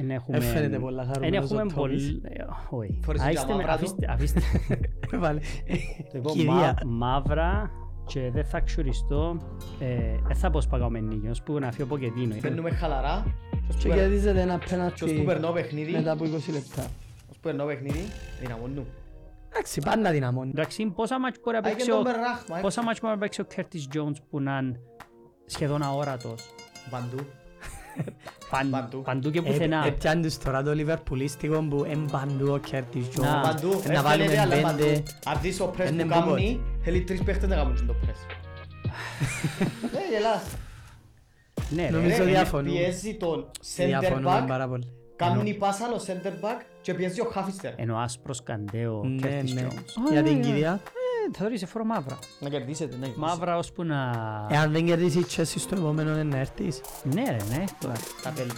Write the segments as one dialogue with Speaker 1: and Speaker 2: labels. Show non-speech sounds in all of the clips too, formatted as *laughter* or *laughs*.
Speaker 1: έχουμε...
Speaker 2: Έφερετε πολλά
Speaker 1: Εν
Speaker 2: χαρούμενος
Speaker 1: έχουμε
Speaker 2: ο Τόμις.
Speaker 1: πολύ... Όχι.
Speaker 3: Φορείς
Speaker 1: Αφήστε με,
Speaker 3: τζαμά, πράτο.
Speaker 1: αφήστε-
Speaker 2: *laughs*
Speaker 1: αφήστε...
Speaker 2: Έβαλε. *laughs*
Speaker 1: Εγώ
Speaker 2: Κυρία.
Speaker 1: μα- μαύρα και δεν θα ξουριστώ. Ε, Δεν θα πω σπαγάω με νίκιος που να φύγω ε. Ποκετίνο.
Speaker 3: Παίρνουμε χαλαρά. Ποιος
Speaker 2: Και
Speaker 3: που παίρνει-
Speaker 2: κερδίζετε ένα
Speaker 3: ποιος που
Speaker 2: πέναλτι
Speaker 3: περνώ παιχνίδι,
Speaker 2: μετά από 20 λεπτά.
Speaker 3: ποιος που περνώ παιχνίδι, δυναμώνουν.
Speaker 2: Εντάξει, πάντα δυναμώνει.
Speaker 1: Εντάξει, πόσα μάτς μπορεί να
Speaker 3: Α, και
Speaker 1: παίξει
Speaker 3: τον
Speaker 1: ο...
Speaker 3: Μπερράχμα, ε,
Speaker 1: Πόσα μάτς μπορεί να παίξει ο Κέρτις Τζόντς που να είναι σχεδόν αόρατος.
Speaker 3: παντού.
Speaker 1: Παν-
Speaker 3: Παντού.
Speaker 1: Παντού και
Speaker 2: Ε,
Speaker 1: πουθενά.
Speaker 2: Επιάνε τους τώρα το Λιβερπουλίστικο που εμπαντού ο Κέρτις Τζον.
Speaker 1: Να.
Speaker 3: Παντού,
Speaker 2: Ε, Να
Speaker 3: ε,
Speaker 2: βάλουμε
Speaker 3: θέλετε, αλλά
Speaker 2: πέντε.
Speaker 3: παντού. Αν δεις ο πρέσ
Speaker 2: Είναι
Speaker 3: που
Speaker 2: μπούμπο.
Speaker 3: κάνει, θέλει τρεις παίχτες να κάνουν το πρέσ. Ε, γελάς.
Speaker 1: Ναι, ρε.
Speaker 2: νομίζω
Speaker 3: Ρε,
Speaker 2: διαφωνούμε.
Speaker 3: Πιέζει τον center
Speaker 2: Διαφωνούμε
Speaker 3: back,
Speaker 2: πάρα πολύ.
Speaker 3: κάνουν η πάσα ο center back και πιέζει ο half ύστερα.
Speaker 1: Ενώ άσπρος καντέο ο
Speaker 2: Ναι,
Speaker 1: Κέρτις
Speaker 2: ναι.
Speaker 1: Τζόντς.
Speaker 2: Για την
Speaker 1: Ε,
Speaker 2: κυρία.
Speaker 1: ε, Θα δωρείς εφόρο μαύρα.
Speaker 3: Να κερδίσετε, ναι.
Speaker 1: Μαύρα ώσπου να...
Speaker 3: Ah.
Speaker 2: Εάν δεν κερδίσεις η Chelsea στο επόμενο είναι να έρθεις.
Speaker 1: Ναι ρε, ναι, εύκολα.
Speaker 3: Τα τέλη.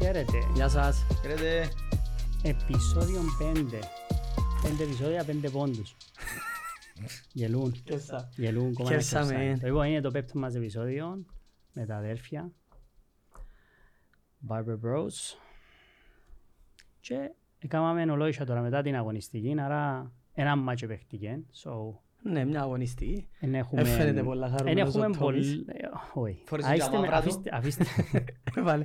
Speaker 1: Χαίρετε.
Speaker 2: Γεια σας.
Speaker 3: Κρέτε.
Speaker 1: Επισόδιο 5. 5 επεισόδια, 5 πόντους. Γελούν. Γελούν κόμμα να
Speaker 2: Χαίρεσαμε.
Speaker 1: κερσάνε. Το λοιπόν είναι το πέπτο μας επεισόδιο με τα αδέρφια. Barber Bros. Και έκαναμε ολόγια τώρα μετά την αγωνιστική, άρα ένα μάτσο παίχτηκε. So,
Speaker 2: Ναι, μια *laughs* αγωνιστική.
Speaker 1: εν έχουμε...
Speaker 2: Έφερεται πολλά
Speaker 1: εν
Speaker 2: χαρούμενος ο
Speaker 1: έχουμε
Speaker 2: Τόμις.
Speaker 1: πολύ... ε, Όχι.
Speaker 3: Φορείς
Speaker 1: Αφήστε
Speaker 3: τζαμά,
Speaker 1: με,
Speaker 3: πράτο.
Speaker 1: αφήστε- αφήστε...
Speaker 2: Έβαλε.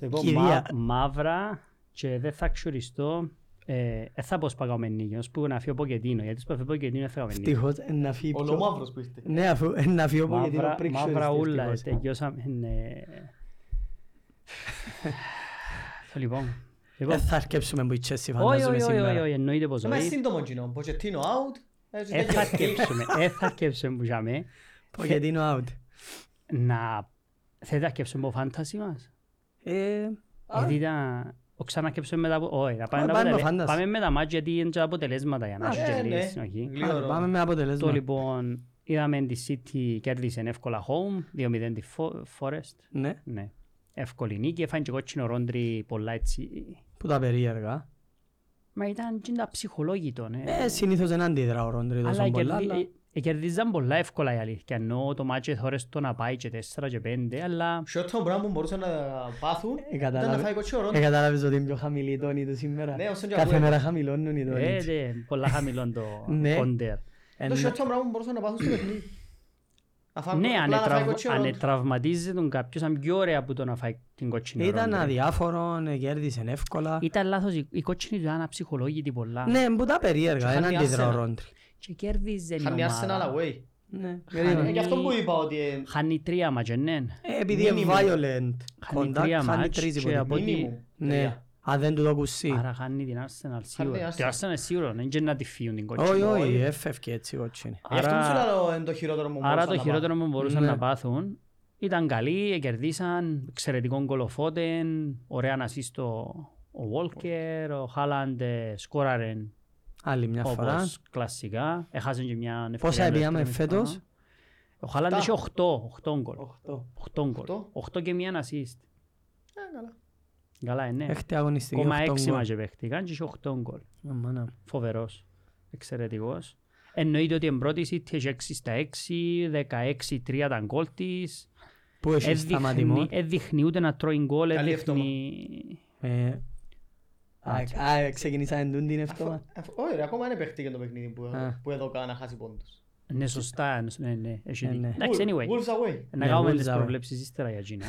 Speaker 1: Εγώ
Speaker 2: Κυρία.
Speaker 1: μα- μαύρα και δεν θα ξουριστώ. Ε, ε, θα πως σπαγάω με νίκιος που να φύγω Ποκετίνο. Γιατί σπαγάω Ποκετίνο θα με νίκιος.
Speaker 2: Τυχώς ε, να φύγει
Speaker 3: Ο
Speaker 2: πιο-
Speaker 3: Λομαύρος που ήρθε.
Speaker 2: Ναι, αφού ε, να φύγω γιατί
Speaker 1: Μαύρα,
Speaker 2: το πρίξω.
Speaker 1: μαύρα
Speaker 2: δυστυχώς.
Speaker 1: ούλα. ε, Τελειώσαμε. ναι. Το Λοιπόν.
Speaker 2: Δεν
Speaker 1: Λοιπόν.
Speaker 2: θα αρκέψουμε που η Chelsea
Speaker 1: Όχι,
Speaker 2: φαντάζομαι
Speaker 1: όχι, όχι, όχι,
Speaker 2: σήμερα.
Speaker 1: όχι, εννοείται πως
Speaker 3: Μα
Speaker 1: όχι.
Speaker 3: σύντομο κοινό, Ποτσετίνο out. Eh, έτσι
Speaker 1: Ε, θα
Speaker 3: τελειώσει.
Speaker 1: αρκέψουμε, ε, θα αρκέψουμε που είχαμε.
Speaker 2: Pochettino out.
Speaker 1: Να... Θέλετε να αρκέψουμε από φάνταση μας.
Speaker 2: Ε,
Speaker 1: Γιατί ήταν... Ο ξανακέψουμε μετά από... Όχι, θα
Speaker 2: Α,
Speaker 1: πάμε, τα
Speaker 2: πάμε με
Speaker 1: αποτελε-
Speaker 2: φάνταση.
Speaker 1: πάμε με τα μάτια γιατί είναι και τα αποτελέσματα για να
Speaker 3: Ε,
Speaker 1: έχει
Speaker 3: ναι.
Speaker 1: τελείς συνοχή.
Speaker 3: Γλύωρο.
Speaker 2: Άντε, Πάμε με
Speaker 1: Το
Speaker 2: αποτελέσμα.
Speaker 1: λοιπόν, είδαμε τη City κέρδισε εύκολα home, 2-0 τη Fo- Forest.
Speaker 2: Ναι,
Speaker 1: Ναι. Εύκολη νίκη, έφαγε και κότσινο ρόντρι πολλά έτσι.
Speaker 2: που τα περίεργα.
Speaker 1: Μα ήταν και τα ψυχολόγητο, ναι.
Speaker 2: Ε, συνήθως δεν αντιδρά ο Ρόντρι
Speaker 1: αλλά
Speaker 2: τόσο πολλά, αλλά...
Speaker 1: κερδι- ε, κερδίζαν πολλά εύκολα η αλήθεια. Ενώ το μάτσο θόρες το να πάει και 4 και 5, αλλά
Speaker 3: Σιωτό πράγμα που μπορούσαν να πάθουν
Speaker 2: Ε,
Speaker 3: ήταν να
Speaker 2: καταλάβε-
Speaker 3: φάει κοτσιόρο.
Speaker 2: Ε, κατάλαβες ότι είναι πιο χαμηλή η τόνη του σήμερα.
Speaker 3: Ναι, όσον και
Speaker 2: Κάθε
Speaker 3: ακούω.
Speaker 2: μέρα χαμηλώνουν οι
Speaker 1: ε,
Speaker 2: τόνοι.
Speaker 1: δε, πολλά χαμηλόν το
Speaker 2: Ναι.
Speaker 1: κόντερ.
Speaker 3: Το σιωτό πράγμα που μπορούσαν να πάθουν στο παιχνίδι. Να φάνε-
Speaker 1: Ναι,
Speaker 3: απλά
Speaker 1: αν
Speaker 3: να φάει
Speaker 1: ετραυ-
Speaker 3: κοτσιόρο.
Speaker 1: αν ετραυματίζεται τον κάποιος, ήταν πιο ωραία που το να φάει την κότσινο
Speaker 2: Ήταν
Speaker 1: ρόντρι.
Speaker 2: αδιάφορο, ε, κέρδισαν εύκολα.
Speaker 1: Ήταν λάθος, η- η κότσινη του ήταν αψυχολόγητη πολλά.
Speaker 2: Ναι, που τα περίεργα,
Speaker 3: Και
Speaker 2: δεν
Speaker 3: χάνει
Speaker 2: αντιδρά ο
Speaker 3: Arsenal.
Speaker 2: Ρόντρι.
Speaker 1: Και κέρδιζε η
Speaker 3: Χάνει Arsenal
Speaker 1: ομάδα.
Speaker 3: away.
Speaker 2: Ναι,
Speaker 3: Ε,
Speaker 1: περίεργα.
Speaker 3: Γι' αυτό που είπα ότι ε,
Speaker 1: Χάνει τρία μάτια, ναι.
Speaker 2: Ε, Επειδή είναι
Speaker 3: Μήνυμα.
Speaker 2: violent
Speaker 1: Χάνει
Speaker 2: conduct,
Speaker 1: τρία
Speaker 2: χάνει
Speaker 1: μάτς
Speaker 2: τρεις
Speaker 1: και από
Speaker 2: υποτιμήσεις.
Speaker 1: ότι-
Speaker 3: μήνυμου.
Speaker 2: Ναι,
Speaker 3: Παιδιά.
Speaker 2: αν δεν του το ακουσεί.
Speaker 1: Άρα χάνει την Arsenal σίγουρα.
Speaker 3: Arsenal.
Speaker 1: Την Arsenal σίγουρα, δεν είναι να τη φύγουν την κότσινη.
Speaker 2: Όχι, όχι, ε.
Speaker 3: όχι.
Speaker 2: έφευκε έτσι κότσινη.
Speaker 3: Γι' αυτό
Speaker 1: Άρα-
Speaker 3: σου λέω είναι ε, το χειρότερο που
Speaker 1: Άρα
Speaker 3: μπορούσαν
Speaker 1: το
Speaker 3: να
Speaker 1: χειρότερο που μπορούσαν
Speaker 2: Ναι.
Speaker 1: να πάθουν ήταν καλοί, κερδίσαν, εξαιρετικό γκολοφότεν, ωραία να σύστο ο Walker, ο Χάλαντ σκόραρε
Speaker 2: Άλλη μια φορά.
Speaker 1: όπως κλασικά. Έχασαν και μια ευκαιρία.
Speaker 2: Πόσα
Speaker 1: δεύτερη
Speaker 2: επίαμε
Speaker 1: φορά.
Speaker 2: φέτος?
Speaker 1: Ο Χάλαντ
Speaker 3: Οχτά.
Speaker 1: είχε 8, 8 γκολ. 8 γκολ.
Speaker 3: Οχτώ.
Speaker 1: 8 και μια assist.
Speaker 3: Ε, καλά.
Speaker 1: Καλά, ε, ναι.
Speaker 2: Έχετε αγωνιστική.
Speaker 1: 8,6
Speaker 2: οχτώ
Speaker 1: μας και παίχτηκαν και είχε 8 γκολ.
Speaker 2: γκολ. Αμάνα.
Speaker 1: φοβερός, εξαιρετικός. Εννοείται ότι εν πρώτη η City έχει 6 στα 6, 16-3 τα γκολ της.
Speaker 2: Πού έχεις σταματημό.
Speaker 1: Έδειχνει, έδειχνει ούτε να τρώει γκολ,
Speaker 3: Καλή
Speaker 1: έδειχνει...
Speaker 2: Ε, α, Α, ξεκίνησα εντούν την ευτόμα.
Speaker 3: Ε, Αφού- Όχι ρε, ακόμα είναι παιχτήκε το παιχνίδι που-
Speaker 2: Α.
Speaker 3: που εδώ κάνα να χάσει πόντους.
Speaker 1: Ναι, σωστά, ναι, ναι, έχει
Speaker 2: Ε,
Speaker 1: δίκιο.
Speaker 2: ναι.
Speaker 1: Εντάξει,
Speaker 3: Wolves-
Speaker 1: anyway,
Speaker 3: Wolves away.
Speaker 1: να
Speaker 2: Ναι,
Speaker 1: κάνουμε
Speaker 2: Wolves
Speaker 1: τις
Speaker 2: away.
Speaker 1: προβλέψεις ύστερα για Gina.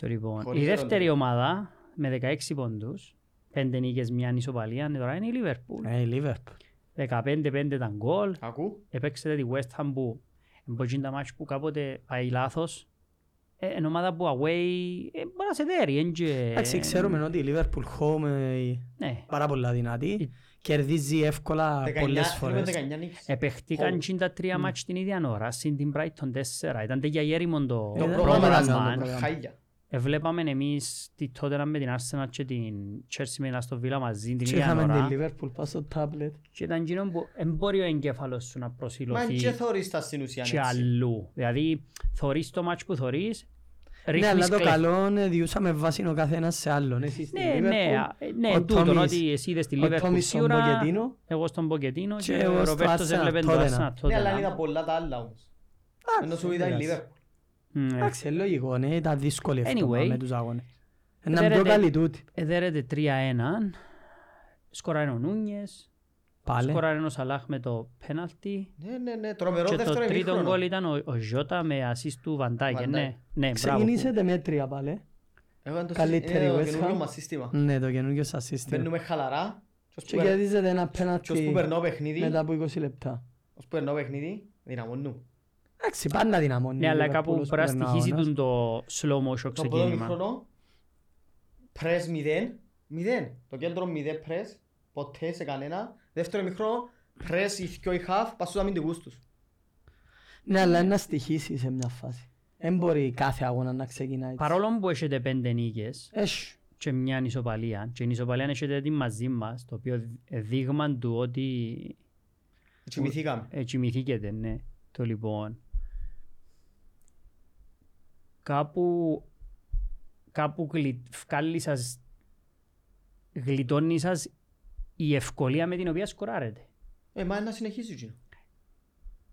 Speaker 1: Το λοιπόν, η
Speaker 3: Χωρίς
Speaker 1: δεύτερη
Speaker 3: ροντέ.
Speaker 1: ομάδα με 16 πόντους, 5 νίκες, μια ισοπαλία, τώρα είναι η Liverpool.
Speaker 2: Ε, η Λίβερπουλ.
Speaker 1: 15-5 τα γκολ,
Speaker 3: Ακού.
Speaker 1: επέξετε τη West Ham που μπορεί τα μάτια που κάποτε πάει λάθος. Ε, εν ομάδα που away ε, μπορεί να σε δέρει. εν και- Ε,
Speaker 2: Εντάξει, ξέρουμε ότι η Λίβερπουλ home ε, η-
Speaker 1: Ναι.
Speaker 2: πάρα πολλά δυνατή.
Speaker 1: Η-
Speaker 2: Κερδίζει εύκολα
Speaker 3: 19
Speaker 2: πολλές
Speaker 3: θέλουμε
Speaker 2: φορές.
Speaker 3: 19 νίκες.
Speaker 1: Επεχτήκαν
Speaker 3: Oh.
Speaker 1: oh. τα τρία μάτς την ίδια ώρα, συν την Brighton 4. Ήταν για γέριμον το
Speaker 2: Ε,
Speaker 3: Το
Speaker 2: δεν
Speaker 3: πρόγραμμα
Speaker 2: ήταν ναι.
Speaker 1: πρόγραμμα.
Speaker 2: το πρόγραμμα.
Speaker 3: ήταν χάλια.
Speaker 1: Εβλέπαμε εμείς τη Tottenham με την Arsenal και την Chelsea με την Aston Villa μαζί την
Speaker 2: Και
Speaker 1: ίδια
Speaker 2: είχαμε
Speaker 1: ώρα.
Speaker 2: τη Λίβερπουλ πάω στο τάμπλετ.
Speaker 1: Και ήταν εκείνο που εν μπορεί ο εγκέφαλος σου να
Speaker 3: Μα
Speaker 1: προσιλωθεί
Speaker 3: και θωρείς τα στην ουσία
Speaker 1: και
Speaker 3: έτσι.
Speaker 1: αλλού. Δηλαδή, θωρείς το μάτς που θωρείς,
Speaker 2: Ναι, αλλά
Speaker 1: ρίχνεις
Speaker 2: το
Speaker 1: κλέφτη.
Speaker 2: καλό ε, διούσαμε βάση ο καθένας σε άλλον. Εσείς στη
Speaker 1: Ναι, ναι,
Speaker 2: Λίβερπουλ
Speaker 1: α, ναι,
Speaker 2: ο
Speaker 1: εν τούτον
Speaker 2: Τόμις-
Speaker 1: ότι εσύ είδες τη
Speaker 2: ο
Speaker 1: Λίβερπουλ
Speaker 2: Τόμις στον
Speaker 1: σίγουρα,
Speaker 2: Πογκετίνο.
Speaker 1: εγώ στον Ποκετίνο
Speaker 2: και
Speaker 1: και
Speaker 2: εγώ
Speaker 1: ο
Speaker 2: στο
Speaker 1: Ροπέρτος
Speaker 2: Arsenal,
Speaker 1: έβλεπε το
Speaker 2: Tottenham.
Speaker 1: Arsenal
Speaker 3: Ναι, αλλά είδα
Speaker 1: Tottenham.
Speaker 3: πολλά τα άλλα όμως. Ενώ σου είδα η
Speaker 2: εντάξει.
Speaker 3: Λίβερπουλ.
Speaker 1: Ναι.
Speaker 2: Εντάξει, λογικό, ναι, ήταν δύσκολη αυτό
Speaker 1: Anyway.
Speaker 2: με τους αγώνες. Ένα
Speaker 1: Φέρετε-
Speaker 2: πιο καλή τούτη.
Speaker 1: Εδέρεται 3-1. Σκοράρει ο Νούνιες.
Speaker 2: Πάλι.
Speaker 1: Σκοράρει ο Σαλάχ με το πέναλτι.
Speaker 3: Ναι, ναι, ναι, τρομερό
Speaker 1: Και το
Speaker 3: δεύτερο
Speaker 1: τρίτο γκολ
Speaker 3: ημίχρονο. Ε,
Speaker 1: ήταν ο, ο Ζώτα με ασίστ του Βαντάκη.
Speaker 3: Βαντάκη.
Speaker 1: Ναι, ναι, μπράβο.
Speaker 2: Ξεκινήσετε με τρία πάλι. ε.
Speaker 3: Εγώ αν το
Speaker 2: Καλύτερη
Speaker 3: συ- ε, το
Speaker 2: West Ham.
Speaker 3: καινούριο μας σύστημα.
Speaker 2: Ναι, το καινούργιο σας σύστημα.
Speaker 3: Μπαίνουμε χαλαρά. και ως που
Speaker 2: Και
Speaker 3: περ-
Speaker 2: κερδίζετε ένα
Speaker 3: και ως που
Speaker 2: πέναλτι
Speaker 3: περνώ παιχνίδι,
Speaker 2: μετά από 20 λεπτά.
Speaker 3: ως που περνώ παιχνίδι, δυναμώνουμε.
Speaker 2: Εντάξει, πάντα δυναμώνει.
Speaker 1: Ναι,
Speaker 2: η
Speaker 1: αλλά
Speaker 2: Liverpool
Speaker 1: κάπου
Speaker 2: ως
Speaker 1: πρέπει να
Speaker 2: περνά ο
Speaker 1: στοιχίζει τον
Speaker 2: αγώνας.
Speaker 1: το slow motion
Speaker 3: Το πρώτο
Speaker 1: ξεκίνημα.
Speaker 3: ημίχρονο, press 0, 0. Το κέντρο 0 press, ποτέ σε κανένα. Δεύτερο ημίχρονο, press οι δυο οι half, πασούς αμυντικούς τους.
Speaker 2: Ναι, αλλά είναι να στοιχήσει σε μια φάση. Δεν μπορεί κάθε αγώνα να ξεκινάει. έτσι.
Speaker 1: Παρόλο που έχετε πέντε νίκες
Speaker 2: Έχει.
Speaker 1: και μια ισοπαλία και η ισοπαλία έχετε την μαζί μας, το οποίο ε, δείγμα του ότι
Speaker 3: Τσιμηθήκαμε.
Speaker 1: ε, κοιμηθήκετε, ναι, το λοιπόν. Κάπου, κάπου γλι, βγάλει σας, γλιτώνει σας η ευκολία με την οποία σκοράρετε.
Speaker 3: Ε, μα είναι να συνεχίσει εκείνο.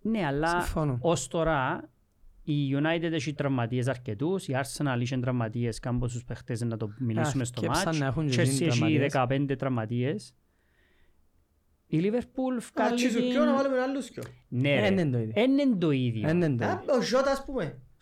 Speaker 1: Ναι, αλλά
Speaker 2: Συμφωνώ.
Speaker 1: ως τώρα η United έχει τραυματίες αρκετούς, η Arsenal είχε τραυματίες κάμπος στους παίχτες να το μιλήσουμε
Speaker 2: Α,
Speaker 1: στο
Speaker 2: σκέψα
Speaker 1: μάτς.
Speaker 2: να έχουν και
Speaker 1: Chelsea
Speaker 2: εκείνοι
Speaker 1: έχει
Speaker 2: τραυματίες.
Speaker 1: 15 τραυματίες. Η Liverpool
Speaker 3: Α,
Speaker 1: βγάλει
Speaker 3: τσίζουν
Speaker 1: την...
Speaker 3: δυο, να βάλουμε άλλους δυο.
Speaker 1: Ναι,
Speaker 2: Ε,
Speaker 1: ρε. Ε,
Speaker 2: εν είναι το ίδιο. Ε,
Speaker 1: Εν είναι το ίδιο.
Speaker 2: Δεν είναι το.
Speaker 3: Α, Ο Ζώτα, ας πούμε.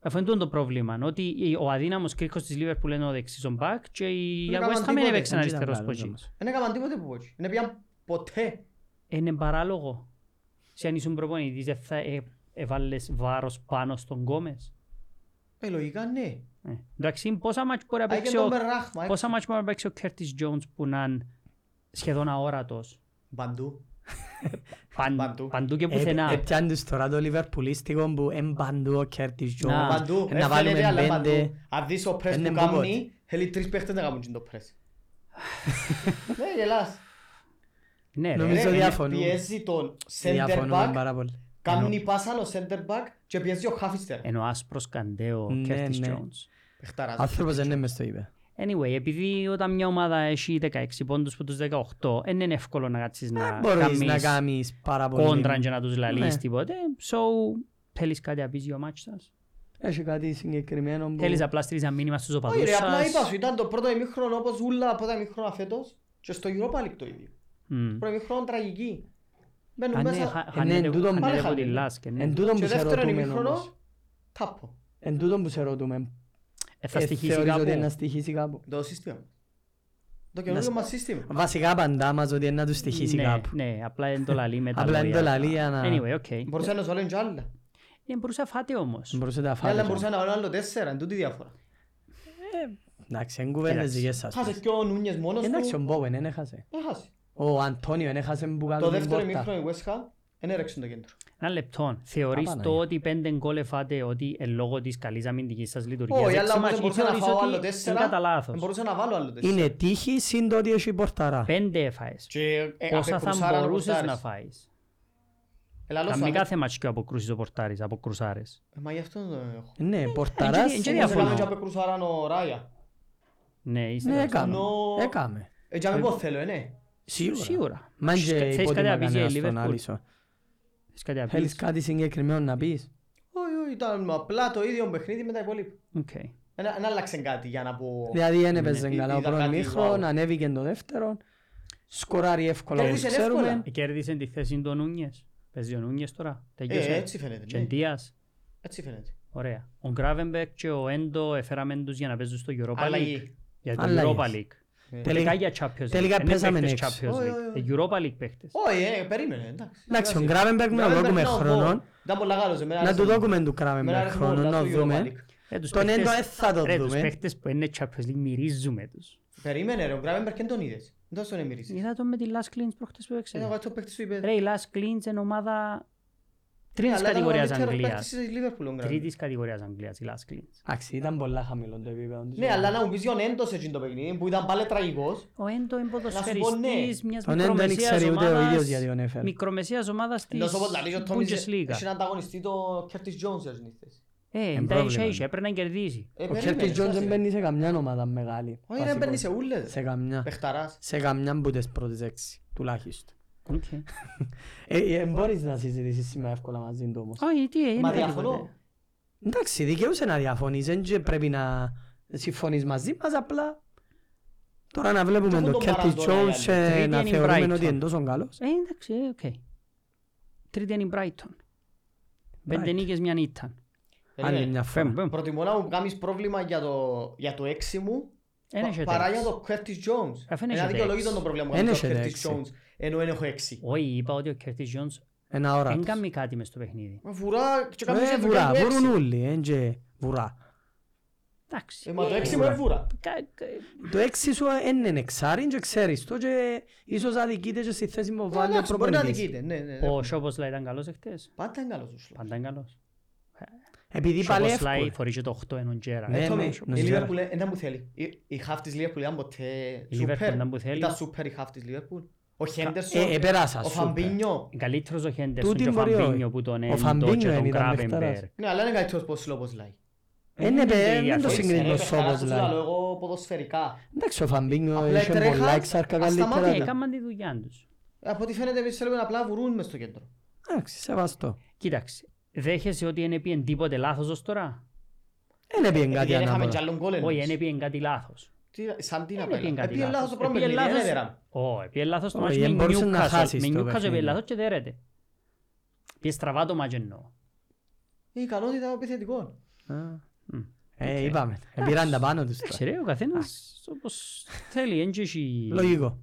Speaker 1: Αυτό είναι το πρόβλημα. Ότι η- ο αδύναμος κρίκος της Λίβερπουλ είναι ο δεξής ο μπακ και η
Speaker 3: Δεν
Speaker 1: West Ham
Speaker 3: έκαναν
Speaker 1: δεν
Speaker 3: τίποτε.
Speaker 1: έπαιξαν
Speaker 2: Δεν ήταν
Speaker 1: αριστερός
Speaker 2: καλό
Speaker 1: ποτσί.
Speaker 2: όμως.
Speaker 3: Δεν έκαναν τίποτε που πότσι. Δεν πήγαν ποτέ.
Speaker 1: Ε, Είναι παράλογο. Σε αν ήσουν προπονητής δεν θα ε- έβαλες βάρος πάνω στον Γκόμες.
Speaker 3: Ε, λογικά ναι.
Speaker 1: Ε, Εντάξει, πόσα μάτς μπορεί να
Speaker 3: Άγιε
Speaker 1: παίξει
Speaker 3: τον
Speaker 1: ο
Speaker 3: Μπερράχμα. ε.
Speaker 1: Πόσα μάτς μπορεί να παίξει ο Κέρτις Jones που να είναι σχεδόν αόρατος.
Speaker 3: Παντού.
Speaker 1: Παν-
Speaker 3: Παντού.
Speaker 1: Παντού και
Speaker 2: Ε, ε,
Speaker 1: πουθενά.
Speaker 2: πιάνει τους τώρα το Λιβερπουλίστικο που εμπαντού ο Κέρτις
Speaker 1: Να.
Speaker 2: Τζόνς.
Speaker 3: Παντού.
Speaker 2: ε, Να βάλουμε πέντε.
Speaker 3: Αν δεις ο πρέσ
Speaker 2: Πέντε
Speaker 3: που
Speaker 2: μπουμπότ.
Speaker 3: κάνει, θέλει τρεις παίχτες να κάνουν το
Speaker 2: *laughs*
Speaker 3: πρέσ. Ναι, γελάς.
Speaker 1: Ναι, ρε.
Speaker 2: Νομίζω
Speaker 3: Ρε,
Speaker 2: διαφωνούμε.
Speaker 3: Πιέζει τον center
Speaker 2: Διαφωνούμε
Speaker 3: back,
Speaker 2: πάρα πολύ.
Speaker 3: κάνει πάσα ο center back και πιέζει ο χάφιστερ.
Speaker 1: Ενώ άσπρος καντέο ο
Speaker 2: Ναι,
Speaker 1: Κέρτις
Speaker 2: ναι.
Speaker 1: Jones.
Speaker 3: Πεχταράζει.
Speaker 2: Άνθρωπος δεν είναι μες στο είπε.
Speaker 1: Anyway, επειδή όταν μια ομάδα έχει 16 πόντους από τους 18, δεν είναι εύκολο να κάτσεις να
Speaker 2: Ε, Μπορείς να
Speaker 1: κάνεις
Speaker 2: κάνεις πάρα πολύ.
Speaker 1: κόντρα και να τους λαλείς
Speaker 2: Ναι.
Speaker 1: τίποτε. So, θέλεις κάτι να πεις για ο μάτς σας.
Speaker 2: Έχει κάτι συγκεκριμένο που...
Speaker 1: Θέλεις απλά στηρίζεις ένα μήνυμα στους
Speaker 3: Όχι
Speaker 1: οπαδούς
Speaker 3: ρε, απλά
Speaker 1: σας.
Speaker 3: είπα σου, ήταν το πρώτο ημίχρονο όπως ούλα από τα ημίχρονα φέτος και στο Europa League το ίδιο.
Speaker 1: Μμμ.
Speaker 3: Πρώτο ημίχρονο τραγική. Μπαίνουν
Speaker 1: Αν ναι,
Speaker 2: Ε,
Speaker 3: μέσα
Speaker 1: χα- χάνεται-
Speaker 2: τούτον
Speaker 1: χάνεται
Speaker 3: πάλι
Speaker 1: από τη
Speaker 3: χάνεται.
Speaker 1: Λάσκε, ναι.
Speaker 2: Εν τούτον
Speaker 3: και
Speaker 2: που σε
Speaker 3: δεύτερο
Speaker 2: ρωτούμε όμως.
Speaker 3: ημίχρονο, τάπο.
Speaker 2: Εν τούτον που σε ρωτούμε.
Speaker 1: Ε, Θα
Speaker 2: ε,
Speaker 1: στοιχίσει
Speaker 2: θεωρείς ότι είναι να
Speaker 1: κάπου.
Speaker 2: στοιχήσει κάπου.
Speaker 3: Το σύστημα. Το καινούργιο
Speaker 2: Να-
Speaker 3: μας σύστημα.
Speaker 2: Βασικά απαντά μας ότι είναι να τους στοιχήσει
Speaker 1: Ναι,
Speaker 2: κάπου.
Speaker 1: Ναι, απλά δεν το
Speaker 2: *laughs*
Speaker 1: λαλεί με τα
Speaker 2: Απλά δεν
Speaker 1: λόγια.
Speaker 2: το λαλεί για να-
Speaker 1: Anyway, okay.
Speaker 3: Μπορούσε να σου βάλουν κι άλλα.
Speaker 1: Δεν μπορούσε να φάτε όμως.
Speaker 2: Μπορούσε να
Speaker 3: Ναι,
Speaker 2: φάει.
Speaker 3: αλλά μπορούσε να βάλουν άλλο τέσσερα, εν τούτη η διαφορά.
Speaker 2: Εντάξει, εν κουβέντες
Speaker 1: Εντάξει.
Speaker 2: δικές σας.
Speaker 3: Χάσε κι ο Νούνιες μόνος
Speaker 2: Εντάξει, ο
Speaker 3: του.
Speaker 2: Μπόουεν δεν έχασε.
Speaker 3: Ε, χάσε.
Speaker 2: Ο Αντώνιο δεν έχασε που κάτω
Speaker 3: Το
Speaker 2: την
Speaker 3: δεύτερο
Speaker 2: πόρτα.
Speaker 3: ημίχρονο η West Ham δεν έρεξε το κέντρο.
Speaker 1: Ένα λεπτό. Θεωρείς
Speaker 2: Απαναγία.
Speaker 1: το ότι πέντε γκολ εφάτε ότι ε, λόγω της καλής αμυντικής σας λειτουργίας
Speaker 3: Όχι, αλλά
Speaker 1: έξι
Speaker 3: όμως
Speaker 1: μάτς,
Speaker 3: δεν
Speaker 1: ή
Speaker 3: μπορούσα να
Speaker 1: θεωρείς
Speaker 3: φάω
Speaker 1: ότι
Speaker 3: άλλο
Speaker 1: είναι
Speaker 3: τέσσερα.
Speaker 1: κατά λάθος.
Speaker 3: Δεν μπορούσα να βάλω άλλο τέσσερα.
Speaker 2: Είναι τύχη συν το ότι έχει πορταρά.
Speaker 1: Πέντε έφαες.
Speaker 3: Και, ε,
Speaker 1: Πόσα
Speaker 3: απεκρουσάρα
Speaker 1: θα
Speaker 3: να
Speaker 1: μπορούσες
Speaker 3: πορτάρεις.
Speaker 1: να φάεις.
Speaker 3: Ελά, λέω Ε, σου,
Speaker 1: Καμή
Speaker 3: αν-
Speaker 1: κάθε μάτς και αποκρούσεις ο πορτάρης, αποκρουσάρες.
Speaker 3: Ε, Μα γι' αυτό δεν το έχω.
Speaker 2: Ναι, πορταράς.
Speaker 1: εν και
Speaker 3: Όμως
Speaker 1: διαφωνώ.
Speaker 3: έκαμε και απεκρουσάραν ο Ράια.
Speaker 1: Ναι,
Speaker 2: Ναι,
Speaker 1: είστε
Speaker 2: έκαμε.
Speaker 3: Ενώ-
Speaker 2: Έκαμε.
Speaker 3: Ε, και αν πω θέλω, ε, ναι.
Speaker 2: Σίγουρα.
Speaker 1: Σίγουρα.
Speaker 2: Μα και
Speaker 1: Θες κάτι
Speaker 2: υπότιμα
Speaker 1: να πεις για
Speaker 2: κανένας
Speaker 1: η
Speaker 2: στον
Speaker 1: Liverpool?
Speaker 2: Άλισο.
Speaker 1: Θες κάτι να
Speaker 2: Θέλεις
Speaker 1: πεις.
Speaker 2: κάτι συγκεκριμένο να πεις.
Speaker 3: Όχι, όχι, ήταν απλά το ίδιο παιχνίδι με τα υπόλοιπα.
Speaker 1: Οκ. Ε,
Speaker 3: Δεν δεν άλλαξε κάτι για να πω.
Speaker 2: Δηλαδή δεν έπαιζε
Speaker 3: Ή-
Speaker 2: καλά ο
Speaker 3: είδα
Speaker 2: πρώτος
Speaker 3: κάτι,
Speaker 2: μήχρον,
Speaker 3: wow.
Speaker 2: ανέβηκε το δεύτερο. Σκοράρει εύκολα όπως
Speaker 3: Κέρδισε εύκολα.
Speaker 2: ξέρουμε.
Speaker 1: Ε, Κέρδισε τη θέση του Νούνιες. Παίζει ο Νούνιες τώρα.
Speaker 3: Ε,
Speaker 1: Τελειώσε.
Speaker 3: έτσι φαίνεται.
Speaker 1: Και
Speaker 3: ναι.
Speaker 1: Ντίας.
Speaker 3: Έτσι φαίνεται.
Speaker 1: Ωραία. Ο Γκράβενμπεκ και ο Έντο έφεραμε τους για να παίζουν στο Europa League.
Speaker 3: Αλλαγή.
Speaker 1: Για το
Speaker 2: Αλλαγές.
Speaker 1: Europa League.
Speaker 3: Ε.
Speaker 1: Τελικά για Champions League.
Speaker 2: τελικά
Speaker 1: Είναι
Speaker 2: πέσαμε
Speaker 1: παίχτες
Speaker 2: έξω.
Speaker 1: Champions
Speaker 3: Όχι,
Speaker 1: League.
Speaker 3: όχι,
Speaker 1: Ε, Europa League παίχτες.
Speaker 3: Όχι, ε, περίμενε, εντάξει.
Speaker 2: Εντάξει, ο
Speaker 3: Σιγά-σιγά.
Speaker 2: Γκράβενμπερκ να
Speaker 3: Γκράβενμπερκ,
Speaker 2: δούμε
Speaker 3: να δω.
Speaker 2: χρόνο.
Speaker 3: Ήταν πολλά καλός, εμένα
Speaker 2: Να
Speaker 3: άρεσε
Speaker 2: του
Speaker 3: μου.
Speaker 2: δούμε του
Speaker 3: Εμένα
Speaker 2: Γκράβενμπερκ
Speaker 3: άρεσε μου
Speaker 2: χρόνο
Speaker 3: πολλά
Speaker 2: να
Speaker 3: του Europa
Speaker 2: δούμε.
Speaker 3: League.
Speaker 1: Ε, τους
Speaker 2: Τον
Speaker 1: παίχτες-
Speaker 2: έντο δεν θα το
Speaker 1: Ρε, τους
Speaker 2: δούμε.
Speaker 1: παίχτες που είναι Champions League μυρίζουμε τους.
Speaker 3: Περίμενε ρε, ο Γκράβενμπερκ δεν τον είδες. Δεν τον Ε, εμυρίζεις.
Speaker 1: Είδα το με τη Last Cleans προχτες που
Speaker 3: Ένα
Speaker 1: έξερε.
Speaker 3: γάτσο παίχτης σου είπες.
Speaker 1: Ρε, η Last Cleans είναι ομάδα Τρίτης
Speaker 3: αλλά ήταν ο
Speaker 1: κατηγορίας
Speaker 3: καλύτερος
Speaker 1: Αγγλίας.
Speaker 3: παίκτης της Liverpool, ο Γκραντ.
Speaker 1: Τρίτης κατηγορίας Αγγλίας, η Last Cleans.
Speaker 2: Εντάξει, ήταν πολλά χαμηλό το επίπεδο της.
Speaker 3: Ναι, αλλά να μου πεις για ο Νέντος εκείνο το παιχνίδι που ήταν πάλι τραγικός.
Speaker 1: Ο Έντο είναι ποδοσφαιριστής
Speaker 3: ναι.
Speaker 1: μιας
Speaker 2: Ο Νέντο δεν
Speaker 1: μικρομεσαίας
Speaker 2: ήξερε ούτε ο ίδιος
Speaker 1: ομάδας,
Speaker 2: γιατί τον έφερε.
Speaker 1: μικρομεσαίας ομάδας της
Speaker 3: Εντός όπως λαλείς ο Τόμις
Speaker 1: Bundesliga.
Speaker 3: έχει να ανταγωνιστεί το Curtis Jones εκείνη τη θέση.
Speaker 1: Ε, εντάξει,
Speaker 2: πρόβλημα.
Speaker 1: είχε, έπρεπε να κερδίσει.
Speaker 3: Ε,
Speaker 2: Ο
Speaker 3: περίμενε,
Speaker 2: Κέρτις Τζόνς δεν
Speaker 3: εντάξει.
Speaker 2: μπαίνει σε καμιά ομάδα μεγάλη.
Speaker 3: Όχι, δεν
Speaker 2: βασικός.
Speaker 3: μπαίνει σε ούλες.
Speaker 2: Σε καμιά.
Speaker 3: Πεχταράς.
Speaker 2: Σε καμιά που τις πρώτες έξι, τουλάχιστον.
Speaker 1: Οκ.
Speaker 2: Ε, ε, ε, μπορείς να συζητήσεις σήμερα εύκολα μαζί του όμως.
Speaker 1: Όχι, τι
Speaker 3: Μα
Speaker 1: είναι.
Speaker 3: διαφωνώ.
Speaker 2: Εντάξει, δικαιούσε να διαφωνείς, δεν και πρέπει να συμφωνείς μαζί μας, απλά τώρα να βλέπουμε
Speaker 3: Τούτο
Speaker 2: τον
Speaker 3: τον
Speaker 2: Κέρτις
Speaker 3: Μαραντόνα,
Speaker 2: Τζόνς
Speaker 3: λέει,
Speaker 2: ε,
Speaker 1: τρίτη
Speaker 2: να
Speaker 1: είναι η
Speaker 2: θεωρούμε
Speaker 1: Brighton.
Speaker 2: ότι είναι τόσο καλός.
Speaker 1: Ε, εντάξει, ε, οκ. Τρίτη είναι η Brighton. Πέντε
Speaker 2: Brighton.
Speaker 1: νίκες μια ήταν.
Speaker 2: Άλλη
Speaker 3: Περίμενε.
Speaker 2: μια
Speaker 1: Φέμ,
Speaker 2: φορά.
Speaker 1: φέμ.
Speaker 3: Προτιμώ να μου κάνεις πρόβλημα για το, για το έξι μου
Speaker 1: Εν
Speaker 3: πα-
Speaker 1: έχετε
Speaker 3: παρά
Speaker 1: έξι.
Speaker 3: για το Curtis Jones.
Speaker 1: Αφού εν
Speaker 3: Ένα
Speaker 1: έχετε
Speaker 3: δικαιολογήτο
Speaker 1: έξι.
Speaker 3: το πρόβλημα
Speaker 2: Εν
Speaker 3: με το
Speaker 2: έχετε
Speaker 3: Curtis
Speaker 2: έξι.
Speaker 3: Jones ενώ εν έχω έξι.
Speaker 1: Όχι, είπα ότι ο Curtis Jones
Speaker 2: Ένα ώρα
Speaker 1: δεν
Speaker 2: τους.
Speaker 1: κάνει κάτι μες στο παιχνίδι.
Speaker 3: Μα Βουρά και κάποιος
Speaker 2: Ε,
Speaker 3: έφυγε
Speaker 2: βουρά,
Speaker 3: του έξι.
Speaker 2: βουρούν όλοι, εν και βουρά.
Speaker 1: Εντάξει.
Speaker 3: Ε, Μα το
Speaker 1: ε,
Speaker 3: έξι μου είναι βουρά.
Speaker 1: κα- κα-
Speaker 2: Το έξι σου εν είναι εξάρι και ξέρεις το και ίσως αδικείται και στη θέση που βάλει ο
Speaker 3: Ε, Εντάξει, Μπορεί να
Speaker 2: προπονητής.
Speaker 3: δικείται. ναι, ναι, ναι.
Speaker 1: Ο Σόποσλα ήταν καλός εχθές.
Speaker 3: Πάντα είναι καλός ο Σλόβ.
Speaker 1: Πάντα είναι καλός.
Speaker 2: Επειδή πάλι
Speaker 1: Σόποσλα
Speaker 2: εύκολα.
Speaker 1: φορεί και το 8 ενών Τζέρα.
Speaker 2: Ναι,
Speaker 1: ε.
Speaker 3: Ε,
Speaker 2: ναι,
Speaker 3: Tommy,
Speaker 2: ναι,
Speaker 3: Η
Speaker 2: ναι.
Speaker 3: Liverpool δεν μου θέλει. Η- Η half της Liverpool ήταν ποτέ
Speaker 1: Η Liverpool
Speaker 3: super.
Speaker 1: ήταν που θέλει.
Speaker 3: Ήταν super η half της Liverpool. Ο Henderson,
Speaker 2: Ε, επέρασα,
Speaker 3: ο
Speaker 2: super.
Speaker 3: Φαμπίνιο.
Speaker 1: Ε, Καλύτερος ο Χέντερσον
Speaker 2: Τούτη
Speaker 1: και ο
Speaker 2: μπορεί, όχι.
Speaker 1: Φαμπίνιο που τον
Speaker 2: Ο
Speaker 1: έντο
Speaker 2: Φαμπίνιο
Speaker 1: και τον Ε,
Speaker 2: είναι, ήταν
Speaker 1: Κράβενμπερ.
Speaker 2: παιχταράς.
Speaker 3: Ναι, αλλά είναι καλύτερος πως Σλόβος λέει.
Speaker 2: Ε, ναι,
Speaker 1: Ε,
Speaker 2: παι,
Speaker 1: η
Speaker 2: Δεν το
Speaker 1: αφήξη,
Speaker 2: συγκρίνω
Speaker 3: Ε,
Speaker 2: όπως
Speaker 3: χαρά σου λέω
Speaker 2: λέει.
Speaker 3: εγώ ποδοσφαιρικά.
Speaker 2: Εντάξει, ο Φαμπίνιο
Speaker 3: Απλά
Speaker 2: είχε
Speaker 3: τρέχα,
Speaker 2: πολλά εξάρκα
Speaker 3: ασταμάτητα.
Speaker 2: καλύτερα.
Speaker 1: Ε,
Speaker 2: τα-
Speaker 1: Έκαναν τη δουλειά τους.
Speaker 3: Από ό,τι φαίνεται εμείς θέλουμε απλά βουρούν μες στο κέντρο.
Speaker 2: Εντάξει, σεβαστό.
Speaker 1: Κοίταξε, δέχεσαι ότι δεν έπιεν τίποτε λάθος ως τώρα.
Speaker 2: Δεν έπιεν κάτι
Speaker 3: Γιατί δεν είχαμε κι
Speaker 2: ανάποδα.
Speaker 3: άλλον γκολ
Speaker 1: Όχι,
Speaker 3: εννοείς.
Speaker 1: δεν έπιεν κάτι λάθος.
Speaker 3: Τι- Σαν τι να
Speaker 1: Δεν
Speaker 3: πάει.
Speaker 1: έπιεν κάτι
Speaker 3: Επίεν λάθος το πρώτο
Speaker 1: Επίεν
Speaker 3: παιχνίδι, δεν
Speaker 1: λάθος-
Speaker 3: έδερα.
Speaker 1: Ω, επίεν λάθος το
Speaker 2: Όχι,
Speaker 1: μάτς με
Speaker 2: δεν μπορούσε να
Speaker 1: Newcastle.
Speaker 2: χάσεις
Speaker 1: Με
Speaker 2: το
Speaker 1: Newcastle
Speaker 2: παιχνίδι.
Speaker 1: επίεν λάθος και δέρεται. Επίεν στραβά το μάτς εννοώ.
Speaker 3: Η ικανότητα επιθετικών.
Speaker 2: Α,
Speaker 1: Μμ.
Speaker 2: Ε, είπαμε. Επήραν τα πάνω τους
Speaker 1: Εντάξει
Speaker 2: τώρα.
Speaker 1: ρε, ο καθένας όπως θέλει, εν και έχει-
Speaker 2: Λογικό.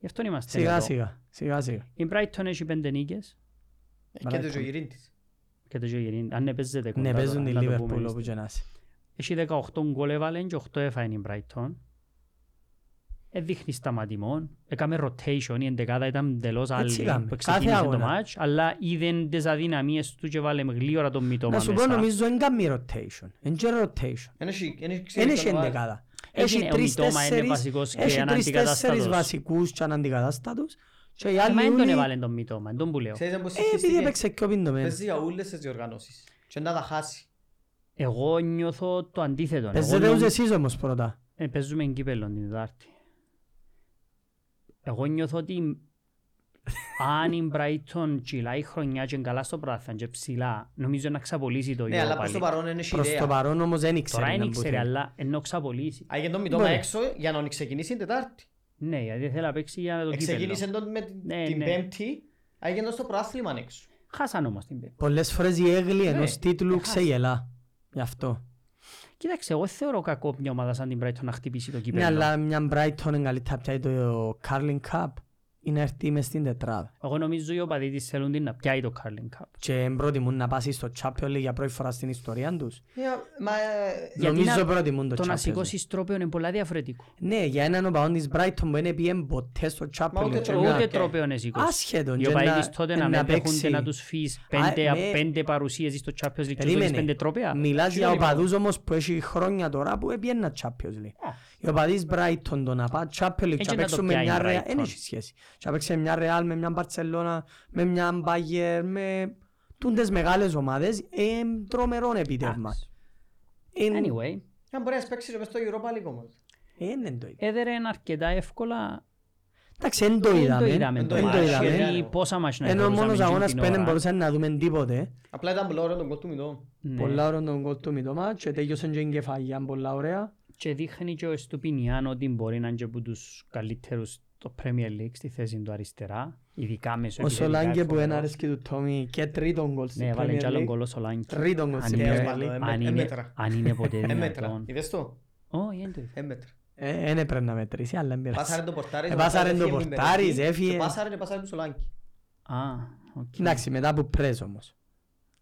Speaker 1: Γι' αυτόν είμαστε
Speaker 2: Σιγά
Speaker 1: εδώ.
Speaker 2: σιγά. Σιγά σιγά.
Speaker 1: Η Brighton έχει πέντε νίκες
Speaker 3: Ε, Και
Speaker 2: Μπράβο.
Speaker 3: το ζωγυρί της.
Speaker 1: και το Γιωγενή, αν έπαιζεται κοντά
Speaker 2: Ναι,
Speaker 1: τώρα,
Speaker 2: παίζουν τη
Speaker 1: να το πούμε
Speaker 2: Λίβερπουλ
Speaker 1: εμείς.
Speaker 2: όπου και να είσαι.
Speaker 1: Έχει 18 γκολ έβαλε και 8 έφαγε η Brighton. Ε, δείχνει σταματημόν. Έκαμε rotation, η εντεκάδα ήταν τελώς άλλη
Speaker 2: έκαμε.
Speaker 1: που
Speaker 2: Κάθε
Speaker 1: ξεκίνησε το
Speaker 2: αγώνα.
Speaker 1: μάτς, αλλά είδε τις αδυναμίες του και βάλε με γλύωρα τον μητώμα
Speaker 2: Να σου πω,
Speaker 1: μέσα.
Speaker 2: νομίζω δεν κάνει rotation. Δεν κάνει rotation.
Speaker 3: Εν έχει- εν έχει
Speaker 2: Δεν
Speaker 3: ξέρει
Speaker 2: έχει
Speaker 3: ποιον να βάλει.
Speaker 2: εντεκάδα.
Speaker 1: Έγινε,
Speaker 2: Έχει
Speaker 1: ο
Speaker 2: τρεις,
Speaker 1: Μιτόμα είναι
Speaker 2: τέσσερις-
Speaker 1: βασικός και
Speaker 2: έχει
Speaker 1: είναι
Speaker 2: τρεις, τέσσερις
Speaker 1: αντικατάστατος.
Speaker 2: βασικούς και είναι αντικατάστατος. Και οι
Speaker 1: Μα
Speaker 2: άλλοι
Speaker 1: δεν τον
Speaker 2: όλοι-
Speaker 1: έβαλε τον μητώμα, τον που λέω.
Speaker 3: Ξέρεις αν πως
Speaker 2: Ε, επειδή
Speaker 3: συγχύστηκε.
Speaker 2: έπαιξε πιο πιντωμένο.
Speaker 3: Παίζει για όλες τις διοργανώσεις. Και να τα χάσει.
Speaker 1: Εγώ νιώθω το αντίθετο. Εγώ
Speaker 2: Παίζετε
Speaker 1: λέω-
Speaker 2: τους εσείς όμως πρώτα.
Speaker 1: Ε, παίζουμε κύπελλο την Τετάρτη. Εγώ νιώθω
Speaker 2: *laughs*
Speaker 1: ότι αν η Brighton κυλάει χρονιά και είναι καλά στο πράθαν και ψηλά, νομίζω να ξαπολύσει το
Speaker 3: Ναι,
Speaker 1: γιο
Speaker 3: αλλά προς
Speaker 1: πάλι.
Speaker 3: το παρόν δεν έχει
Speaker 2: Προς το
Speaker 3: ιδέα.
Speaker 2: παρόν όμως δεν ήξερε.
Speaker 1: Τώρα δεν
Speaker 2: να μπούτε.
Speaker 1: ήξερε, αλλά ενώ ξαπολύσει.
Speaker 3: Άγιε τον μητώμα
Speaker 2: Μπορεί.
Speaker 3: έξω για να ξεκινήσει την Τετάρτη.
Speaker 1: Ναι, γιατί θέλει να παίξει για το
Speaker 3: Ε, Ξεκίνησε
Speaker 1: κύπελλο.
Speaker 3: τον με την-
Speaker 1: Ναι,
Speaker 3: την
Speaker 1: ναι.
Speaker 3: Πέμπτη, έγινε το στο πρόθλημα έξω.
Speaker 1: Χάσαν όμως την πέμπτη.
Speaker 2: Πολλές φορές η έγκλη
Speaker 1: Ε,
Speaker 2: ενός τίτλου
Speaker 1: έχασε.
Speaker 2: ξεγελά. Γι' αυτό.
Speaker 1: Κοίταξε, εγώ θεωρώ κακό μια ομάδα σαν την Brighton να χτυπήσει το
Speaker 2: Ναι,
Speaker 1: κύπελλο.
Speaker 2: αλλά μια Brighton είναι καλύτερα πια το Carling Cup ή να έρθει μες στην τετράδα.
Speaker 1: Εγώ νομίζω οι οπαδοί της θέλουν την να πιάει το Carling Cup.
Speaker 2: Και προτιμούν να πάσει στο Champions League για πρώτη φορά στην ιστορία τους.
Speaker 3: Ε, Μα ε,
Speaker 1: Γιατί
Speaker 2: Νομίζω
Speaker 1: να-
Speaker 2: προτιμούν το
Speaker 1: Το να
Speaker 2: Champions League.
Speaker 1: σηκώσεις τρόπαιο είναι πολλά διαφορετικό.
Speaker 2: Ναι, για έναν οπαδόν της Brighton που δεν πήγε ποτέ στο
Speaker 3: Μα
Speaker 2: Champions
Speaker 3: ούτε
Speaker 2: League. και
Speaker 3: το-
Speaker 2: να-
Speaker 1: Ούτε
Speaker 3: ναι.
Speaker 1: τρόπαιο είναι σηκώσεις.
Speaker 2: Άσχετον.
Speaker 1: Οι
Speaker 2: και
Speaker 1: οπαδοί
Speaker 2: να-
Speaker 1: της τότε
Speaker 2: και
Speaker 1: να μην δέχονται
Speaker 2: παίξει.
Speaker 1: να τους φύσεις πέντε,
Speaker 2: Α,
Speaker 1: α,
Speaker 2: ναι.
Speaker 1: πέντε παρουσίες στο Champions League και τους δίνεις
Speaker 2: Περίμενε. Ναι.
Speaker 1: πέντε τρόπαια.
Speaker 2: Μιλάς
Speaker 3: Τι
Speaker 2: για
Speaker 3: είναι λοιπόν?
Speaker 2: οπαδούς όμως που έχει χρόνια τώρα που έπιεναν Champions League. Οι οπαδείς Brighton το να πάει Champions League
Speaker 1: Έτσι
Speaker 2: και να
Speaker 1: να το
Speaker 2: παίξουν με
Speaker 1: πιάνει
Speaker 2: μια
Speaker 1: η
Speaker 2: Real, e
Speaker 1: Brighton.
Speaker 2: δεν έχει σχέση. Και να παίξουν με μια Real, με μια Barcelona, με μια Bayern, με τούντες μεγάλες ομάδες, ε, τρομερό επίτευγμα.
Speaker 1: Εντάξει.
Speaker 2: Ε,
Speaker 1: Anyway,
Speaker 3: αν μπορεί να παίξει μες στο Europa League όμως.
Speaker 2: ε, είναι το ίδιο.
Speaker 1: έδερε αρκετά εύκολα.
Speaker 2: Εντάξει, δεν το
Speaker 1: Δεν το
Speaker 2: είδαμε.
Speaker 1: είδαμε.
Speaker 2: Δεν
Speaker 1: το
Speaker 3: Εν
Speaker 2: το
Speaker 1: μάτς.
Speaker 3: είδαμε.
Speaker 1: Γιατί
Speaker 3: Είδαμε.
Speaker 1: Πόσα μάτς να
Speaker 2: Ενώ ο
Speaker 1: θεωρούσαμε
Speaker 2: μόνος
Speaker 1: εκείνη
Speaker 2: αγώνας
Speaker 1: την
Speaker 2: που δεν
Speaker 1: ώρα.
Speaker 2: μπορούσαν να δούμε τίποτε.
Speaker 3: Απλά ήταν πολύ ωραίο τον κόλ του Μητώ.
Speaker 1: Ναι.
Speaker 2: Πολλά ωραίο τον κόλ του Μητώμα και τέλειωσαν και εγκεφαλιά πολλά ωραία.
Speaker 1: Και δείχνει και ο Στουπινιάν ότι μπορεί να είναι και από τους καλύτερους στο Premier League στη θέση του αριστερά. Ειδικά μέσω
Speaker 2: Ο
Speaker 1: επιθετικά
Speaker 2: Σολάνκε που δεν
Speaker 1: εύκολα.
Speaker 2: αρέσκει του Τόμι και τρίτον κόλ
Speaker 1: Ναι,
Speaker 2: στην
Speaker 1: έβαλε
Speaker 2: Premier
Speaker 1: κι άλλον
Speaker 2: League.
Speaker 1: κόλλο Σολάνκε.
Speaker 2: Τρίτον γκολ
Speaker 1: Αν
Speaker 2: στην
Speaker 1: είναι-
Speaker 2: Premier
Speaker 3: Εύκολο,
Speaker 2: League.
Speaker 3: ε. Εμ-
Speaker 1: Αν είναι-
Speaker 3: εμέτρα.
Speaker 1: Αν είναι ποτέ
Speaker 3: Έμετρα.
Speaker 1: δυνατόν.
Speaker 3: Ε, Είδες το.
Speaker 1: Όχι, δεν το είδα.
Speaker 3: Έμετρα.
Speaker 2: Ε, Δεν έπρεπε να μετρήσει, αλλά δεν
Speaker 3: Πάσαρε
Speaker 2: πειράζει.
Speaker 3: το πορτάρι.
Speaker 2: Ε, πάσαρε το πορτάρι, έφυγε.
Speaker 3: Και Πάσαρε και πάσαρε του Σολάνκη.
Speaker 1: Α, οκ.
Speaker 2: Εντάξει, μετά που πρέζ όμως.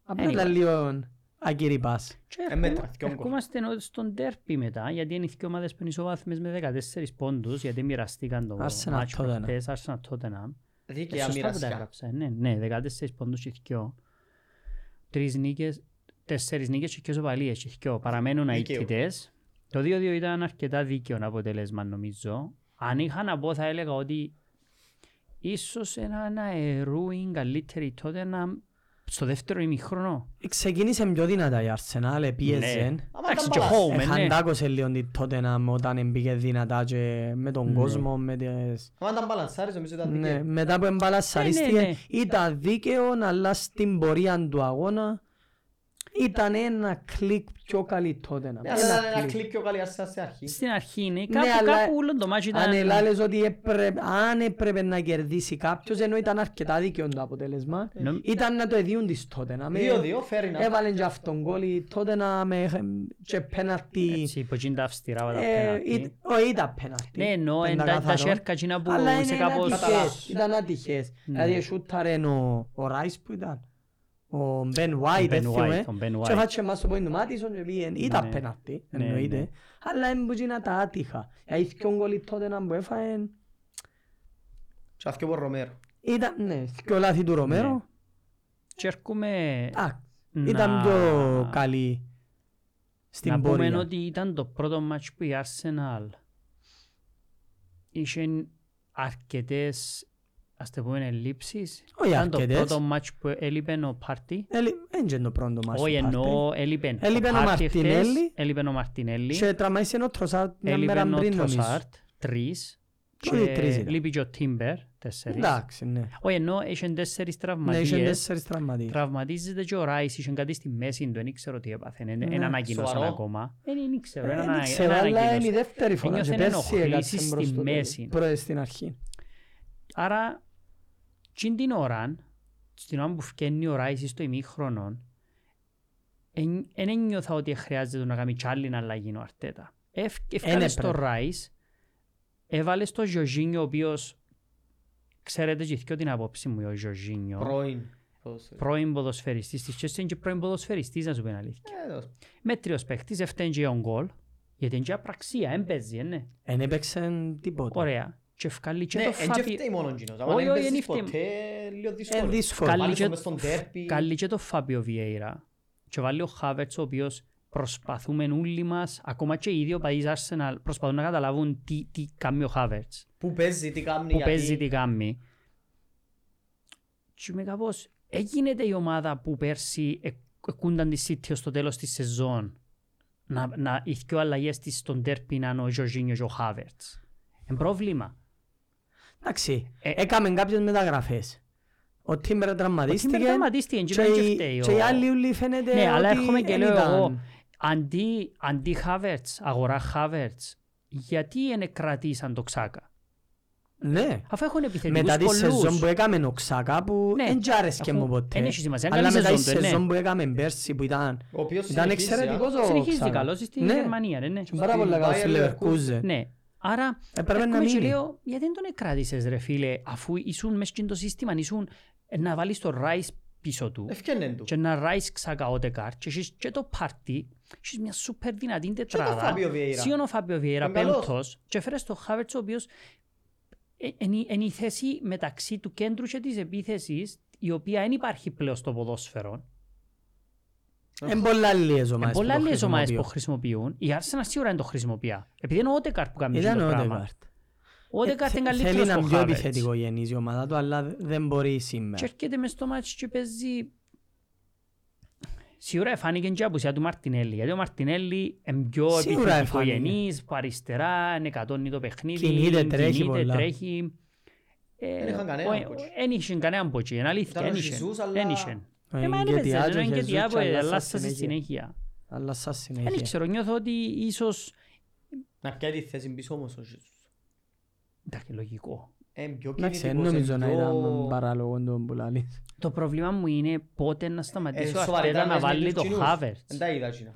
Speaker 2: Απλά
Speaker 1: Anyway.
Speaker 2: ήταν λίγο ακύρη πάση.
Speaker 1: Και
Speaker 3: Ε, μέτρα,
Speaker 1: ερχόμα-
Speaker 3: δυο γκολ.
Speaker 1: Ερχόμαστε ενώ στον τέρπι μετά, γιατί είναι οι δύο ομάδες που είναι ισοβάθμιες με 14 πόντους, γιατί μοιραστήκαν το
Speaker 2: Arsenal,
Speaker 1: μάτσο
Speaker 2: Tottenham.
Speaker 1: προχτές, Arsenal Tottenham. Ε,
Speaker 3: Δίκαια
Speaker 1: σωστά που τα
Speaker 3: μοιρασιά.
Speaker 1: έγραψα, ναι, ναι, 14 πόντους οι δύο. τρεις νίκες, τέσσερις νίκες και δύο παλίες και δυο. Παραμένουν
Speaker 3: Δίκαιο.
Speaker 1: αίτητες. Το 2-2 ήταν αρκετά δίκαιο αποτέλεσμα νομίζω. Αν είχα να πω θα έλεγα ότι ίσως έναν αερούιν καλύτερη τότε να στο δεύτερο ημιχρονό.
Speaker 2: Ξεκίνησε πιο δυνατά η Arsenal, επίεζε.
Speaker 3: Ναι. Άμα
Speaker 1: Εντάξει
Speaker 3: ήταν
Speaker 1: και
Speaker 3: μπαλάς.
Speaker 1: home, ε, ναι.
Speaker 2: Εχαντάκωσε λίγο την Tottenham όταν μπήκε δυνατά και με τον κόσμο, με τις...
Speaker 3: Άμα ήταν μπαλανσάρις, νομίζω ήταν
Speaker 2: Ναι,
Speaker 3: δίκαιο.
Speaker 2: μετά που
Speaker 1: Ναι, ναι, ναι.
Speaker 2: εμπαλασσαρίστηκε, ήταν δίκαιο, αλλά στην πορεία του αγώνα ήταν ένα κλικ πιο καλή Tottenham.
Speaker 3: Ναι, αλλά ήταν
Speaker 2: Ε, Ένα
Speaker 3: ένα
Speaker 2: κλικ.
Speaker 3: κλικ πιο καλή αρσιά στην αρχή.
Speaker 1: Στην αρχή είναι
Speaker 2: Ναι,
Speaker 1: κάπου,
Speaker 2: αλλά
Speaker 1: κάπου όλο το μάτσι ήταν...
Speaker 2: Αν ελάλες ότι έπρεπε- αν έπρεπε να κερδίσει κάποιος, ενώ ήταν αρκετά δίκαιο το αποτέλεσμα,
Speaker 1: Νο-
Speaker 2: ήταν να το εδίουν της τότε. Να με...
Speaker 3: Δύο-δύο, φέρει να.
Speaker 2: Έβαλε και αυτόν κόλλη τότε να με... ε, και πέναρτη...
Speaker 1: Έτσι, υποκίνητα τα αυστηρά τα
Speaker 2: Ε,
Speaker 1: πέναλτι.
Speaker 2: ή- Όχι ήταν πέναρτη.
Speaker 1: Ναι, εννοώ εν τα- τα
Speaker 2: πεντακάθαρο.
Speaker 1: σέρκα εκείνα που
Speaker 2: Αλλά
Speaker 1: σε
Speaker 2: είναι
Speaker 1: κάπως... Ναι.
Speaker 2: ατυχές. Ήταν ατυχές. Δηλαδή σούταρε ο- ο Ράις που ήταν. Ο Μπεν Βάιτ,
Speaker 1: Ben
Speaker 2: δεν θυμούμαι.
Speaker 1: White, ο Ben
Speaker 2: ε. Και
Speaker 1: White.
Speaker 2: φάτσε μας το πόιν Μάτισον και πήγε. Ήταν
Speaker 1: Ναι.
Speaker 2: πέναρτη,
Speaker 1: Ναι, ναι.
Speaker 2: εννοείται. Αλλά είναι που γίνα τα άτυχα. Δηλαδή δυο κόλλη τότε να μου έφαγε.
Speaker 3: Και αφήκε ο Ρομέρο.
Speaker 2: Ήταν, ναι, δυο λάθη του Ρομέρο.
Speaker 1: Και έρχομαι
Speaker 2: Α,
Speaker 1: Ναι. να-
Speaker 2: Ήταν πιο καλή
Speaker 1: να
Speaker 2: στην
Speaker 1: πούμε
Speaker 2: πορεία.
Speaker 1: ότι ήταν το πρώτο μάτς που η Arsenal είχε αρκετές ας το πούμε ελλείψεις.
Speaker 2: Όχι
Speaker 1: Ήταν το
Speaker 2: αρκετές.
Speaker 1: πρώτο μάτς που έλειπε ο Πάρτι.
Speaker 2: Ε, Έντζε το πρώτο μας.
Speaker 1: Όχι εννοώ έλειπε
Speaker 2: Έλειπε ο
Speaker 1: Πάρτι εχθές,
Speaker 2: Μαρτινέλli.
Speaker 1: Έλειπε ο Μαρτινέλli.
Speaker 2: Και τραμάισε ο Τροσάρτ μια
Speaker 1: Έλειπε
Speaker 2: μέρα
Speaker 1: ο
Speaker 2: πριν νομίζω.
Speaker 1: Τροσάρτ. Τρεις.
Speaker 2: Και όλοι οι τρεις
Speaker 1: Και
Speaker 2: ήταν.
Speaker 1: λείπει και ο Τίμπερ. Τέσσερις.
Speaker 2: Εντάξει, ναι.
Speaker 1: Όχι εννοώ είχε τέσσερις
Speaker 2: Ναι, είχε
Speaker 1: τραυματίες.
Speaker 2: τέσσερις τραυματίες.
Speaker 1: Τραυματίζεται και ο Ράις, είχε κάτι στη μέση του, δεν ήξερα τι έπαθε, δεν
Speaker 2: Ναι,
Speaker 1: δεν ανακοίνωσαν
Speaker 3: σοβαρό.
Speaker 1: ακόμα. Ε, Δεν ήξερα, δεν
Speaker 2: Δεν
Speaker 1: ανα-
Speaker 2: ξέρω,
Speaker 1: δεν
Speaker 2: Ε, αλλά είναι η
Speaker 1: ανακοίνωσαν.
Speaker 2: δεύτερη φορά.
Speaker 1: Ένιωθε
Speaker 2: Και πέρσι
Speaker 1: ενοχλήσεις
Speaker 2: έκατσε
Speaker 1: στη
Speaker 2: μπρος στο
Speaker 1: μέση.
Speaker 2: τέλος. Πρώτα στην αρχή.
Speaker 1: Άρα, τσιν την ώρα, στην ώρα που φκένει ο Ράις στο ημίχρονο, δεν ένιωθα ότι χρειάζεται να κάνει κι άλλη αλλαγή ο Αρτέτα. Έφκανε στο
Speaker 2: έπρεπε.
Speaker 1: Ράις, έβαλε στο Ζωζίνιο, ο οποίος, ξέρετε και θυκιο την απόψη μου ο Ζωζίνιο,
Speaker 3: Πρώην. Πώς-
Speaker 1: πρώην ποδοσφαιριστής της Chelsea και πρώην ποδοσφαιριστής, να σου πω την αλήθεια.
Speaker 3: Ε, εδώ.
Speaker 1: μέτριος παίχτης, έφτανε και ο γκολ, γιατί είναι και απραξία, δεν παίζει, ε, ναι.
Speaker 2: Εν έπαιξε τίποτα.
Speaker 1: Ωραία. Και ευκάλλει και
Speaker 3: Ναι,
Speaker 1: το
Speaker 3: εν και
Speaker 1: φάπι...
Speaker 3: φταίει μόνο εκείνος. Άμα
Speaker 1: Όχι,
Speaker 3: δεν
Speaker 1: όχι,
Speaker 3: παίζεις
Speaker 1: εν
Speaker 3: ποτέ, λίγο Ε, δύσκολο.
Speaker 2: Είναι δύσκολο.
Speaker 1: Καλή
Speaker 3: Πάλι
Speaker 1: και-
Speaker 3: στο μες στον τέρπι.
Speaker 1: Καλεί και το Φάπιο Βιέιρα. Και βάλει ο Χάβερτς, ο οποίος προσπαθούμε όλοι μας, ακόμα και οι δύο παδείς Arsenal, προσπαθούν να καταλάβουν τι, τι κάνει ο Χάβερτς.
Speaker 3: Πού παίζει, τι κάνει,
Speaker 1: Που
Speaker 3: γιατί.
Speaker 1: παίζει, τι κάνει. Και με κάπως, έγινε η ομάδα που πέρσι εκ- εκούνταν τη City ως το τέλος της σεζόν να, να οι δυο αλλαγές της στον τέρπι να είναι ο Jorginho και ο Χάβερτς. Είναι πρόβλημα.
Speaker 2: Εντάξει,
Speaker 1: Ε,
Speaker 2: έκαμε κάποιες μεταγραφές. Ο Τίμπερ
Speaker 1: Ότι με
Speaker 2: τραυματίστηκε
Speaker 1: τραυματίστηκε,
Speaker 2: και
Speaker 1: και δεν και φταίει
Speaker 2: οι-
Speaker 1: ο-
Speaker 2: και οι άλλοι όλοι φαίνεται
Speaker 1: Ναι, αλλά
Speaker 2: ότι
Speaker 1: έρχομαι και
Speaker 2: εν
Speaker 1: λέω
Speaker 2: ήταν.
Speaker 1: εγώ, αντί, αντί Χάβερτς, αγορά Χάβερτς, γιατί δεν κρατήσαν το Ξάκα.
Speaker 2: Ναι.
Speaker 1: Αφού έχουν επιθετικούς
Speaker 2: Μετά τη
Speaker 1: πολλούς.
Speaker 2: σεζόν που έκαμε ο Ξάκα που
Speaker 1: Ναι.
Speaker 2: δεν τζ' άρεσκε
Speaker 1: Αφού
Speaker 2: μου ποτέ.
Speaker 1: εν έχει σημασία,
Speaker 2: Αλλά
Speaker 1: καλή
Speaker 2: μετά τη
Speaker 1: σεζόν του, ναι.
Speaker 2: σεζόν που έκαμε πέρσι που ήταν,
Speaker 3: Ο οποίος
Speaker 2: ήταν
Speaker 3: συνεχίζει,
Speaker 2: εξαιρετικός ο
Speaker 1: Συνεχίζει
Speaker 2: Ξάκα.
Speaker 1: καλώς στη
Speaker 2: Ναι.
Speaker 1: Γερμανία, ρε, ναι.
Speaker 2: Και Πάρα πολύ
Speaker 3: Στην
Speaker 2: καλός στη
Speaker 3: Bayer
Speaker 2: Λεβερκούζε.
Speaker 1: Ναι. Άρα,
Speaker 2: Έπρεπε να
Speaker 1: έρχομαι και
Speaker 2: μείνει.
Speaker 1: λέω, γιατί δεν τον εκράτησες ρε φίλε, αφού ήσουν μέσα στο σύστημα, ήσουν ε, να βάλεις το Ράις πίσω του
Speaker 3: ε. Ευκαινέν του.
Speaker 1: και να Ράις ξακά ο Ντεκάρ και έχεις και το πάρτι, έχεις μια σούπερ δυνατή τετράδα.
Speaker 3: Φάβιο Βιέιρα.
Speaker 1: Σύον ο Φάβιο Βιέιρα,
Speaker 3: Τον καλός.
Speaker 1: πέμπτος, και φέρες τον Χάβερτς ο οποίος ε, εν η- εν η θέση μεταξύ του κέντρου και της επίθεσης, η οποία δεν υπάρχει πλέον στο ποδόσφαιρο.
Speaker 2: Εν Ε, πολλά λίγες
Speaker 1: Με
Speaker 2: ομάδες που
Speaker 1: Ε, πολλά
Speaker 2: το
Speaker 1: λίγες ομάδες που
Speaker 2: χρησιμοποιούν.
Speaker 1: χρησιμοποιούν, η Arsenal σίγουρα δεν το χρησιμοποιεί. Επειδή είναι ο Ότεκαρ που κάνει
Speaker 2: Ήταν
Speaker 1: το
Speaker 2: ο
Speaker 1: πράγμα.
Speaker 2: Όντεγκαρτ.
Speaker 1: Ο Ότεκαρ είναι
Speaker 2: Θέλει
Speaker 1: καλύτερος από
Speaker 2: έναν
Speaker 1: ο
Speaker 2: πιο
Speaker 1: Χάβερτς.
Speaker 2: επιθετικό γεννής η ομάδα του, αλλά δε- δεν μπορεί
Speaker 1: Και
Speaker 2: σήμερα.
Speaker 1: έρχεται μες στο μάτς και παίζει... Σίγουρα εφάνηκε και η απουσία του Μαρτινέλη, γιατί ο Μαρτινέλη είναι πιο
Speaker 2: Σίγουρα
Speaker 1: επιθετικογενής, που αριστερά, είναι εκατόνι το παιχνίδι,
Speaker 2: Κινείται, τρέχει
Speaker 1: κινείται,
Speaker 2: πολλά.
Speaker 1: τρέχει. Ε,
Speaker 3: Δεν είχαν κανέναν
Speaker 1: ο-
Speaker 3: από εκεί.
Speaker 1: Εν είχε κανέναν ποτσί, είναι αλήθεια,
Speaker 3: Ήταν ο
Speaker 1: εν είχε,
Speaker 3: Ζιζούς, αλλά-
Speaker 1: εν είχε.
Speaker 2: Ο
Speaker 1: Ε, μα
Speaker 2: Εγκετιάτο
Speaker 1: δεν έπαιζε,
Speaker 2: και
Speaker 1: ο Εγκετιάτο,
Speaker 2: Ζούτσα, αλλά
Speaker 1: αλλά
Speaker 2: στη
Speaker 1: στη ε,
Speaker 2: συνέχεια.
Speaker 1: συνέχεια.
Speaker 2: Αλλά σαν συνέχεια.
Speaker 1: Δεν ξέρω, νιώθω ότι ίσως...
Speaker 3: Να πιάει τη θέση πίσω όμως ο Ζησούς.
Speaker 1: Εντάξει, λογικό.
Speaker 3: Ε, πιο
Speaker 2: Εντάξει, δεν
Speaker 3: κινητικός,
Speaker 2: νομίζω
Speaker 3: ε,
Speaker 2: να
Speaker 3: πιο-
Speaker 2: ήταν παράλογο το που λαλείς.
Speaker 1: Το πρόβλημα μου είναι πότε να
Speaker 3: Ε,
Speaker 1: σταματήσω ο
Speaker 3: σοβαρά,
Speaker 1: Αρτέτα
Speaker 3: ήταν
Speaker 1: να
Speaker 3: μες με
Speaker 1: βάλει
Speaker 3: τους
Speaker 1: το
Speaker 3: κοινούς.
Speaker 1: Χάβερτς.
Speaker 3: Δεν τα είδα ναι. εκείνα.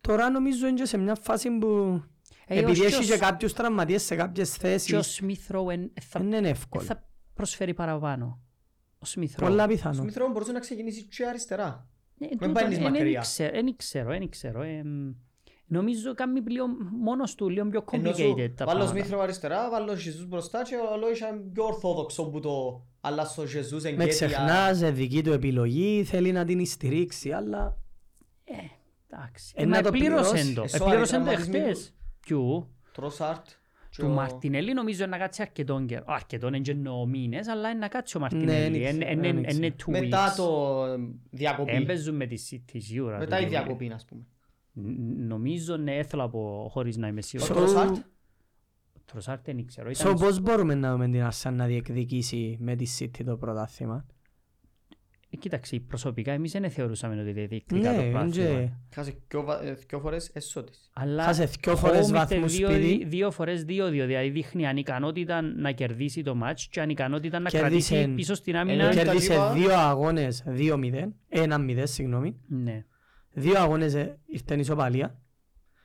Speaker 2: Τώρα νομίζω είναι και σε μια φάση που
Speaker 1: Ε,
Speaker 2: επειδή
Speaker 1: ο
Speaker 2: έχει
Speaker 1: Σιος-
Speaker 2: και κάποιους τραυματίες σε κάποιες θέσεις,
Speaker 1: Και ο Σμίθρο θα
Speaker 2: δεν είναι εύκολο.
Speaker 1: θα προσφέρει παραπάνω. Ο Σμιθρό.
Speaker 2: Πολλά
Speaker 3: Ο
Speaker 2: πιθανό.
Speaker 3: Σμιθ Ρόου μπορούσε να ξεκινήσει και αριστερά.
Speaker 1: Ναι,
Speaker 3: μην πάει
Speaker 1: τούτον,
Speaker 3: νης
Speaker 1: εν- εν
Speaker 3: μακριά.
Speaker 1: ήξερα, Εν ήξερα, εν ήξερα. εμ, Νομίζω κάνει πλέον μόνος του λίγο πιο
Speaker 3: Ενώ σου
Speaker 1: complicated τα
Speaker 3: Βάλω
Speaker 1: πράγματα.
Speaker 3: Σμίθρο αριστερά, βάλω Ζεζούς μπροστά και ο Λόης ήταν πιο ορθόδοξο που το αλλά στο Ζεζούς
Speaker 2: Με
Speaker 3: εγκέτεια.
Speaker 2: ξεχνάς, ε, δική του επιλογή, θέλει να την στηρίξει, αλλά
Speaker 1: Εντάξει.
Speaker 2: Ε,
Speaker 1: Μα
Speaker 2: να το
Speaker 1: επλήρωσεν
Speaker 2: πληρώσει.
Speaker 1: το.
Speaker 3: Ε, σοβαρά,
Speaker 1: Επλήρωσεν το
Speaker 3: τραυματισμοί
Speaker 1: εχθές. Ποιου.
Speaker 3: Τρόσαρτ. και
Speaker 1: Του
Speaker 3: ο-
Speaker 1: Μαρτινέλη νομίζω να κάτσει αρκετόν καιρό. Αρκετόν είναι και μήνες, αλλά είναι να κάτσει ο
Speaker 3: Ναι,
Speaker 1: Μαρτινέλη.
Speaker 2: δεν ξέρω,
Speaker 1: Είναι- είναι-
Speaker 2: δεν ξέρω.
Speaker 1: Είναι two
Speaker 3: Μετά
Speaker 1: weeks.
Speaker 3: το ε, διακοπή.
Speaker 1: Έμπαιζουν με τη City σίγουρα.
Speaker 3: Μετά η
Speaker 1: τούτη.
Speaker 3: διακοπή, ας πούμε.
Speaker 1: Ν- Νομίζω ναι, θέλω να πω χωρίς να είμαι
Speaker 3: Ο
Speaker 2: So-
Speaker 1: σίγουρος.
Speaker 3: Τρόσαρτ.
Speaker 1: Ο Τροσάρ δεν ξέρω.
Speaker 2: so,
Speaker 1: Ήταν
Speaker 2: πώς μπορούμε να δούμε την Αρσάν να διεκδικήσει με τη City το πρωτάθλημα.
Speaker 1: Ε, Κοίταξε, προσωπικά εμείς δεν θεωρούσαμε ότι διεκδικά
Speaker 2: Ναι,
Speaker 1: το
Speaker 2: είναι
Speaker 1: πράγμα.
Speaker 3: Χάσε δυο βα- ε, δυο φορές εσώτης.
Speaker 1: Αλλά
Speaker 2: Χάσε δυο φορές
Speaker 1: κόμεται
Speaker 2: βαθμούς
Speaker 1: δύο,
Speaker 2: σπίτι.
Speaker 1: δύο φορές δύο-δύο. Δηλαδή δείχνει ανικανότητα να κερδίσει το μάτς και ανικανότητα να
Speaker 2: Κέρδισε-
Speaker 1: κρατήσει πίσω στην άμυνα.
Speaker 3: Ε,
Speaker 2: και
Speaker 3: τα
Speaker 2: Κέρδισε
Speaker 3: λοιπά.
Speaker 2: δύο αγώνες 2-0, 1-0 συγγνώμη.
Speaker 1: Ναι.
Speaker 2: Δύο αγώνες ε, ήρθε η ισοπαλία.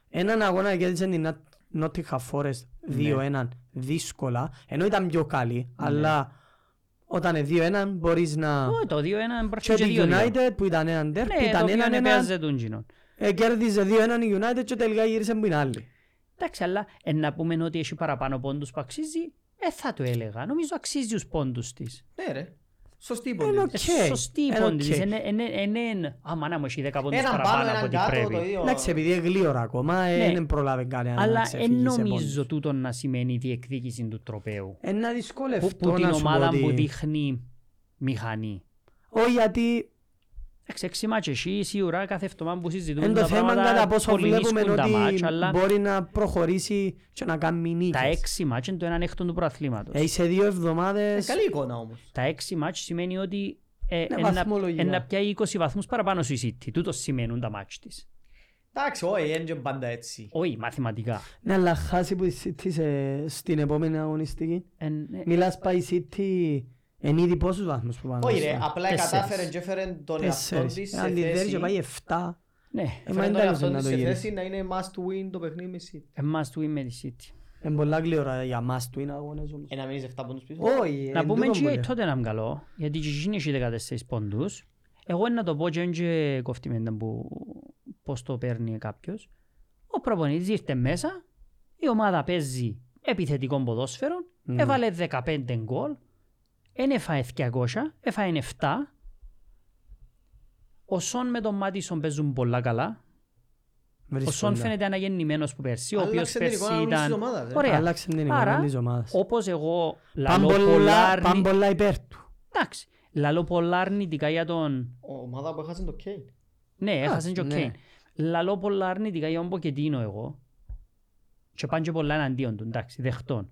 Speaker 2: Έναν αγώνα κέρδισε την Νότιχα Φόρεστ
Speaker 1: Ναι.
Speaker 2: 2-1 δύσκολα, ενώ ήταν πιο καλή, αλλά όταν είναι 2-1 μπορείς να...
Speaker 1: Ω, Το 2-1
Speaker 2: Και
Speaker 1: μπράβο και
Speaker 2: τη
Speaker 1: δύο-δύο.
Speaker 2: United που ήταν έναν τέρπ,
Speaker 1: Ναι, το
Speaker 2: ήταν
Speaker 1: οποίο
Speaker 2: έναν
Speaker 1: δεν
Speaker 2: έναν,
Speaker 1: παίζε τον κοινό.
Speaker 2: ε, κέρδισε 2-1 η United και τελικά γύρισε που είναι άλλη.
Speaker 1: Εντάξει, αλλά ε, να πούμε ότι έχει παραπάνω πόντους που αξίζει, ε, θα το έλεγα. Νομίζω αξίζει τους πόντους της.
Speaker 3: Ναι ρε. Σωστή
Speaker 2: Είναι
Speaker 3: υπόλοιπη.
Speaker 2: οκ.
Speaker 1: Ε, ναι, Σωστή η
Speaker 2: είναι
Speaker 1: πόντη της.
Speaker 2: οκ.
Speaker 1: Είναι- είναι- είναι- είναι- Α, μάνα μου, έχει 10 πόντους
Speaker 3: Έναν πάνω,
Speaker 1: παραπάνω από
Speaker 3: έναν
Speaker 1: ό,τι
Speaker 3: κάτω, το
Speaker 1: πρέπει.
Speaker 3: ίδιο.
Speaker 2: Εντάξει, επειδή είναι γλύωρα ακόμα, ε,
Speaker 1: Ναι.
Speaker 2: δεν προλάβει κανένας να
Speaker 1: Αλλά
Speaker 2: ξεφύγει
Speaker 1: δεν
Speaker 2: σε
Speaker 1: νομίζω
Speaker 2: πόντους.
Speaker 1: τούτο να σημαίνει διεκδίκηση του τροπέου.
Speaker 2: Ε, να
Speaker 1: Που,
Speaker 2: δυσκολευτώ
Speaker 1: που την
Speaker 2: να σου πω
Speaker 1: ομάδα που
Speaker 2: ότι...
Speaker 1: δείχνει μηχανή.
Speaker 2: Όχι γιατί
Speaker 1: Εντάξει, έξι μάτς εσύ σίγουρα κάθε εβδομάδα που συζητούμε
Speaker 2: είναι το
Speaker 1: τα
Speaker 2: θέμα
Speaker 1: πράγματα,
Speaker 2: κατά πόσο
Speaker 1: πολύ
Speaker 2: βλέπουμε
Speaker 1: δύσκολα τα
Speaker 2: ότι
Speaker 1: μάτς, αλλά
Speaker 2: μπορεί να προχωρήσει και να κάνει
Speaker 1: τα
Speaker 2: νίκες.
Speaker 1: έξι μάτς είναι το έναν έκτον του προαθλήματος.
Speaker 2: Ε, σε δύο
Speaker 3: Ε,
Speaker 2: εβδομάδες...
Speaker 3: Καλή εικόνα όμως.
Speaker 1: Τα έξι μάτς σημαίνει ότι ε,
Speaker 2: Ναι,
Speaker 1: ε, να-
Speaker 2: βαθμολογικά.
Speaker 1: ε, να πιάει 20 βαθμούς παραπάνω στη City. Τούτος σημαίνουν τα μάτς της.
Speaker 3: Εντάξει, όχι, δεν είναι πάντα έτσι.
Speaker 1: Όχι, μαθηματικά.
Speaker 2: Ναι, αλλά χάσει που η City σε- στην επόμενη αγωνιστική.
Speaker 1: Εν- ε,
Speaker 2: Μιλάς πάει η City εν είδη πόσους βαθμούς που πάνε.
Speaker 3: Όχι
Speaker 2: στο-
Speaker 3: ρε, απλά
Speaker 1: Τέσσερις. Ε,
Speaker 3: κατάφερε και έφερε τον εαυτό
Speaker 2: Τέσσερις.
Speaker 3: της σε
Speaker 2: Αν τη δέρει και
Speaker 3: θέση-
Speaker 2: πάει 7.
Speaker 1: Ναι,
Speaker 2: Ε, μα
Speaker 3: έφερε
Speaker 2: είναι
Speaker 3: τον
Speaker 2: τέλος
Speaker 3: εαυτό
Speaker 2: να
Speaker 3: της
Speaker 2: το
Speaker 3: σε θέση
Speaker 2: γυρίσει.
Speaker 3: να είναι must win το παιχνίδι με City.
Speaker 1: εμάς του είμαι τη City.
Speaker 2: Είναι πολλά γλυόρα για μας του είναι αγώνες όμως.
Speaker 3: Ε, να μείνεις 7 πόντους πίσω.
Speaker 2: Όχι,
Speaker 1: Να
Speaker 2: Ε, εν
Speaker 1: πούμε
Speaker 2: τούτον
Speaker 1: και
Speaker 2: που λέω.
Speaker 1: τότε να καλό, γιατί και εκείνη έχει 14 πόντους. Εγώ να το πω και είναι και κοφτημένο που πώς το παίρνει κάποιος. Ο προπονητής ήρθε μέσα, η ομάδα παίζει επιθετικό ποδόσφαιρο,
Speaker 2: Ναι.
Speaker 1: έβαλε 15 γκολ, δεν έφαε 200, έφαε 7. Ο Σον με τον Μάτισον παίζουν πολλά καλά. Ο
Speaker 2: Βρίσκονται.
Speaker 1: Σον φαίνεται αναγεννημένος που πέρσι, ο οποίος
Speaker 3: Άλλαξε την εικόνα
Speaker 1: πέρσι
Speaker 3: όλης της
Speaker 1: ήταν...
Speaker 3: ομάδας, ρε.
Speaker 1: Ωραία.
Speaker 2: Άλλαξε την
Speaker 1: Άρα,
Speaker 2: εικόνα της ομάδας.
Speaker 1: Όπως εγώ
Speaker 2: Παν
Speaker 1: λαλώ πολλά
Speaker 2: πολλά-
Speaker 1: αρνη-
Speaker 2: παν πολλά υπέρ του.
Speaker 1: Εντάξει. Λαλώ πολλά αρνητικά για τον...
Speaker 3: Ο- Ομάδα που έχασε το Kane.
Speaker 1: Ναι, έχασε και ο
Speaker 2: ναι.
Speaker 1: Κέιν. Λαλώ πολλά αρνητικά για τον Ποκετίνο εγώ. Και πάνε και πολλά εναντίον του, εντάξει, δεχτών.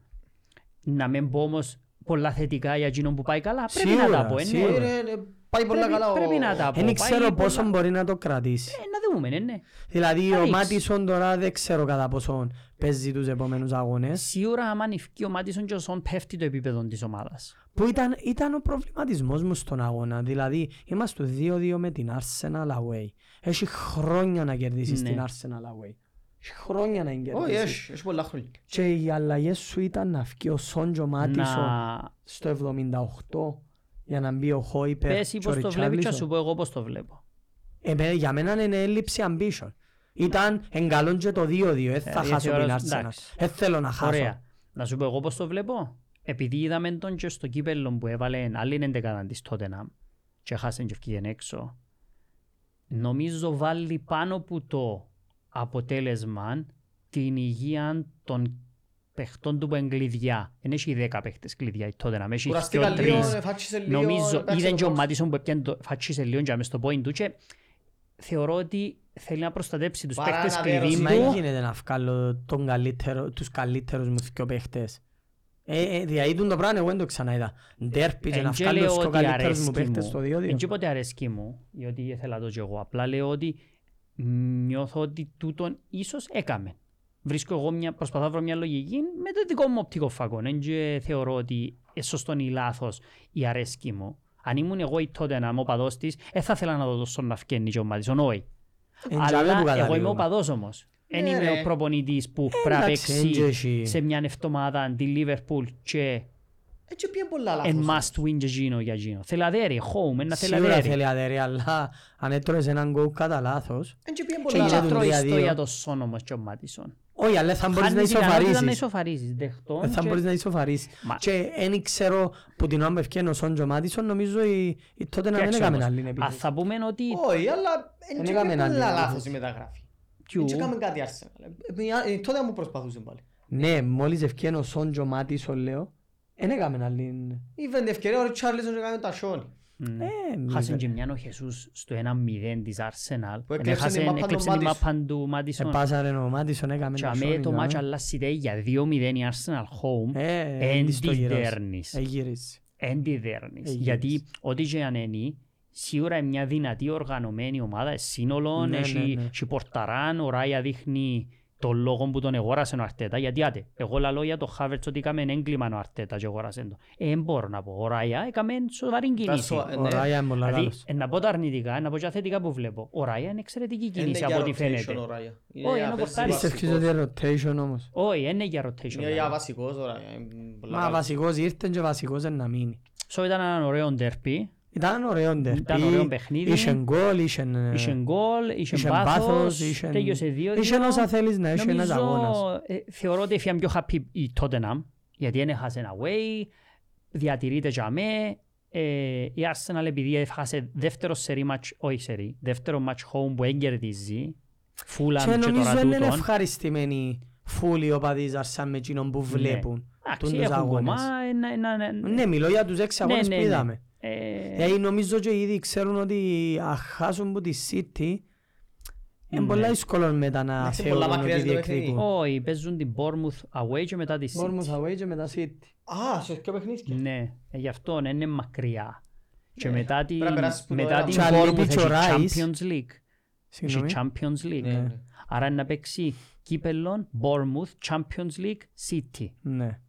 Speaker 1: Να μην πω όμως πολλά θετικά για εκείνον που πάει καλά. Πρέπει να τα
Speaker 2: Σίγουρα,
Speaker 1: πω, ε, ναι.
Speaker 2: σίγουρα.
Speaker 1: Πρέπει-
Speaker 3: Ε, ρε, ρε, Πάει πολλά καλά ο...
Speaker 1: Πρέπει να τα πω.
Speaker 2: Δεν
Speaker 1: πάει
Speaker 2: ξέρω
Speaker 1: πολλά.
Speaker 2: πόσο μπορεί να το κρατήσει.
Speaker 1: Ε, Να δούμε, ναι, ναι.
Speaker 2: Δηλαδή ο
Speaker 1: Ρίξ.
Speaker 2: Μάτισον τώρα δεν ξέρω κατά πόσο παίζει τους επόμενους αγώνες.
Speaker 1: Σίγουρα άμα νυφκεί ο Μάτισον και ο Σον πέφτει το επίπεδο της ομάδας.
Speaker 2: Που ήταν, ήταν ο προβληματισμός μου στον αγώνα. Δηλαδή είμαστε 2-2 με την Arsenal away. Έχει χρόνια να κερδίσεις
Speaker 1: Ναι.
Speaker 2: την Arsenal away. Έχει χρόνια να την
Speaker 3: Όχι,
Speaker 2: κερδίσεις.
Speaker 3: έχει, έχει πολλά χρόνια.
Speaker 2: Και οι αλλαγές σου ήταν να φύγει ο Σόντζο Μάτισον
Speaker 1: Να
Speaker 2: στο 78 για να μπει ο Χόιπερ
Speaker 1: πες ή
Speaker 2: και ο
Speaker 1: πώς το βλέπεις και να σου
Speaker 2: Ριτσάρλισον.
Speaker 1: πω εγώ πώς το βλέπω.
Speaker 2: Εμέ- Ε, Για μένα είναι έλλειψη ambition. Ήταν εγκαλόν και το 2-2. Ε, θα
Speaker 1: Ε,
Speaker 2: χάσω την
Speaker 1: θεωρώ-
Speaker 2: Arsenal.
Speaker 1: εντάξει.
Speaker 2: Ε, θέλω να χάσω.
Speaker 1: Ωραία. Να σου πω εγώ πώς το βλέπω. Επειδή είδαμε τον και στο κύπελλο που έβαλε άλλη εντεκάδα της Tottenham και χάσαν και ευκήγεν έξω. Νομίζω βάλει πάνω που το αποτέλεσμα την υγεία των παιχτών του που είναι κλειδιά. Δεν έχει δέκα παίχτες κλειδιά η Tottenham. Έχει
Speaker 3: Κουραστήκα
Speaker 1: δυο
Speaker 3: λίγο,
Speaker 1: τρεις.
Speaker 3: ε, φάτσισε λίγο.
Speaker 1: Νομίζω
Speaker 3: έπαιξε
Speaker 1: είδε
Speaker 3: το
Speaker 1: και ο
Speaker 3: box.
Speaker 1: Μάτισον που έπιανε το φάτσισε λίγο και μες στο point του και θεωρώ ότι θέλει να προστατέψει τους
Speaker 3: Παρά
Speaker 1: παίχτες
Speaker 3: να
Speaker 1: κλειδί
Speaker 3: δέρωσε.
Speaker 2: Ε, Μα δεν
Speaker 1: του.
Speaker 2: γίνεται να βγάλω τον καλύτερο, τους καλύτερους μου δυο παίχτες. Ε, ε, διαείτουν το πράγμα, εγώ δεν το ξαναείδα. Ντέρπι και να
Speaker 1: Εν Ε, και
Speaker 2: βγάλω
Speaker 1: λέω
Speaker 2: τους
Speaker 1: ότι
Speaker 2: καλύτερους μου
Speaker 1: αρέσκει
Speaker 2: παίχτες
Speaker 1: μου.
Speaker 2: στο διόδιο.
Speaker 1: Εν και ποτέ αρέσκει μου, γιατί ήθελα το και εγώ. Απλά λέω ότι νιώθω ότι τούτον ίσως έκαμε. Βρίσκω εγώ μια, προσπαθώ να βρω μια λογική με το δικό μου οπτικό φακό. Εν και θεωρώ ότι ε, σωστόν ή λάθος η αρέσκει μου. Αν ήμουν εγώ ή τότε να είμαι οπαδός της, ε, θα ήθελα να το δώσω να φκένει και ο Μάτισον, όχι.
Speaker 2: Εν τζάμε που
Speaker 1: Αλλά εγώ είμαι
Speaker 2: καταλήγουμε.
Speaker 1: οπαδός όμως. Εν
Speaker 3: Ναι,
Speaker 1: είμαι
Speaker 3: ρε.
Speaker 1: ο προπονητής που πρέπει να
Speaker 2: Εντάξει, εν και
Speaker 1: παίξει
Speaker 2: εσύ.
Speaker 1: σε μια εβδομάδα τη Λίβερπουλ και
Speaker 3: Έτσι Ε, πήγε πολλά λάθος.
Speaker 1: Εν must win και γίνο για γίνο. Θέλει αδέρι, home, ένα θέλει
Speaker 2: Σίγουρα
Speaker 1: αδέρι.
Speaker 2: θέλει αδέρι, αλλά αν έτρωες έναν γκολ κατά λάθος,
Speaker 3: Έτσι Ε, πήγε
Speaker 1: Και
Speaker 3: πολλά
Speaker 1: έτσι
Speaker 2: Λάθος.
Speaker 3: λάθος.
Speaker 1: τρώει
Speaker 2: Τρία-δύο.
Speaker 1: ιστορία το σόν όμως και ο Μάτισον.
Speaker 2: όχι, αλλά θα δηλαδή μπορείς να
Speaker 1: Χάνεις την ικανότητα να
Speaker 2: ισοφαρίσεις.
Speaker 1: ισοφαρίσεις. Δεχτών
Speaker 2: Ε, Θα
Speaker 1: και-
Speaker 2: μπορείς να ισοφαρίσεις.
Speaker 1: Μα-
Speaker 2: Και δεν ξέρω που την ώρα που ευκένω στον Τζο Μάτισον, νομίζω η- η τότε να μην
Speaker 1: Κοίταξε
Speaker 2: έκαμε
Speaker 1: όμως,
Speaker 2: άλλη επίθεση.
Speaker 1: ας θα πούμε ότι...
Speaker 3: Όχι, αλλά
Speaker 2: Δεν
Speaker 3: έτσι πήγε
Speaker 2: έκαμε έναν
Speaker 3: πολλά
Speaker 2: άλλο.
Speaker 3: λάθος η μεταγράφη.
Speaker 1: Κιού.
Speaker 3: Έτσι έκαμε κάτι Arsenal. Ε, ε, Τότε μου προσπαθούσαν πάλι.
Speaker 2: Ναι, μόλις ευκένω στον Τζο Μάτισον, λέω, δεν έκαμε άλλη.
Speaker 3: Ήβεν την ευκαιρία ο Ριτσάρλισον και έκαμε τα σιόνι.
Speaker 1: Ναι.
Speaker 2: Ε, μη
Speaker 1: Χάσε
Speaker 2: βε-
Speaker 1: και μιαν ο Χεσούς στο 1-0 της Arsenal.
Speaker 3: Που
Speaker 1: Εν
Speaker 3: έκλεψε
Speaker 1: έχασε-
Speaker 3: την μάπα του
Speaker 1: έκλεψε την
Speaker 3: Μάτισον.
Speaker 1: μάπα του Μάτισον.
Speaker 2: Επάσαρε ο Μάτισον, έκαμε
Speaker 1: Και
Speaker 2: ένα
Speaker 1: αμέ
Speaker 2: σιόνι,
Speaker 1: το
Speaker 2: να
Speaker 1: μάτσο
Speaker 2: με.
Speaker 1: αλλάσσεται για 2-0 η Arsenal home.
Speaker 2: ναι. Ε,
Speaker 1: Εν
Speaker 2: της το
Speaker 1: τη
Speaker 2: γυρώσει.
Speaker 1: δέρνεις.
Speaker 2: Ε, γυρίσει.
Speaker 1: Εν της δέρνεις.
Speaker 2: Ε,
Speaker 1: Γιατί
Speaker 2: γυρίσει.
Speaker 1: ό,τι και αν είναι, σίγουρα είναι μια δυνατή οργανωμένη ομάδα σύνολων,
Speaker 2: Ναι, ναι,
Speaker 1: έχει,
Speaker 2: ναι.
Speaker 1: έχει πορταράν, ο Ράια δείχνει τον λόγο που τον εγόρασε ο Αρτέτα. Γιατί άτε, εγώ λαλώ για το Χάβερτς ότι έκαμε έγκλημα ο Αρτέτα και εγόρασε τον. Ε, δεν μπορώ να πω, ο Ράια έκαμε σοβαρή κίνηση.
Speaker 3: σοβα- Ε,
Speaker 2: Ο
Speaker 3: ναι.
Speaker 2: Ράια είναι πολλά
Speaker 1: Δηλαδή,
Speaker 2: καλός.
Speaker 1: ε, να πω τα αρνητικά, να πω και τα θετικά που βλέπω. Ο Ράια είναι εξαιρετική
Speaker 3: Είναι
Speaker 1: κίνηση
Speaker 3: για
Speaker 1: από ό,τι
Speaker 3: rotation
Speaker 1: φαίνεται.
Speaker 3: ο Ράια.
Speaker 1: Όχι,
Speaker 3: για
Speaker 1: είναι
Speaker 3: βασικός.
Speaker 1: πορτάρις.
Speaker 2: Πιστεύεις Ε, ότι είναι rotation όμως.
Speaker 1: Όχι, είναι για rotation.
Speaker 3: Είναι
Speaker 1: Ράια.
Speaker 3: για βασικός ο Ράια. Είναι πολλά
Speaker 2: Μα
Speaker 3: καλά.
Speaker 2: βασικός ήρθε και βασικός είναι να μείνει.
Speaker 1: So, ήταν ένα ωραίο ντέρπι.
Speaker 2: Ήταν ωραίο ντερπί,
Speaker 1: Ήταν ωραίο παιχνίδι.
Speaker 2: Είχε γκολ, είχε... ε,
Speaker 1: Είχε γκολ, είχε
Speaker 2: είχε
Speaker 1: πάθος,
Speaker 2: πάθος, είχε-
Speaker 1: τέλειωσε δύο
Speaker 2: είχε όσα θέλεις να έχει, ένας αγώνας.
Speaker 1: ε, θεωρώ ότι έφυγαν πιο happy η Tottenham, γιατί δεν έχασε ένα away, διατηρείται για μέ. Ε, η Arsenal επειδή έχασε δεύτερο σερί match, όχι σερί, δεύτερο match home που δεν κερδίζει,
Speaker 2: Και
Speaker 1: φούλαν και
Speaker 2: νομίζω
Speaker 1: τώρα
Speaker 2: δεν είναι
Speaker 1: τούτον.
Speaker 2: ευχαριστημένοι φούλοι οι οπαδοί Ζαρσάν με εκείνον
Speaker 1: Ναι.
Speaker 2: που βλέπουν
Speaker 1: Εντάξει,
Speaker 2: τούντους
Speaker 1: έχουν
Speaker 2: αγώνες.
Speaker 1: κομμά, ένα- ένα- ένα-
Speaker 2: Ναι, μιλώ για τους έξι
Speaker 1: Ναι,
Speaker 2: αγώνες
Speaker 1: ναι,
Speaker 2: που
Speaker 1: ναι.
Speaker 2: είδαμε.
Speaker 1: ε,
Speaker 2: Δηλαδή νομίζω και ήδη ξέρουν ότι αν χάσουν που τη City είναι
Speaker 1: Ναι.
Speaker 2: πολλά δύσκολο μετά να
Speaker 3: Εντάξει, Ναι, πολλά
Speaker 2: θεωρούν
Speaker 3: μακριά
Speaker 2: ότι
Speaker 3: είναι το παιχνίδι.
Speaker 2: διεκδικούν.
Speaker 1: Όχι, παίζουν την Bournemouth away και μετά τη City.
Speaker 2: Bournemouth away και μετά City.
Speaker 3: Α, σε ποιο παιχνίδι.
Speaker 1: Ναι, ε, γι' αυτό ναι, είναι μακριά. Και
Speaker 3: Ναι,
Speaker 1: μετά την
Speaker 3: πρέπει να περάσεις που το
Speaker 1: μετά
Speaker 3: ένα.
Speaker 1: την
Speaker 2: Και αν λείπει
Speaker 1: Bournemouth έχει
Speaker 2: και ο Rice-
Speaker 1: Champions League. Έχει
Speaker 2: Συγγνώμη.
Speaker 1: Champions League.
Speaker 2: Ναι.
Speaker 1: Άρα είναι να παίξει κύπελλον, Bournemouth, Champions League, City.
Speaker 2: Ναι.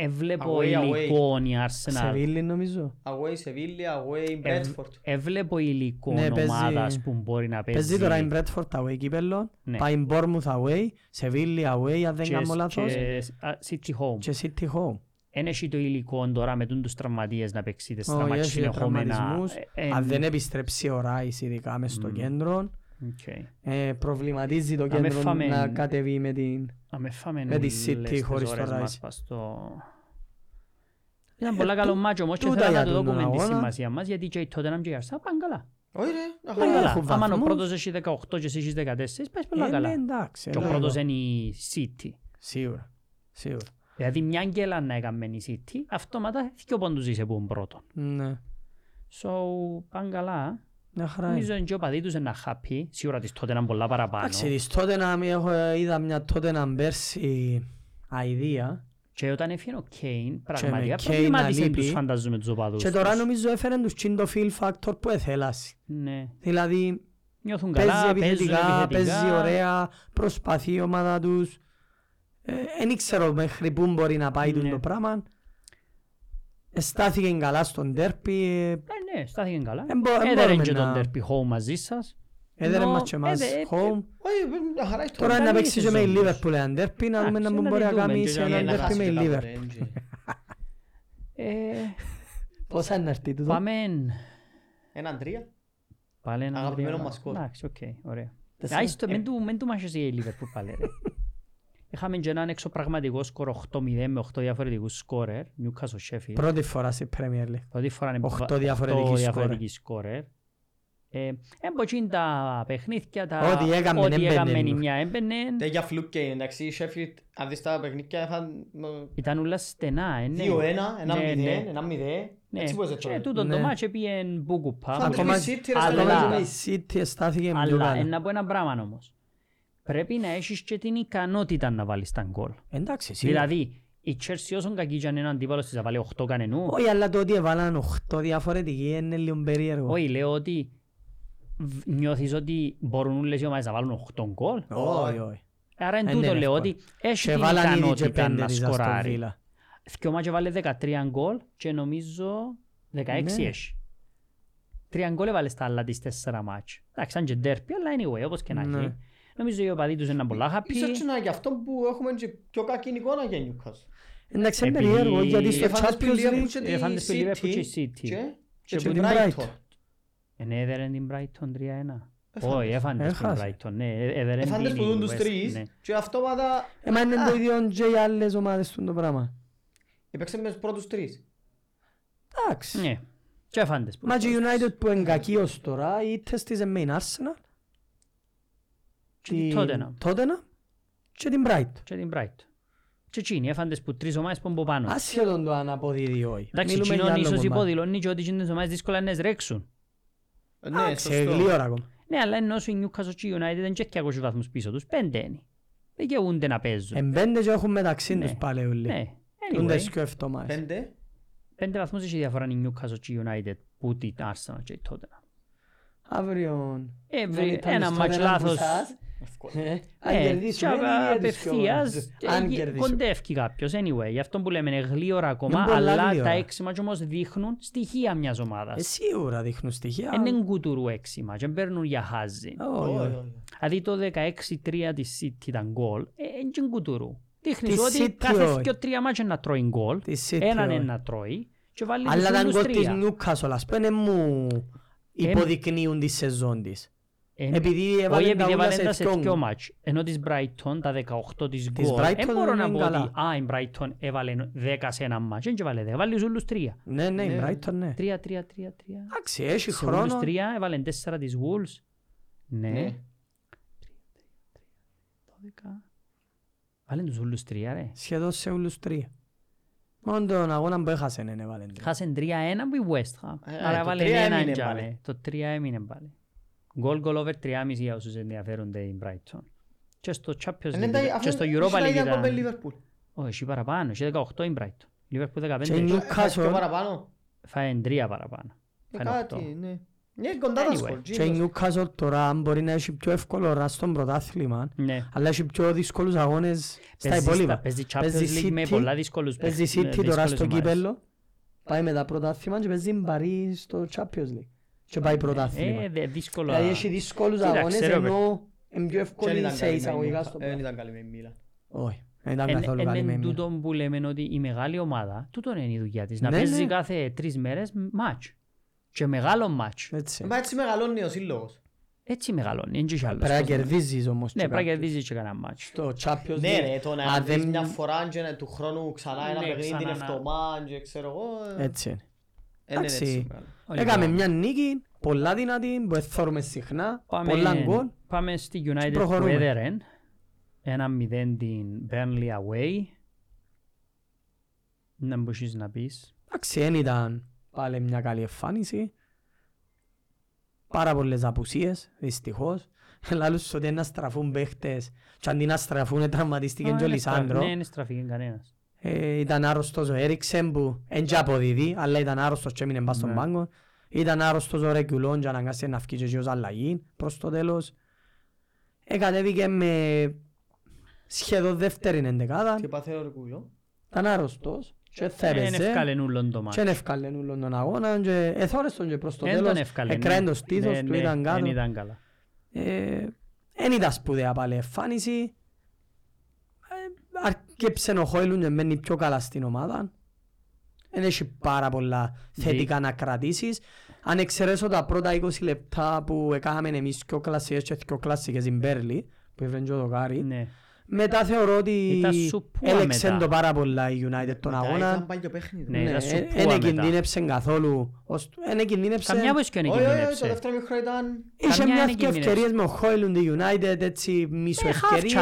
Speaker 1: Έβλεπω
Speaker 3: Away, away.
Speaker 1: υλικό η Arsenal.
Speaker 2: Σεβίλη νομίζω.
Speaker 3: Away Sevilla, away
Speaker 1: Ευ-
Speaker 3: Brentford.
Speaker 1: Έβλεπω υλικό
Speaker 2: Ναι, παίζει-
Speaker 1: ομάδας που μπορεί να παίζει.
Speaker 2: Παίζει τώρα η Μπρέτφορτ away κύπελλο,
Speaker 1: Ναι.
Speaker 2: πάει η Bournemouth away, Σεβίλη away αν δεν
Speaker 1: και-
Speaker 2: κάνω λάθος
Speaker 1: και- α, City Home.
Speaker 2: και City home.
Speaker 1: Εν έχει το υλικό τώρα με τούντους τραυματίες να παίξει τες
Speaker 2: Όχι,
Speaker 1: τραυματίες
Speaker 2: έχει
Speaker 1: συνεχόμενα.
Speaker 2: τραυματισμούς.
Speaker 1: Ε, ε,
Speaker 2: Αν δεν επιστρέψει ο Ράις ειδικά μες στο κέντρο,
Speaker 1: οκ.
Speaker 2: ε, προβληματίζει το
Speaker 1: Να με
Speaker 2: κέντρο
Speaker 1: φάμε-
Speaker 2: να κατεβεί με την...
Speaker 1: Να με φάμε
Speaker 2: Με τη City
Speaker 1: όλες τις
Speaker 2: χωρίς το
Speaker 1: ώρες
Speaker 2: Rice.
Speaker 1: μας πας στο... Ήταν πολλά
Speaker 2: Ε,
Speaker 1: καλό
Speaker 2: τού-
Speaker 1: μάτσο όμως και
Speaker 2: τούτα
Speaker 1: θέλω να
Speaker 2: για
Speaker 1: το
Speaker 2: τον
Speaker 1: δούμε τη
Speaker 2: αγώνα.
Speaker 1: σημασία μας γιατί και η Tottenham και η Arsenal πάνε καλά.
Speaker 3: Όχι ρε, να
Speaker 1: Πάνε
Speaker 2: Ε,
Speaker 3: χαρά.
Speaker 1: καλά.
Speaker 2: έχουν
Speaker 1: Άμα ο
Speaker 2: βαθμούς.
Speaker 1: πρώτος έχει 18 και εσύ έχεις 14 πας πολλά
Speaker 2: Ε, ναι,
Speaker 1: καλά.
Speaker 2: εντάξει.
Speaker 1: Και ο
Speaker 2: εντάξει.
Speaker 1: πρώτος είναι η City.
Speaker 2: Σίγουρα. Σίγουρα.
Speaker 1: Δηλαδή μια γκέλα να έκαμε η City αυτόματα δυο πόντους είσαι που είναι πρώτο.
Speaker 2: Ναι.
Speaker 1: So πάνε καλά.
Speaker 2: Μια χαρά είναι.
Speaker 1: Νομίζω ότι και ο παδί τους είναι happy. Σίγουρα της Tottenham πολλά παραπάνω.
Speaker 2: Εντάξει, της τότε να μην έχω, είδα μια τότε να πέρσι αηδία
Speaker 1: Και όταν έφυγε ο Kane
Speaker 2: με
Speaker 1: πραγματικά
Speaker 2: Kane να
Speaker 1: προβλημάτισε
Speaker 2: λείπει.
Speaker 1: τους φανταζούμε τους οπαδούς
Speaker 2: και τώρα
Speaker 1: τους.
Speaker 2: νομίζω έφεραν τους τσιν το feel factor που εθέλασε.
Speaker 1: Ναι.
Speaker 2: Δηλαδή
Speaker 1: Νιώθουν
Speaker 2: παίζει
Speaker 1: καλά, παίζουν
Speaker 2: επιθετικά, παίζει
Speaker 1: επιθετικά.
Speaker 2: ωραία, προσπαθεί η ομάδα τους. Ε, Εν ήξερα μέχρι πού μπορεί να πάει
Speaker 1: Ναι.
Speaker 2: το πράγμα. Στάθηκε καλά στον τέρπι, ε,
Speaker 1: Ε, ναι, στάθηκε καλά.
Speaker 2: Εν μπο- εν
Speaker 1: Έδερεν
Speaker 2: μπορούμε
Speaker 1: και τον
Speaker 2: να-
Speaker 1: τερπι home μαζί σας.
Speaker 2: έδερε
Speaker 1: Νο-
Speaker 2: μας και εμάς
Speaker 1: έδε- ε,
Speaker 2: home.
Speaker 3: Όχι, ε, μια χαρά έχει
Speaker 2: Τώρα
Speaker 3: τώρα.
Speaker 1: καλή
Speaker 2: να παίξεις και με η
Speaker 1: σεζόν τους.
Speaker 2: Liverpool έναν τέρπι, να δούμε
Speaker 1: Εντάξει,
Speaker 2: να
Speaker 1: να
Speaker 2: μπορεί
Speaker 1: τη
Speaker 2: να
Speaker 1: δούμε
Speaker 2: κάνει
Speaker 1: και
Speaker 2: σε
Speaker 1: για
Speaker 2: έναν
Speaker 1: να
Speaker 2: τέρπι με η Liverpool. *laughs*
Speaker 1: Ε,
Speaker 2: Πόσα είναι αυτή τούτο.
Speaker 1: Πάμε.
Speaker 3: Έναν τρία.
Speaker 1: Πάλι ένα
Speaker 3: Αγαπημένο
Speaker 1: τρία.
Speaker 3: μας σκορ.
Speaker 1: Εντάξει, οκ, ωραία.
Speaker 2: Τέσσερα.
Speaker 1: Άιστο, μην του- μην του μάχεσαι για η Λίβερπουλ πάλι.
Speaker 2: *laughs*
Speaker 1: ρε. Είχαμε και έναν εξωπραγματικό σκορ 8-0 με 8 διαφορετικούς σκόρερ. Newcastle Sheffield.
Speaker 2: Πρώτη φορά σε Premier League.
Speaker 1: Πρώτη φορά είναι
Speaker 2: Οχτώ
Speaker 1: βα- οχτώ
Speaker 2: διαφορετικοί σκόρερ.
Speaker 1: διαφορετικοί σκόρερ. Ε, Εμποτσίν τα παιχνίδια, τα...
Speaker 2: Ό,τι έκαμεν,
Speaker 1: ό,τι
Speaker 2: έμπαινε.
Speaker 1: έκαμεν η μια έμπαινε.
Speaker 3: Δεν Ε, για φλουκ και εντάξει, η Sheffield, αν δεις τα παιχνίδια, είχαν μ,
Speaker 1: Ήταν όλα στενά, ε, ναι.
Speaker 3: 2-1, 1-0,
Speaker 1: ναι.
Speaker 3: 1-0.
Speaker 1: Ναι,
Speaker 3: Έτσι πώς
Speaker 1: και
Speaker 3: έτσι.
Speaker 1: τούτο το
Speaker 2: Ναι.
Speaker 1: μάτς έπιεν μπουκουπά.
Speaker 3: Θα
Speaker 2: Ακόμα
Speaker 3: Ακόμα και η City, ρε,
Speaker 1: αλλά-
Speaker 2: ακόμα και η City αισθάθηκε πιο
Speaker 1: Αλλά
Speaker 2: καλά.
Speaker 1: ένα από ένα πράγμα όμως. Πρέπει να έχεις και την ικανότητα να βάλεις τα γκολ.
Speaker 2: Εντάξει, σίγουρα.
Speaker 1: Δηλαδή, η Chelsea όσον κακή και αν είναι αντίπαλος της θα βάλει 8 κανενού.
Speaker 2: Όχι, αλλά το ότι έβαλαν 8 διαφορετικοί είναι λίγο περίεργο.
Speaker 1: Όχι, λέω ότι β- νιώθεις ότι μπορούν όλες οι ομάδες να βάλουν 8 γκολ.
Speaker 2: Όχι, όχι.
Speaker 1: Άρα εν
Speaker 2: Ε,
Speaker 1: τούτο λέω
Speaker 2: ναι, εύκολα.
Speaker 1: ότι έχει
Speaker 2: Και
Speaker 1: την
Speaker 2: βάλαν ήδη και
Speaker 1: ικανότητα
Speaker 2: πέντε
Speaker 1: να
Speaker 2: της Aston
Speaker 1: σκοράρει.
Speaker 2: Villa.
Speaker 1: Δυο μάτια βάλε 13 γκολ και νομίζω 16
Speaker 2: Ναι.
Speaker 1: έχει. Τρία γκολ έβαλες στα άλλα τις τέσσερα μάτς. Εντάξει, ήταν και ντέρπι, αλλά anyway, όπως και να
Speaker 2: Ναι.
Speaker 1: έχει. Νομίζω οι οπαδοί τους είναι πολλά happy.
Speaker 3: Ίσως και να είναι γι' αυτό που έχουμε και πιο κακή εικόνα για Newcastle.
Speaker 2: Εντάξει, είναι
Speaker 1: Επειδή-
Speaker 2: περίεργο γιατί στο
Speaker 3: Εφάντες
Speaker 2: Champions
Speaker 3: που λίγο
Speaker 2: League...
Speaker 3: και
Speaker 1: Ε, φάντες
Speaker 3: τη
Speaker 1: που Liverpool και η
Speaker 3: City
Speaker 1: City.
Speaker 3: και-
Speaker 2: και
Speaker 3: και
Speaker 2: που
Speaker 3: την
Speaker 2: την
Speaker 3: Brighton.
Speaker 2: Brighton.
Speaker 1: Ναι, έδερε την Brighton 3-1.
Speaker 3: Έφανε.
Speaker 1: Όχι, έφανε την
Speaker 2: Έχασε.
Speaker 1: Brighton. Ναι, ε- έδερε την
Speaker 3: Εφάντες που
Speaker 1: η
Speaker 3: δουν τους
Speaker 1: West, ναι.
Speaker 3: τρεις και αυτόματα
Speaker 2: Ε, μα είναι
Speaker 3: Α.
Speaker 2: το ίδιο και οι άλλες ομάδες του το πράγμα.
Speaker 3: έπαιξε με τους πρώτους τρεις.
Speaker 2: Εντάξει.
Speaker 1: Ναι. Και έφαντες που.
Speaker 2: Μα και η United που είναι κακή ως τώρα, είτε στις με την e Arsenal,
Speaker 1: Και την Tottenham.
Speaker 2: Tottenham και την Brighton.
Speaker 1: Και την Brighton. Και εκείνοι έφαντες που τρεις ομάδες που είναι από πάνω.
Speaker 2: Άσχετον το αν αποδίδει ή όχι.
Speaker 1: Εντάξει,
Speaker 2: Μιλούμε για
Speaker 1: εκείνον
Speaker 2: άλλο
Speaker 1: ίσως
Speaker 2: κομμάτι.
Speaker 1: υποδηλώνει και ότι εκείνες ομάδες δύσκολα να ρέξουν.
Speaker 3: Ε,
Speaker 2: Α,
Speaker 1: eh,
Speaker 3: Ναι,
Speaker 2: ξέρει,
Speaker 3: σωστό.
Speaker 2: γλύωρα ακόμα.
Speaker 1: Ναι, αλλά ενώ σου η Newcastle και η United δεν και 200 βαθμούς πίσω τους. Πέντε είναι. Δικαιούνται να παίζουν.
Speaker 2: Εμπέντε και έχουν μεταξύ
Speaker 1: Ναι.
Speaker 2: τους πάλι όλοι.
Speaker 1: Ναι.
Speaker 2: Τούντα
Speaker 1: Anyway,
Speaker 2: τις πιο εβδομάδες.
Speaker 3: Πέντε.
Speaker 1: πέντε βαθμούς έχει διαφορά η Newcastle και η United που την Arsenal και η Tottenham.
Speaker 2: Αύριο...
Speaker 1: Ε,
Speaker 2: αν
Speaker 1: βρε-
Speaker 2: ήταν
Speaker 1: ένα
Speaker 2: στο
Speaker 1: μάτς
Speaker 2: Tottenham που
Speaker 1: λάθος.
Speaker 2: σας,
Speaker 3: Εύκολα.
Speaker 2: ε, Αν
Speaker 1: Ε,
Speaker 2: κερδίσουμε,
Speaker 1: τσάπα,
Speaker 2: είναι ίδια της
Speaker 1: απευθείας,
Speaker 2: ομάδας.
Speaker 1: ε,
Speaker 2: Αν
Speaker 1: γε-
Speaker 2: κερδίσουμε.
Speaker 1: Κοντεύει κάποιος, anyway. Γι' αυτό που λέμε είναι γλύωρα ακόμα,
Speaker 2: πολλά
Speaker 1: αλλά
Speaker 2: γλύωρα.
Speaker 1: τα έξιμα και όμως δείχνουν στοιχεία μιας
Speaker 2: Ε,
Speaker 1: ομάδας.
Speaker 2: σίγουρα δείχνουν στοιχεία.
Speaker 1: Δεν είναι γκουτουρού έξιμα και δεν παίρνουν για χάζι.
Speaker 2: Όχι,
Speaker 3: Όχι,
Speaker 2: όχι.
Speaker 3: όχι.
Speaker 1: Δηλαδή το 16-3 της City ήταν γκολ, δεν είναι γκουτουρού. Δείχνεις
Speaker 2: Της
Speaker 1: ότι
Speaker 2: City
Speaker 1: κάθε
Speaker 2: όχι.
Speaker 1: δυο τριπλά μάτια να τρώει γκολ,
Speaker 2: Της City,
Speaker 1: έναν
Speaker 2: όχι.
Speaker 1: είναι να τρώει και βάλει τους
Speaker 2: Ε, Αλλά τα
Speaker 1: άλλους
Speaker 2: γκολ της
Speaker 1: τρία. ναι.
Speaker 2: Newcastle, ας πούμε, μου υποδεικνύουν τη σεζόν της.
Speaker 1: Ε,
Speaker 2: Επειδή
Speaker 1: Όχι
Speaker 2: έβαλε τα
Speaker 1: επειδή
Speaker 2: ούλα
Speaker 1: βάλε τα
Speaker 2: σε
Speaker 1: σε
Speaker 2: δυο
Speaker 1: δυο
Speaker 2: μου.
Speaker 1: μάτς. Ενώ της Brighton τα 18 της
Speaker 2: Της
Speaker 1: γκολ.
Speaker 2: Brighton
Speaker 1: Δεν μπορώ να
Speaker 2: είναι
Speaker 1: πω ότι
Speaker 2: καλά.
Speaker 1: «Α, η Brighton έβαλε 10 σε ένα μάτς. Δεν και βάλε 10. Βάλει όλους τρία.
Speaker 2: Ναι, ναι, η
Speaker 3: Ναι.
Speaker 2: Brighton, ναι.
Speaker 1: Τρία, τρία, τρία, τρία.
Speaker 2: Εντάξει, έχει
Speaker 1: Σε όλους
Speaker 2: χρόνο.
Speaker 1: τρία έβαλε τέσσερα της Wolves. Ναι.
Speaker 3: Ναι.
Speaker 1: Δώδεκα. Βάλε τους όλους τρία ρε.
Speaker 2: Σχεδόν σε όλους τρία. Μόνο τον αγώνα που έχασε, ναι, έβαλε τρία.
Speaker 1: Χάσαν 3-1 από η West Ham.
Speaker 3: Ε,
Speaker 1: Άρα
Speaker 3: το
Speaker 1: έβαλε
Speaker 3: 3-1
Speaker 1: έναν
Speaker 3: είναι
Speaker 1: κι
Speaker 3: πάλι.
Speaker 1: άλλε. Το 3 έμεινε πάλι. Goal goal over 3,5 για όσους ενδιαφέρονται η Brighton. Και στο Champions
Speaker 3: Είναι Ε, ναι, τα-
Speaker 1: League
Speaker 3: αφού
Speaker 1: και στο
Speaker 3: είναι-
Speaker 1: Europa
Speaker 3: είναι τα
Speaker 1: League
Speaker 3: ίδια κομπέ
Speaker 1: ήταν.
Speaker 3: Liverpool.
Speaker 1: Όχι, έχει παραπάνω. Έχει 18 η Brighton. Liverpool
Speaker 2: Και η
Speaker 1: 15.
Speaker 2: Newcastle-
Speaker 3: Έχασε πιο Ε, παραπάνω.
Speaker 1: Φάει 3 παραπάνω.
Speaker 3: Ε,
Speaker 1: Φάει 8.
Speaker 3: Κάτι, ναι. Ναι, κοντά τα
Speaker 1: Anyway,
Speaker 3: σκορ.
Speaker 2: Και η Newcastle τώρα αν μπορεί να έχει πιο εύκολο ρας στον πρωτάθλημα,
Speaker 3: Ε,
Speaker 1: Ναι.
Speaker 2: αλλά έχει πιο δύσκολους αγώνες στα
Speaker 1: Παίζει
Speaker 2: υπόλοιπα.
Speaker 1: Παίζει
Speaker 2: Παίζει
Speaker 1: Champions League με
Speaker 2: City,
Speaker 1: πολλά δύσκολους
Speaker 2: Παίζει
Speaker 1: παίχτες,
Speaker 2: City τώρα
Speaker 1: δύσκολες
Speaker 2: στο
Speaker 1: ομάδες.
Speaker 2: κύπελλο, πάει μετά πρωτάθλημα και παίζει Μπαρί στο Champions League. Και πάει πρωτάθλημα.
Speaker 1: Ε, δε- δύσκολο.
Speaker 2: Δηλαδή έχει δύσκολους
Speaker 1: Κοίταξε,
Speaker 2: αγώνες
Speaker 1: ρε,
Speaker 2: ενώ είναι πιο εύκολη σε εισαγωγικά
Speaker 1: Ε,
Speaker 2: στο
Speaker 3: Ε, Δεν
Speaker 2: πράγμα.
Speaker 3: ήταν καλή με η Μίλαν.
Speaker 2: Όχι, δεν ήταν καθόλου καλή με
Speaker 1: Είναι
Speaker 2: εμένα.
Speaker 1: Ε, τούτο που λέμε ότι η μεγάλη ομάδα, τούτο είναι η δουλειά της, να
Speaker 2: Ναι,
Speaker 1: παίζει
Speaker 2: ναι.
Speaker 1: κάθε τρεις μέρες μάτς. Και μεγάλο μάτς.
Speaker 2: Έτσι.
Speaker 3: Μα έτσι μεγαλώνει ο σύλλογος.
Speaker 1: Έτσι μεγαλώνει, δεν έχει άλλος.
Speaker 2: Πρέπει να
Speaker 1: κόσμος.
Speaker 2: κερδίζεις όμως.
Speaker 1: Ναι,
Speaker 2: και
Speaker 1: πρέπει να
Speaker 2: κάτι.
Speaker 1: κερδίζεις και κανένα μάτς.
Speaker 2: Στο Champions
Speaker 3: Ναι
Speaker 2: League.
Speaker 3: ρε, το να
Speaker 2: αν
Speaker 3: δεις
Speaker 2: δεν-
Speaker 3: μια φορά και να- του χρόνου ξανά ένα
Speaker 1: Ναι,
Speaker 3: παιχνίδι την
Speaker 1: ξανά να-
Speaker 3: εβδομάδα και ξέρω εγώ. ε,
Speaker 2: Έτσι είναι.
Speaker 3: ε, ναι, ναι,
Speaker 2: εντάξει.
Speaker 3: έτσι μεγάλο.
Speaker 2: Έκαμε μια νίκη, πολλά δυνατή, που εθώρουμε συχνά,
Speaker 1: Πάμε-
Speaker 2: πολλά γκολ.
Speaker 1: Πάμε στη United που
Speaker 2: προχωρούμε.
Speaker 1: έδερεν. 1-0 την Burnley away. Να μπορείς να πεις.
Speaker 2: Εντάξει, δεν ήταν πάλι μια καλή εμφάνιση. Πάρα πολλές απουσίες, δυστυχώς. *laughs* Λάλλους σου ότι να στραφούν παίχτες και αντί να στραφούν ε, τραυματίστηκε και ο
Speaker 1: Α, είναι στρα-
Speaker 2: Λισάνδρο.
Speaker 1: Ναι, είναι στραφήκε κανένας.
Speaker 2: Ε, ήταν άρρωστος ο Έριξεν που εν και αποδίδει, αλλά ήταν άρρωστος και έμεινε μπας στον
Speaker 1: Ναι.
Speaker 2: πάγκο. Ήταν άρρωστος ο Ρεκουλόν και αναγκάστηκε να φύγει και ως αλλαγή προς το τέλος. Ε, κατέβηκε με σχεδόν δεύτερη εντεκάδα.
Speaker 3: Τι πάθε ο Ρικούλο.
Speaker 2: Ήταν άρρωστος
Speaker 1: Ναι,
Speaker 2: και θα
Speaker 1: Δεν
Speaker 2: έπαιζε.
Speaker 1: ευκάλεν ούλον Ε, το
Speaker 2: Και
Speaker 1: μάτς. Ε,
Speaker 2: δεν έφκαλε όλον τον αγώνα και εθώρες τον και προς το
Speaker 1: Δεν τον
Speaker 2: τέλος.
Speaker 1: ευκάλεν.
Speaker 2: Εκράεν
Speaker 1: ναι.
Speaker 2: το στήθος
Speaker 1: Ναι,
Speaker 2: του,
Speaker 1: ναι,
Speaker 2: ήταν
Speaker 1: Δεν
Speaker 2: κάτω.
Speaker 1: ήταν καλά.
Speaker 2: Ε, Εν ήταν σπουδαία πάλι εμφάνιση. Ε, Αρκέψε ο Χόιλουν και μένει πιο καλά στην ομάδα. Δεν έχει πάρα πολλά θετικά να κρατήσεις. Αν εξαιρέσω τα πρώτα 20 λεπτά που έκαναμε εμείς και ο κλασσικές και ο κλασσικές στην Μπέρλι, που έφερε και ο Δοκάρη,
Speaker 1: Ναι.
Speaker 2: μετά θεωρώ ότι
Speaker 1: Ήταν σουπούα
Speaker 2: έλεξε
Speaker 1: μετά.
Speaker 2: το πάρα πολλά η United τον
Speaker 3: Μετά
Speaker 2: αγώνα.
Speaker 3: Ήταν πάγιο παιχνίδι.
Speaker 1: Ναι,
Speaker 3: Ναι.
Speaker 1: ήταν
Speaker 2: Δεν
Speaker 1: σουπούα μετά.
Speaker 2: εκινδύνεψε ε, καθόλου. Ως- Εν εκινδύνεψε-
Speaker 1: Καμιά από τις ε. και
Speaker 2: ε,
Speaker 3: Όχι, όχι, ε, το
Speaker 1: κινδύνεψε.
Speaker 3: δεύτερο μικρό ήταν...
Speaker 2: Είχε
Speaker 1: καμιά
Speaker 2: μιας
Speaker 1: δεν
Speaker 2: και
Speaker 1: εκινδύνευσε.
Speaker 2: ευκαιρίες με ο Χόιλουν τη United, έτσι
Speaker 1: Ε, half
Speaker 2: μισοευκαιρίες.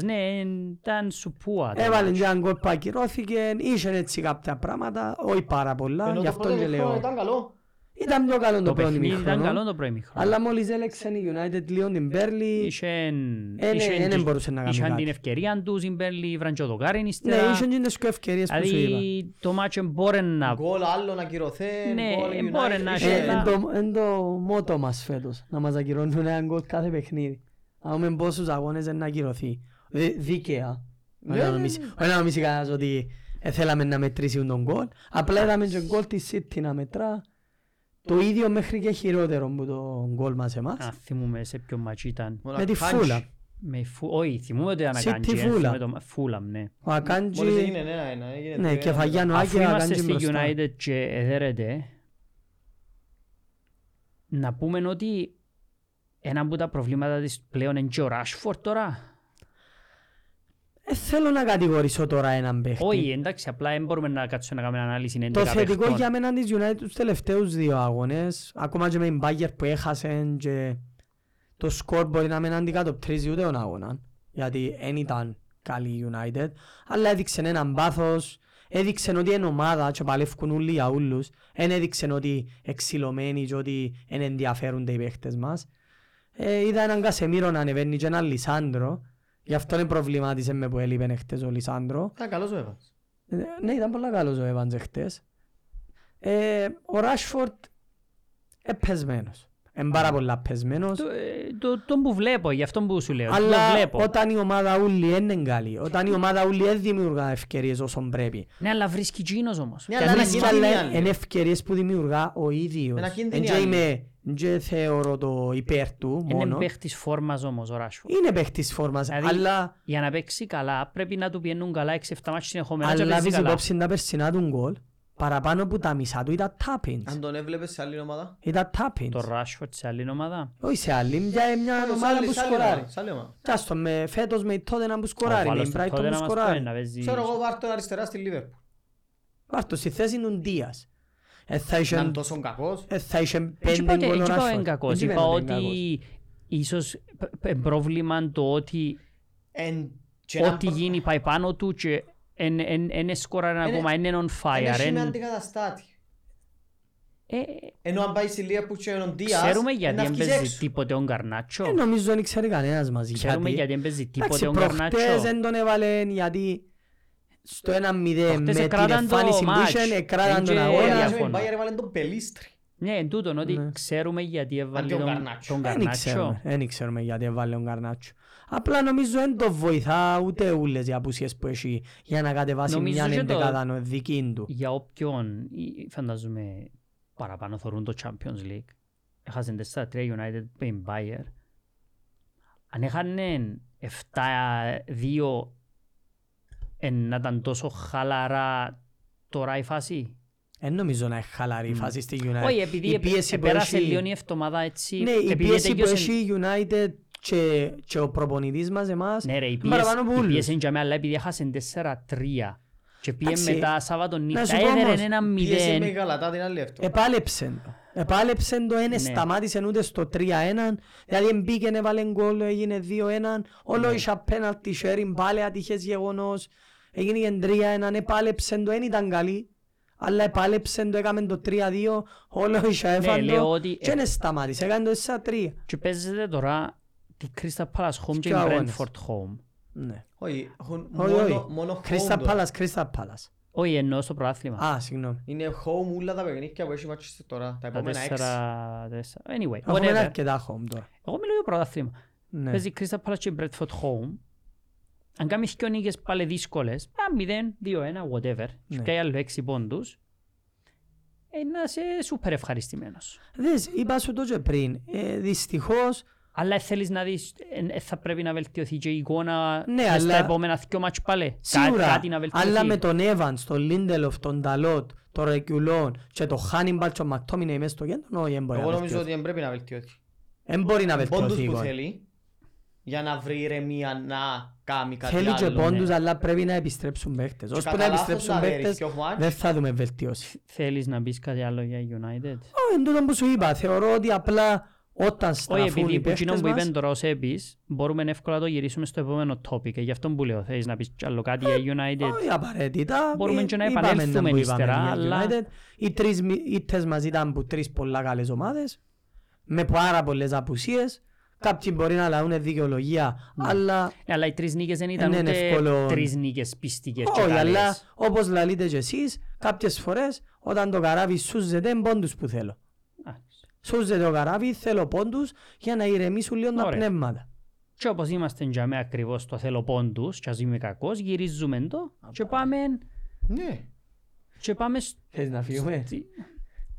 Speaker 1: chances, ναι, ήταν σουπούα. το
Speaker 2: Έβαλε
Speaker 1: μάτς.
Speaker 2: και έναν κόλπο ακυρώθηκε, είχε έτσι κάποια πράγματα, όχι πάρα πολλά,
Speaker 3: Ενώ
Speaker 2: γι'
Speaker 3: το
Speaker 2: αυτό
Speaker 3: πρώτο
Speaker 2: και
Speaker 3: μικρό
Speaker 2: λέω.
Speaker 3: ήταν καλό.
Speaker 2: Ήταν πιο καλό
Speaker 1: Το
Speaker 2: το πρώτο
Speaker 1: παιχνίδι ήταν καλό
Speaker 2: μήχρονο,
Speaker 1: το πρώτο χρόνο.
Speaker 2: αλλά μόλις έλεξε η United λίγο την Πέρλη,
Speaker 1: Είχαν
Speaker 2: Ε, ναι,
Speaker 1: είχαν
Speaker 2: δεν
Speaker 1: τις-
Speaker 2: μπορούσε να κάνει
Speaker 1: είχαν
Speaker 2: κάτι.
Speaker 1: την ευκαιρία τους, η Μπέρλι βραν και ο Δοκάριν
Speaker 2: ναι,
Speaker 1: ύστερα.
Speaker 2: είχε και τις δύο ευκαιρίες που σου είπα.
Speaker 1: Δηλαδή το μάτσο μπορεί να...
Speaker 3: Γκολ άλλο να κυρωθέν,
Speaker 1: Ναι,
Speaker 3: γκολ United.
Speaker 1: μπορεί να
Speaker 3: Είχε-
Speaker 1: έχει
Speaker 2: Ε,
Speaker 1: αλλά-
Speaker 2: εν το- Εν το μότο μας φέτος, να μας ακυρώνουν έναν κόλπο κάθε παιχνίδι. Να δούμε πόσους αγώνες είναι να ακυρωθεί. Δι- Δίκαια.
Speaker 3: Ναι,
Speaker 2: Όχι να
Speaker 3: ναι,
Speaker 2: νομίζει- όχι να νομίζεις κανένας ότι ε, θέλαμε να μετρήσει τον κόλ. Απλά είδαμε και κόλ της City να μετρά. Το ίδιο μέχρι και χειρότερο που το κόλ μας εμάς.
Speaker 1: Να θυμούμε σε ποιο μάτσο ήταν.
Speaker 3: Μόνο
Speaker 2: Με τη
Speaker 3: punch.
Speaker 2: φούλα.
Speaker 1: Με η Φου- Όχι, θυμούμαι ότι ήταν
Speaker 2: City
Speaker 1: Ακάντζι.
Speaker 2: Fulham.
Speaker 1: θυμούμαι το- Fulham, ναι.
Speaker 2: Ο
Speaker 3: Μόλις
Speaker 2: Ακάντζι,
Speaker 3: έγινε ένα-ένα. έγινε
Speaker 2: ναι,
Speaker 3: δύο-ένα.
Speaker 2: κεφαγιά
Speaker 1: Αφού
Speaker 2: νοάκια,
Speaker 1: είμαστε
Speaker 2: Ακάντζι
Speaker 1: στη
Speaker 2: μπροστά.
Speaker 1: United και εδέρεται, να πούμε ότι ένα από τα προβλήματα της πλέον είναι και ο Ράσφορ τώρα.
Speaker 2: Ε, θέλω να κατηγορήσω τώρα έναν παίχτη.
Speaker 1: Όχι, εντάξει, απλά δεν μπορούμε να κάτσουμε να κάνουμε ανάλυση 11
Speaker 2: Το θετικό
Speaker 1: παιχτών.
Speaker 2: για μένα της United τους τελευταίους δύο αγώνες, ακόμα και με την Bayern που έχασαν και το σκορ μπορεί να μην αντικατοπτρίζει ούτε τον αγώνα, γιατί δεν ήταν καλή η United, αλλά έδειξε έναν πάθος, έδειξε ότι είναι ομάδα και παλεύκουν όλοι για όλους, δεν έδειξε ότι εξηλωμένοι και ότι δεν ενδιαφέρονται οι παίχτες μας. Ε, είδα έναν Κασεμίρο να ανεβαίνει και έναν Λισάνδρο, γι' αυτό είναι προβλημάτισε με που έλειπε χτες ο Λισάνδρο.
Speaker 3: Ήταν καλός ο Evans.
Speaker 2: Ε, Ναι, ήταν πολλά καλός ο Evans εχθές. Ε, ο Ράσφορτ επεσμένος. Εν πάρα πολλά πεσμένος.
Speaker 1: Το- ε, το- Τον που βλέπω, γι' αυτό που σου λέω. τον
Speaker 2: Αλλά
Speaker 1: βλέπω.
Speaker 2: όταν η ομάδα ούλη δεν είναι καλή, όταν η ομάδα ούλη δεν δημιουργά ευκαιρίες όσων πρέπει.
Speaker 1: Ναι, αλλά βρίσκει Τζίνος όμως.
Speaker 3: Ναι, αλλά
Speaker 2: Κανείς
Speaker 3: είναι
Speaker 2: άλλα
Speaker 3: κίνδυνοι άλλοι.
Speaker 2: είναι ευκαιρίες που δημιουργά ο ίδιος.
Speaker 3: Είναι κίνδυνοι
Speaker 2: Εν και
Speaker 3: άλλοι.
Speaker 2: είμαι, εν και θεωρώ το υπέρ του
Speaker 1: Είναι
Speaker 2: μόνος.
Speaker 1: παίχτης φόρμας όμως ο Ράσφορ.
Speaker 2: Είναι παίχτης φόρμας,
Speaker 1: Δηλαδή,
Speaker 2: αλλά,
Speaker 1: Για να παίξει καλά πρέπει να του πιένουν καλά 6-7 μάτς συνεχόμενα και να
Speaker 2: αλλά
Speaker 1: παίζει
Speaker 2: βίζει
Speaker 1: καλά.
Speaker 2: υπόψη τα περσινά του γκολ, παραπάνω από τα μισά του ήταν
Speaker 3: Αν
Speaker 2: tappings.
Speaker 3: τον έβλεπες σε άλλη ομάδα.
Speaker 2: Ήταν tappings.
Speaker 1: Το Ράσφορτ σε άλλη ομάδα.
Speaker 2: Όχι σε άλλη, μια, είναι μια
Speaker 3: Άλλο, σε
Speaker 2: ομάδα
Speaker 3: Ε, άλλη-
Speaker 2: που
Speaker 3: σε άλλη
Speaker 2: Ε, σκοράρει.
Speaker 3: ομάδα, σε άλλη ομάδα.
Speaker 2: Κι ας το με φέτος με τότε να που
Speaker 1: Ο
Speaker 2: σκοράρει, με
Speaker 1: Βάλος
Speaker 2: την
Speaker 1: του
Speaker 2: Brighton
Speaker 1: Tottenham,
Speaker 2: που
Speaker 1: ας πούμε,
Speaker 2: σκοράρει.
Speaker 1: να παίζει-
Speaker 3: Ξέρω εγώ βάρ' τον αριστερά στη Liverpool.
Speaker 2: Πάρ' το στη θέση του Ντίας. Ε, θα
Speaker 3: Να είναι
Speaker 2: είχε-
Speaker 3: τόσο κακός.
Speaker 2: ε, θα είχε
Speaker 1: Έτσι
Speaker 2: πέντε
Speaker 1: είπατε,
Speaker 2: γκολ ο
Speaker 1: έτσι είπα
Speaker 2: Ράσφορντ.
Speaker 1: εν κακός.
Speaker 2: Έτσι
Speaker 1: Είπα
Speaker 2: είπα ότι
Speaker 1: ότι
Speaker 2: είναι κακός.
Speaker 1: ίσως π- π- πρόβλημα το ότι
Speaker 3: Εν- και να-
Speaker 1: ό,τι γίνει πάει πάνω του και είναι σκοράρει
Speaker 3: Είναι-
Speaker 1: ακόμα, είναι on
Speaker 3: εν
Speaker 1: fire.
Speaker 3: έχει με
Speaker 1: εν-
Speaker 3: αντικαταστάτη.
Speaker 1: Ε, ε,
Speaker 3: Ενώ αν πάει στη Liverpool και ο Ντίας,
Speaker 1: Ξέρουμε
Speaker 3: είναι
Speaker 1: γιατί
Speaker 3: να
Speaker 1: δεν
Speaker 3: βγεις
Speaker 1: παίζει
Speaker 3: έξω.
Speaker 1: τίποτε ο Γκαρνάτσο.
Speaker 2: Ε, Νομίζω δεν ξέρει κανένας μας
Speaker 1: Ξέρουμε
Speaker 2: γιατί.
Speaker 1: γιατί δεν παίζει
Speaker 2: Εντάξει,
Speaker 1: τίποτε ο
Speaker 2: προχτές
Speaker 1: Γκαρνάτσο.
Speaker 2: δεν τον έβαλαν γιατί στο 1-0 με
Speaker 1: Προχτές
Speaker 2: την
Speaker 1: εκράταν το
Speaker 2: εμφάνιση που
Speaker 1: μάτς.
Speaker 2: είχε, εκράταν
Speaker 1: Εν
Speaker 2: τον
Speaker 1: και
Speaker 3: Ε,
Speaker 2: αγώνα.
Speaker 1: διαφωνώ.
Speaker 3: ας πούμε, η Bayern έβαλε τον Πελίστρη.
Speaker 1: Ναι, εν τούτον ότι
Speaker 2: Ναι.
Speaker 1: ξέρουμε γιατί έβαλε
Speaker 3: τον
Speaker 1: τον
Speaker 3: Γκαρνάτσο.
Speaker 1: τον
Speaker 2: Δεν ξέρουμε,
Speaker 1: Γκαρνάτσο.
Speaker 2: δεν ξέρουμε γιατί έβαλε τον Καρνάτσο. Απλά νομίζω δεν το βοηθά ούτε ούλες οι απουσίες που έχει για να κατεβάσει
Speaker 1: Νομίζω
Speaker 2: μια
Speaker 1: και το-
Speaker 2: εντεκάδα νο- δική του.
Speaker 1: για όποιον ή- φαντάζομαι παραπάνω θωρούν το Champions League έχασαν 4-3 United με την Bayer αν έχανε 7-2 εν να ήταν τόσο χαλαρά τώρα η φάση
Speaker 2: Δεν νομίζω να έχει χαλαρή η φάση στη United.
Speaker 1: όχι επειδή
Speaker 2: Ε, η
Speaker 1: επε-
Speaker 2: πίεση που
Speaker 1: επέρασε
Speaker 2: έχει-
Speaker 1: λίγο η εβδομάδα έτσι
Speaker 2: Ναι, η
Speaker 1: επειδή
Speaker 2: πίεση που
Speaker 1: τελειώσε-
Speaker 2: έχει η United και, και ο προπονητής μας εμάς
Speaker 1: ναι ρε η
Speaker 2: είναι
Speaker 1: πίεση
Speaker 2: παραπάνω από
Speaker 1: η
Speaker 2: ούλους.
Speaker 1: πίεση είναι για μένα, αλλά επειδή έχασαν 4-3 και πήγε
Speaker 2: Εντάξει.
Speaker 1: μετά Σάββατο
Speaker 2: σου
Speaker 1: νύχτα
Speaker 2: πω όμως,
Speaker 1: έδερεν ένα
Speaker 3: Πίεση με η
Speaker 1: μηδέν
Speaker 3: Γαλατά την άλλη
Speaker 2: Ε,
Speaker 3: αυτό.
Speaker 2: Επάλεψεν. το. Επάλεψεν το,
Speaker 1: Ναι.
Speaker 2: δεν σταμάτησε ούτε στο 3-1. Δηλαδή μπήκε, έβαλε γκολ, έγινε 2-1.
Speaker 1: Ναι.
Speaker 2: Όλο είχε απέναντι sharing, πάλι ατυχές γεγονός. Έγινε και 3-1, επάλεψεν το, δεν ήταν καλή. Αλλά επάλεψεν το, έκαμε το 3-2. Όλο
Speaker 1: Ναι,
Speaker 2: είχε
Speaker 1: λέω
Speaker 2: έφαντο.
Speaker 1: ότι- ε-
Speaker 2: Και δεν σταμάτησε, έκανε το 4-3.
Speaker 1: Και παίζετε τώρα τη Crystal Palace home και
Speaker 2: Ποιο
Speaker 1: την
Speaker 2: αγώνες?
Speaker 1: Brentford home.
Speaker 2: Ναι.
Speaker 3: Όχι, έχουν
Speaker 2: Όχι,
Speaker 3: μόνο-
Speaker 2: όχι.
Speaker 3: μόνο
Speaker 2: Crystal
Speaker 3: home τώρα.
Speaker 2: Palace, Crystal Palace.
Speaker 1: Όχι, εννοώ στο πρωτάθλημα.
Speaker 2: Α, συγγνώμη.
Speaker 3: Είναι home όλα τα παιχνίδια που έχει Manchester τώρα, τα
Speaker 1: Τα
Speaker 3: επόμενα έξι.
Speaker 1: τέσσερα... τέσσερα- Anyway,
Speaker 2: Έχουμε
Speaker 1: whatever.
Speaker 2: αρκετά home τώρα.
Speaker 1: Εγώ μιλώ για πρωτάθλημα.
Speaker 2: Ναι.
Speaker 1: Παίζει Crystal Palace και Brentford home. Αν κάνεις δυο νίκες πάλι δύσκολες, α, 0, 2-1, whatever,
Speaker 2: Ναι.
Speaker 1: και κάνει άλλο έξι πόντους, ε, να είσαι σούπερ ευχαριστημένος.
Speaker 2: Δες, είπα σου το και πριν. Ε, δυστυχώς,
Speaker 1: Αλλά θέλεις να δεις, ε, ε, θα πρέπει να βελτιωθεί και η εικόνα
Speaker 2: Ναι,
Speaker 1: μες
Speaker 2: αλλά-
Speaker 1: στα επόμενα δυο μάτς πάλι. Κά-
Speaker 2: Σίγουρα,
Speaker 1: κάτι να βελτιωθεί.
Speaker 2: αλλά με τον Evans, τον Λίντελοφ, τον Νταλότ, τον Ρεκιουλόν και τον Χάνιμπαλ και τον Μακτόμινε μέσα στο κέντρο, όχι, δεν μπορεί
Speaker 3: Εγώ
Speaker 2: να
Speaker 3: νομίζω
Speaker 2: βελτιωθεί.
Speaker 3: ότι δεν πρέπει να βελτιωθεί.
Speaker 2: Δεν μπορεί να
Speaker 3: Πόντους
Speaker 2: βελτιωθεί. η
Speaker 3: που
Speaker 2: εικόνα.
Speaker 3: θέλει για να βρει ηρεμία να κάνει κάτι
Speaker 2: Θέλει και
Speaker 3: άλλο. ναι.
Speaker 2: πόντους, αλλά πρέπει να επιστρέψουν παίχτες.
Speaker 3: Και
Speaker 2: Ώσπου
Speaker 3: κατά
Speaker 2: να
Speaker 3: λάθος
Speaker 2: επιστρέψουν
Speaker 3: τα δέρει
Speaker 2: παίχτες,
Speaker 3: και ο Χουάνς.
Speaker 2: δεν θα δούμε βελτίωση.
Speaker 1: Θέλεις να πεις κάτι άλλο για United.
Speaker 2: Ω, Εν τούτο που σου είπα, θεωρώ ότι απλά όταν
Speaker 1: Όχι,
Speaker 2: στραφούν
Speaker 1: επειδή
Speaker 2: οι
Speaker 1: που εκείνο
Speaker 2: παίχτες
Speaker 1: που είπε
Speaker 2: μας,
Speaker 1: τώρα ο Σέμπης, μπορούμε εύκολα να το γυρίσουμε στο επόμενο topic. Και γι' αυτό που λέω, θέλεις να πεις κι άλλο κάτι για United.
Speaker 2: όχι απαραίτητα.
Speaker 1: Ε, Μπορούμε
Speaker 2: Ε,
Speaker 1: και να
Speaker 2: είπαμε
Speaker 1: επανέλθουμε
Speaker 2: που είπαμε
Speaker 1: ύστερα,
Speaker 2: για
Speaker 1: αλλά-
Speaker 2: United. Οι τρεις μι- ήττες μας ήταν από τρεις πολλά καλές ομάδες, με πάρα πολλές απουσίες. Κάποιοι μπορεί να λαούν δικαιολογία, αλλά
Speaker 1: Ναι, Αλλά οι τρεις νίκες δεν ήταν
Speaker 2: Εν είναι
Speaker 1: ούτε
Speaker 2: Ναι, εύκολο.
Speaker 1: τρεις νίκες πιστικές και
Speaker 2: Όχι, αλλά
Speaker 1: καλές.
Speaker 2: όπως λαλείτε και εσείς, κάποιες φορές όταν το καράβι σούζεται, είναι πόντους που θέλω.
Speaker 1: Α,
Speaker 2: Σούζεται το καράβι, θέλω πόντους για να ηρεμήσουν λίγο τα
Speaker 1: Ωραία.
Speaker 2: πνεύματα.
Speaker 1: Και όπως είμαστε για μένα ακριβώς το θέλω πόντους, και ας είμαι κακός, γυρίζουμε το και πάμε,
Speaker 3: Ναι,
Speaker 1: και πάμε σ-
Speaker 2: Θες να φύγουμε?
Speaker 1: στη-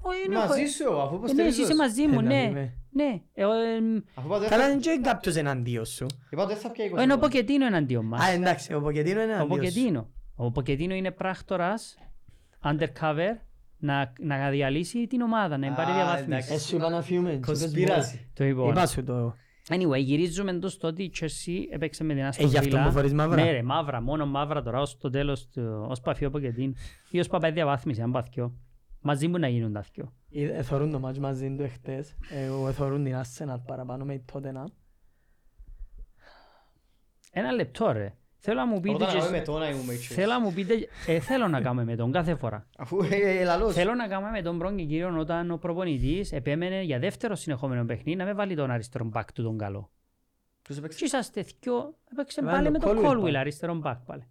Speaker 1: Όχι, είναι
Speaker 3: μαζί
Speaker 1: χωρίς-
Speaker 3: σου αφού
Speaker 1: Ε, ναι, εσύ
Speaker 3: υποστηρίζεις.
Speaker 1: είσαι μαζί μου, ναι. Ναι, εγώ, εμ,
Speaker 3: Αφού είπα ότι δεν
Speaker 2: Καλά,
Speaker 3: θα-
Speaker 2: δεν είναι κάποιος εναντίον σου.
Speaker 3: είπα ότι δεν θα πιάει
Speaker 1: ο- είναι ο
Speaker 3: 20.
Speaker 1: Ποκετίνο εναντίον μας.
Speaker 2: Α, εντάξει, ο Ποκετίνο είναι
Speaker 1: Ο
Speaker 2: εναντίον σου.
Speaker 1: Ποκετίνο. Ο Ποκετίνο είναι πράκτορας, undercover, να, να διαλύσει την ομάδα, να
Speaker 3: Α,
Speaker 1: πάρει
Speaker 3: εντάξει.
Speaker 1: διαβάθμιση.
Speaker 2: Ε, σου είπα να φύγουμε.
Speaker 3: Κοσπίραση.
Speaker 1: Το είπα.
Speaker 2: Είπα σου το.
Speaker 1: Anyway, γυρίζουμε εντός στο ότι η Chelsea έπαιξε με την
Speaker 2: Ε,
Speaker 1: Aston
Speaker 2: γι' αυτό
Speaker 1: Villa.
Speaker 2: που φορείς μαύρα.
Speaker 1: Ναι ρε, μαύρα, μόνο μαύρα τώρα ως το τέλος του, ως παφιό Ποκετίνο ή ως παπάει διαβάθμιση, αν παθιό. Μαζί μου να γίνουν τα δυο.
Speaker 2: Ε, Εθωρούν το μάτς μαζί του εχθές. Εγώ εθωρούν την Arsenal παραπάνω με τότε να.
Speaker 1: Ένα λεπτό ρε. Θέλω να μου πείτε...
Speaker 3: Όταν
Speaker 1: και-
Speaker 3: αγάπη με το να ήμουν με
Speaker 1: Θέλω να μου πείτε... Ε, θέλω να κάνουμε με τον κάθε φορά.
Speaker 3: Αφού ε, ε, λαλός.
Speaker 1: Θέλω να κάνουμε με τον πρώην κύριο όταν ο προπονητής επέμενε για δεύτερο συνεχόμενο παιχνίδι να με βάλει τον αριστερό μπακ του τον καλό.
Speaker 3: Τους έπαιξε.
Speaker 1: Και είσαστε θκυο, έπαιξε
Speaker 2: Βάλε
Speaker 1: πάλι
Speaker 2: τον
Speaker 1: με τον
Speaker 2: Colwell
Speaker 1: Colwell
Speaker 2: πάλι.
Speaker 1: αριστερό μπακ πάλι.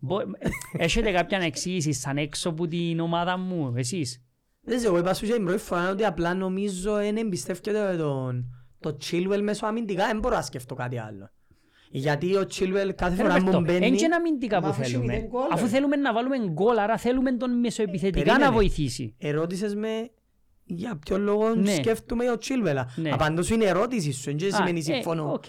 Speaker 1: Μπο- ε, Έχετε κάποια εξήγηση σαν έξω από την ομάδα μου, εσείς.
Speaker 2: Δεν ξέρω, εγώ είπα σου και την πρώτη φορά ότι απλά νομίζω εν εμπιστεύκεται τον, το Chilwell μέσω αμυντικά, δεν μπορώ να σκεφτώ κάτι άλλο. Γιατί ο Chilwell κάθε φορά μου
Speaker 1: Εν
Speaker 2: μπαίνει...
Speaker 1: και να μην τι
Speaker 3: Μα
Speaker 1: κάπου
Speaker 3: αφού έχει
Speaker 1: θέλουμε.
Speaker 3: μηδέν γκολ,
Speaker 1: Αφού
Speaker 3: ρε.
Speaker 1: θέλουμε να βάλουμε γκολ, άρα θέλουμε τον μεσοεπιθετικά να
Speaker 2: περίμενε.
Speaker 1: βοηθήσει.
Speaker 2: Ερώτησες με για ποιο λόγο
Speaker 1: Ναι.
Speaker 2: σκέφτομαι ο Chilwell.
Speaker 1: Ναι.
Speaker 2: Απαντώ σου είναι ερώτηση σου, δεν
Speaker 1: Α,
Speaker 2: σημαίνει
Speaker 1: ε,
Speaker 2: συμφωνώ.
Speaker 1: οκ,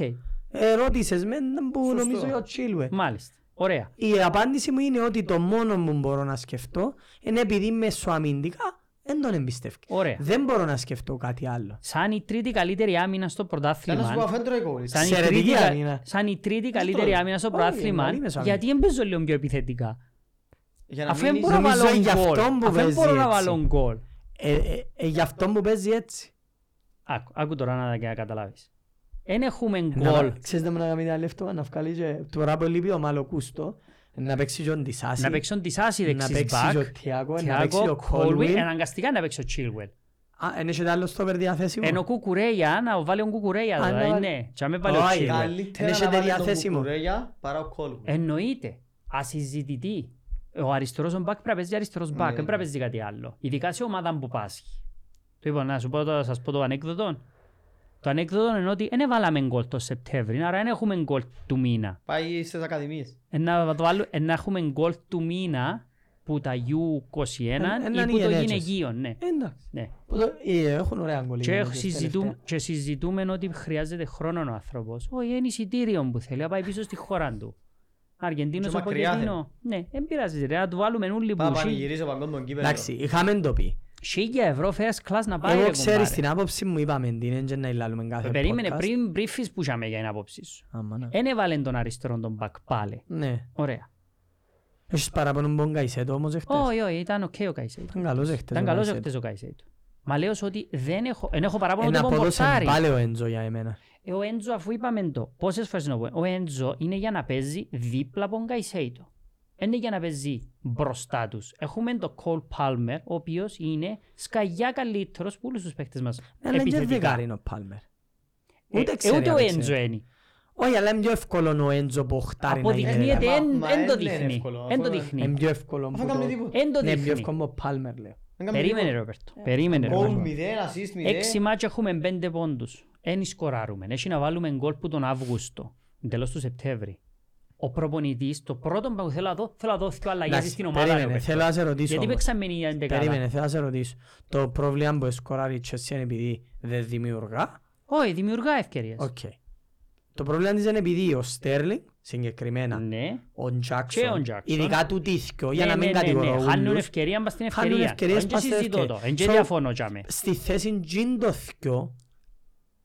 Speaker 2: Ερώτησες με που
Speaker 3: Σωστό.
Speaker 2: νομίζω για ο Chilwell.
Speaker 1: Μάλιστα. Ωραία.
Speaker 2: Η απάντηση μου είναι ότι το μόνο που μπορώ να σκεφτώ είναι επειδή μεσοαμυντικά δεν τον εμπιστεύκει.
Speaker 1: Ωραία.
Speaker 2: Δεν μπορώ να σκεφτώ κάτι άλλο.
Speaker 1: Σαν η τρίτη καλύτερη άμυνα στο
Speaker 3: Θέλω να σου πω
Speaker 1: πρωτάθλημα.
Speaker 3: αφού δεν τρώει γκολ.
Speaker 1: Σαν η
Speaker 2: Εξαιρετική
Speaker 1: τρίτη κα-
Speaker 2: άμυνα.
Speaker 1: Σαν η τρίτη
Speaker 3: Δεν
Speaker 1: καλύτερη
Speaker 3: τρώει.
Speaker 1: άμυνα στο
Speaker 2: Όχι,
Speaker 1: πρωτάθλημα.
Speaker 2: εμαλή μεσοαμυνα.
Speaker 1: Γιατί δεν παίζω λίγο πιο επιθετικά.
Speaker 3: Για να
Speaker 1: Αφού δεν
Speaker 3: μείνεις-
Speaker 1: μπορώ να
Speaker 2: νομίζω
Speaker 1: βάλω
Speaker 2: είναι γι'
Speaker 1: γκολ.
Speaker 2: αυτόν που
Speaker 1: Αφού δεν
Speaker 2: παίζει
Speaker 1: μπορώ να
Speaker 2: έτσι.
Speaker 1: βάλω γκολ.
Speaker 2: Ε, ε, ε, γι' αυτό που παίζει έτσι.
Speaker 1: Άκου, άκου τώρα να, να καταλάβεις. Εν έχουμε
Speaker 2: Γκολ.
Speaker 1: γκολ.
Speaker 2: Ξέρεις να μου να κάνει ένα λεπτό, να βγάλει και τώρα που λείπει ο Μάλο Κούστο, να παίξει και ο Ντισάση,
Speaker 1: Να παίξουν τις άσοι
Speaker 2: να
Speaker 1: δεξις
Speaker 2: παίξει και ο
Speaker 1: μπακ.
Speaker 2: Τιάκο, να παίξει και
Speaker 1: Τιάκο,
Speaker 2: ο
Speaker 1: Κόλουι,
Speaker 2: Κόλουι.
Speaker 1: αναγκαστικά να παίξει ο Τσίλουελ.
Speaker 2: Α, εν έχετε άλλο στόπερ διαθέσιμο.
Speaker 1: Ενώ κουκουρέια, να βάλει ο κουκουρέια
Speaker 2: Α, Λοιπόν. να
Speaker 1: τώρα,
Speaker 2: βάλει-
Speaker 1: ναι. Τι άμε βάλει ο
Speaker 2: Όχι,
Speaker 1: Chilwell.
Speaker 2: καλή.
Speaker 3: Καλύτερα
Speaker 2: Εν έχετε
Speaker 3: να βάλει τον
Speaker 2: διαθέσιμο.
Speaker 3: Κουκουρέλια παρά ο
Speaker 1: Ε.
Speaker 3: Κόλου.
Speaker 1: Εννοείται. Ασυζητητή. Ο αριστερός ο μπακ πρέπει να παίζει αριστερός μπακ,
Speaker 3: Ναι.
Speaker 1: δεν πρέπει να παίζει κάτι άλλο. Ειδικά σε ομάδα που πάσχει. Το είπα να σου πω, το, σας πω το ανέκδοτο. Το ανέκδοτο είναι ότι δεν βάλαμε γκολ το Σεπτέμβρη, άρα δεν έχουμε γκολ του μήνα.
Speaker 3: Πάει στις ακαδημίες.
Speaker 1: Ε, Να, το βάλω, ε, να έχουμε γκολ του μήνα που τα U21
Speaker 2: Ε, έναν
Speaker 1: ή που το
Speaker 2: γενέτσες.
Speaker 1: γυναικείο, ναι.
Speaker 2: Εντάξει.
Speaker 1: ναι.
Speaker 2: Που το- ε, Έχουν ωραία γκολ. οι
Speaker 1: Και,
Speaker 2: γυναίκες
Speaker 1: συζητούμε,
Speaker 2: τελευταία.
Speaker 1: και συζητούμε ότι χρειάζεται χρόνο ο άνθρωπος. Όχι, είναι εισιτήριο που θέλει, να πάει πίσω στη χώρα του. Αργεντίνος
Speaker 3: Και
Speaker 1: ο
Speaker 3: μακριά
Speaker 1: Ποκετίνο. Ναι, δεν πειράζει. Ρε, να του βάλουμε όλοι
Speaker 3: Πάμε
Speaker 1: που.
Speaker 3: να πανηγυρίσω παγκόν τον κύπελλο.
Speaker 2: Εντάξει, είχαμε το πει.
Speaker 1: Σίγια ευρώ first class να πάει.
Speaker 2: Εγώ
Speaker 1: ρε,
Speaker 2: ξέρεις
Speaker 1: κουμπάρε.
Speaker 2: την άποψη μου είπαμε την, δεν και να ηλάλουμε κάθε podcast.
Speaker 1: Περίμενε πριν μπρίφεις που είχαμε για την άποψή σου.
Speaker 2: Άμα, να.
Speaker 1: Εν έβαλε τον αριστερόν τον μπακ πάλι.
Speaker 2: Ναι.
Speaker 1: Ωραία.
Speaker 2: Έχεις παραπάνω από τον Καϊσέτο όμως εχθές.
Speaker 1: Όχι, όχι, ήταν οκ ο Καϊσέιτ.
Speaker 2: Ήταν καλός εχθές.
Speaker 1: Ήταν
Speaker 2: ο
Speaker 1: καλός
Speaker 2: Καϊσέτο.
Speaker 1: εχθές ο Καϊσέιτ. Μα λέω σου ότι δεν έχω, εν έχω παράπονο
Speaker 2: Ένα
Speaker 1: ότι τον
Speaker 2: απόδοσε
Speaker 1: πορτάρι.
Speaker 2: πάλι ο Έντζο για εμένα.
Speaker 1: Ε, ο Έντζο αφού είπαμε το, πόσες φορές να πω, ο Έντζο είναι για να παίζει δίπλα από τον Καϊσέιτο. Είναι για να παίζει μπροστά τους. Έχουμε τον Κολ Πάλμερ, ο οποίος είναι σκαγιά καλύτερος που όλους τους παίχτες μας
Speaker 2: Ε, Αλλά είναι και
Speaker 1: επιθετικά.
Speaker 2: δεκάρι είναι ο Πάλμερ.
Speaker 1: Ε,
Speaker 2: Ούτε
Speaker 1: ε,
Speaker 2: ξέρει
Speaker 1: ούτε
Speaker 2: αν
Speaker 1: ο
Speaker 2: ξέρει.
Speaker 1: Έντζο είναι.
Speaker 2: Όχι, αλλά είναι πιο εύκολο ο Έντζο που οχτάρει να γίνει.
Speaker 3: είναι
Speaker 1: Αποδεικνύεται,
Speaker 2: δεκάρι.
Speaker 3: δεκάρι.
Speaker 1: εν-
Speaker 3: Μα-
Speaker 1: εν το
Speaker 3: μα δεν είναι
Speaker 1: δείχνει.
Speaker 3: εύκολο.
Speaker 1: Εν το
Speaker 3: Αυτό
Speaker 2: Είναι
Speaker 1: δείχνει.
Speaker 2: πιο εύκολο. που
Speaker 3: Αφού
Speaker 2: το-
Speaker 3: κάνουμε τίποτα.
Speaker 1: Εν το
Speaker 2: Ναι, πιο
Speaker 1: δείχνει.
Speaker 2: εύκολο ο Πάλμερ λέω.
Speaker 3: Δεν κάνουμε
Speaker 1: Ε, Περίμενε
Speaker 3: τίποτα.
Speaker 1: Ρόπερτο, περίμενε
Speaker 3: Γκολ
Speaker 1: Ρόπερτο.
Speaker 3: μηδέν, assist μηδέν.
Speaker 1: Έξι μάτια έχουμε πέντε πόντους. Εν σκοράρουμε. Έχει να βάλουμε γκολ που τον Αύγουστο, τέλος του Σεπτέμβρη. Ο προπονητής, το πρώτο που θέλω να δω, θέλω να δω δύο αλλαγές
Speaker 2: Εντάξει,
Speaker 1: στην ομάδα.
Speaker 2: περίμενε,
Speaker 1: Ρόπερτο.
Speaker 2: θέλω να σε ρωτήσω
Speaker 1: Γιατί
Speaker 2: όμως.
Speaker 1: παίξαμε η εντεκάδα.
Speaker 2: Περίμενε, θέλω να σε ρωτήσω. Το πρόβλημα που σκοράρει η Chelsea είναι επειδή δεν δημιουργά.
Speaker 1: Όχι, δημιουργά ευκαιρίες.
Speaker 2: Οκ. Το πρόβλημα της είναι επειδή ο Στέρλινγκ, συγκεκριμένα,
Speaker 1: Ναι.
Speaker 2: ο Τζάκσον,
Speaker 1: Jackson.
Speaker 2: ειδικά του τύθκιο, για
Speaker 1: Ναι,
Speaker 2: να
Speaker 1: ναι,
Speaker 2: μην
Speaker 1: ναι, ναι.
Speaker 2: κατηγορώ
Speaker 1: Χάνουν
Speaker 2: ούλους.
Speaker 1: ευκαιρία, μπας στην
Speaker 2: Χάνουν
Speaker 1: ευκαιρία.
Speaker 2: ευκαιρίες,
Speaker 1: Εν και
Speaker 2: μπας στην
Speaker 1: συζητώ
Speaker 2: ευκαιρία.
Speaker 1: το, εν και
Speaker 2: So-
Speaker 1: διαφωνώ για με.
Speaker 2: Στη θέση τζιν το θκιο,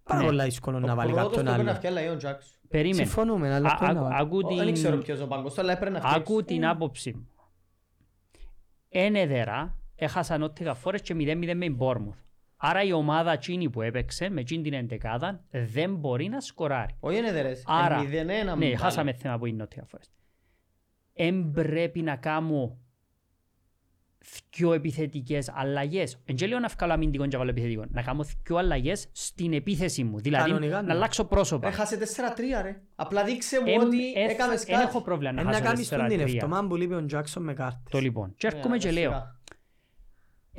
Speaker 2: πάρα
Speaker 1: Ναι.
Speaker 2: πολλά δύσκολο
Speaker 3: Ο
Speaker 2: να βάλει
Speaker 3: πρώτος
Speaker 2: κάποιον
Speaker 3: που έπαιρνε
Speaker 2: άλλο.
Speaker 3: αυτιά, λέει, ο Τζάκς.
Speaker 1: Περίμενε.
Speaker 2: Συμφωνούμε,
Speaker 1: Α,
Speaker 2: αλλά αυτό να
Speaker 1: άκου-
Speaker 2: βάλει.
Speaker 1: Ακού
Speaker 3: Ο- Δεν ξέρω
Speaker 1: την-
Speaker 3: ποιος ο παγκός, αλλά έπαιρνε αυτιά.
Speaker 1: Ακού την
Speaker 2: ε.
Speaker 1: άποψη μου. Ένεδερα, έχασαν ό,τι φορές και 0-0 με Μπόρμουθ. Άρα η ομάδα εκείνη που έπαιξε με εκείνη την εντεκάδα δεν μπορεί να σκοράρει.
Speaker 3: Όχι είναι δερές.
Speaker 1: Άρα,
Speaker 3: Μηδέν-ένα μου
Speaker 1: ναι,
Speaker 3: βάλε.
Speaker 1: χάσαμε θέμα που είναι ότι αφορές. Εν πρέπει να κάνω πιο επιθετικές αλλαγές. Εν και λέω να βγάλω αμυντικό και να βάλω επιθετικό. Να κάνω πιο αλλαγές στην επίθεση μου. Δηλαδή
Speaker 2: Κανονικά, ναι.
Speaker 1: να αλλάξω πρόσωπα.
Speaker 3: Έχασε 4-3 ρε. Απλά δείξε μου
Speaker 1: Εμ-
Speaker 3: ότι
Speaker 1: ε-
Speaker 3: έκαμες
Speaker 1: εν έχω
Speaker 3: κάτι.
Speaker 1: πρόβλημα να
Speaker 2: Ε, Να
Speaker 1: χάσω
Speaker 2: κάνεις τον την
Speaker 1: 4-3.
Speaker 2: εβδομάδα που λείπει ο Τζάκσον με κάρτες.
Speaker 1: Το λοιπόν. Και έρχομαι
Speaker 2: Ε,
Speaker 3: Ναι,
Speaker 1: και
Speaker 3: σιγά.
Speaker 1: λέω.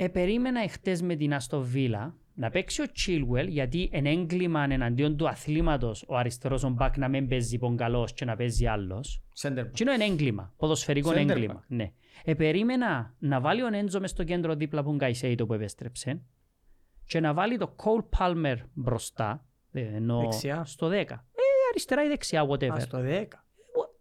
Speaker 1: Επερίμενα Ε, εχθές με την Αστο Βίλα να παίξει ο Chilwell γιατί εν έγκλημα εναντίον του αθλήματος ο αριστερός ο μπακ να μην παίζει πονκαλός και να παίζει άλλος.
Speaker 3: Center back.
Speaker 1: Τι είναι έγκλημα, ποδοσφαιρικό
Speaker 3: Center
Speaker 1: έγκλημα.
Speaker 3: back.
Speaker 1: Ναι. Επερίμενα να βάλει ο Νέντζο μες στο κέντρο δίπλα από τον Καϊσέιτο που επέστρεψε και να βάλει το Cole Palmer μπροστά, ε, εννοώ
Speaker 2: Δεξιά.
Speaker 1: στο 10. Ε, αριστερά ή δεξιά, whatever.
Speaker 2: Α, στο 10.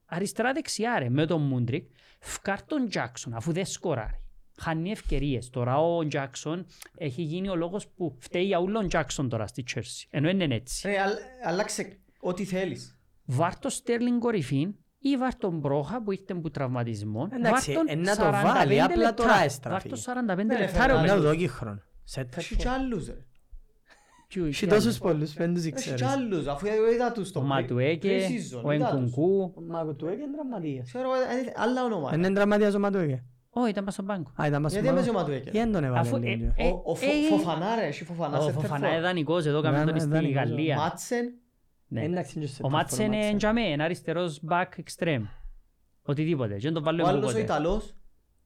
Speaker 1: αριστερά-δεξιά ρε, με τον Μούντρικ, φκάρ τον Τζάκσον αφού δεν σκοράρει. Χάνει ευκαιρίες. Τώρα ο Τζάκσον έχει γίνει ο λόγος που φταίει για ούλον Τζάκσον τώρα στη Τσέρσι. Ενώ είναι
Speaker 2: Ε.
Speaker 1: έτσι.
Speaker 3: Ρε, αλ- αλλάξε ό,τι θέλεις.
Speaker 1: Βάρ το Στέρλιν κορυφήν ή βάρ τον Μπρόχα που ήρθε που τραυματισμό.
Speaker 2: Εντάξει,
Speaker 1: βάρ τον
Speaker 2: ε, να το
Speaker 1: 45
Speaker 2: βάλει, απλά
Speaker 1: λεπτά.
Speaker 2: τώρα έστραφη.
Speaker 1: Βάρ το 45
Speaker 3: Ναι,
Speaker 1: λεπτά ρε.
Speaker 3: ρε,
Speaker 1: ο
Speaker 2: Είναι
Speaker 3: ναι.
Speaker 1: Μπρόχα.
Speaker 2: οδόγυχρον. Σε
Speaker 1: Ε,
Speaker 3: Έχει κι
Speaker 2: τέτοιο.
Speaker 3: άλλους ρε.
Speaker 1: Κι-
Speaker 2: Έχει
Speaker 1: κι
Speaker 2: τόσους
Speaker 1: άλλο.
Speaker 2: πολλούς, πέντους
Speaker 3: Έχει κι
Speaker 2: ήξερες.
Speaker 3: άλλους, αφού είδα τους
Speaker 1: Ο
Speaker 3: το
Speaker 1: Ματουέκε,
Speaker 3: pre-season,
Speaker 1: ο
Speaker 3: είδα τους.
Speaker 1: Εγκουγκού.
Speaker 2: Μα του έγινε τραυματίας.
Speaker 3: Ξέρω, ε, άλλα ονόματα.
Speaker 1: ναι,
Speaker 2: Είναι ναι, τραυματίας ο Ματουέγε.
Speaker 1: Όχι, ήταν πάνω στον πάγκο.
Speaker 2: Α, ήταν μας
Speaker 3: Γιατί
Speaker 2: θυμάμαι.
Speaker 3: έπαιζε ο Ματουέκε.
Speaker 2: Γιατί δεν τον έβαλε
Speaker 1: Αφού, ε,
Speaker 2: λίγο.
Speaker 1: ε,
Speaker 3: Ο- Ο Φο-
Speaker 1: ε,
Speaker 3: Φοφανά ρε, έχει Φοφανά
Speaker 1: Ο
Speaker 3: σε
Speaker 1: Φοφανά
Speaker 3: τερφόρ.
Speaker 1: ήταν δανεικός, εδώ κάμεν
Speaker 2: Ναι,
Speaker 1: τον
Speaker 2: ναι,
Speaker 1: στη
Speaker 2: δανεικός.
Speaker 1: Γαλλία.
Speaker 3: Μάτσεν,
Speaker 1: Ναι.
Speaker 2: Εντάξει, είναι και σε
Speaker 1: Ο Μάτσε
Speaker 2: τροφόρο,
Speaker 1: είναι
Speaker 2: Μάτσε.
Speaker 1: για μένα, αριστερός back extreme. Οτιδήποτε, και δεν τον
Speaker 3: ο
Speaker 1: βάλω εγώ
Speaker 3: άλλος ο
Speaker 1: ποτέ.
Speaker 3: Ιταλός.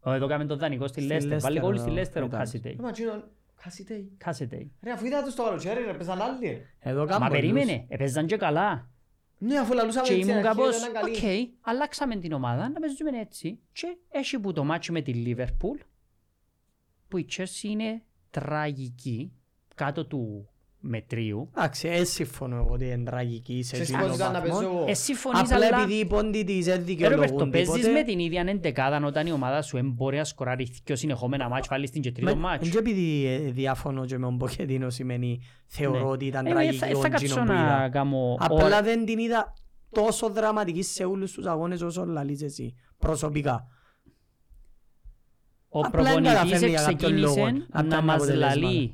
Speaker 1: Ο, Εδώ κάμε τον Δανικό στη
Speaker 2: Στη
Speaker 1: Λέστερ, βάλει
Speaker 2: Leicester,
Speaker 1: κόλλη στη
Speaker 2: ο
Speaker 1: Λέστερ ο
Speaker 2: Ιταλός.
Speaker 1: Κάσιτεϊ.
Speaker 3: Ε, μα τσίνον, Κασιτέι.
Speaker 1: Κάσιτεϊ.
Speaker 3: Ρε, αφού είδα τους το καλοκαίρι ρε, παίζαν άλλοι ρε.
Speaker 2: Εδώ κάμουν
Speaker 1: Μα
Speaker 2: πολλούς.
Speaker 1: περίμενε, έπαιζαν και καλά.
Speaker 3: Ναι, αφού λαλούσαμε
Speaker 1: Και
Speaker 3: έτσι,
Speaker 1: ήμουν
Speaker 3: αρχή
Speaker 1: κάπως,
Speaker 3: ήταν καλή.
Speaker 1: οκ, αλλάξαμε την ομάδα, να παίζουμε έτσι. Και έχει που το μάτσι με τη Λίβερπουλ, που η Chelsea είναι τραγική, κάτω του μετρίου.
Speaker 2: Εντάξει, ε, συμφωνώ εγώ ότι είναι τραγική σε
Speaker 3: Ξέρεις
Speaker 2: εκείνο
Speaker 3: πώς ήταν να παίζω
Speaker 2: βαθμό.
Speaker 3: εγώ.
Speaker 1: Εσύ συμφωνείς,
Speaker 2: Απλά
Speaker 1: αλλά...
Speaker 2: επειδή οι πόντοι της δεν
Speaker 1: Ε, Ρόμπερτο,
Speaker 2: δικαιολογούν
Speaker 1: παίζεις
Speaker 2: τίποτε.
Speaker 1: με την ίδια εντεκάδα όταν η ομάδα σου εν μπορεί να σκοράρει δυο συνεχόμενα μάτς, βάλεις την και τρίτο
Speaker 2: Μα-
Speaker 1: μάτς.
Speaker 2: Και επειδή ε, διαφωνώ και με τον Ποκετίνο σημαίνει θεωρώ
Speaker 1: Ναι.
Speaker 2: ότι ήταν
Speaker 1: Ε, ναι,
Speaker 2: τραγική
Speaker 1: θα-
Speaker 2: ο
Speaker 1: Θα
Speaker 2: Τζίνο
Speaker 1: κάτσω να
Speaker 2: που είδα.
Speaker 1: κάνω...
Speaker 2: Απλά δεν την είδα τόσο δραματική σε όλους τους αγώνες όσο λαλείς εσύ προσωπικά.
Speaker 1: Ο
Speaker 2: απλά
Speaker 1: προπονητής
Speaker 2: δεν καταφέρνει για κάποιον λόγο
Speaker 1: ξεκίνησε
Speaker 2: να
Speaker 1: να
Speaker 2: πιάνει
Speaker 1: μας
Speaker 2: αποτελέσματα.
Speaker 1: λαλεί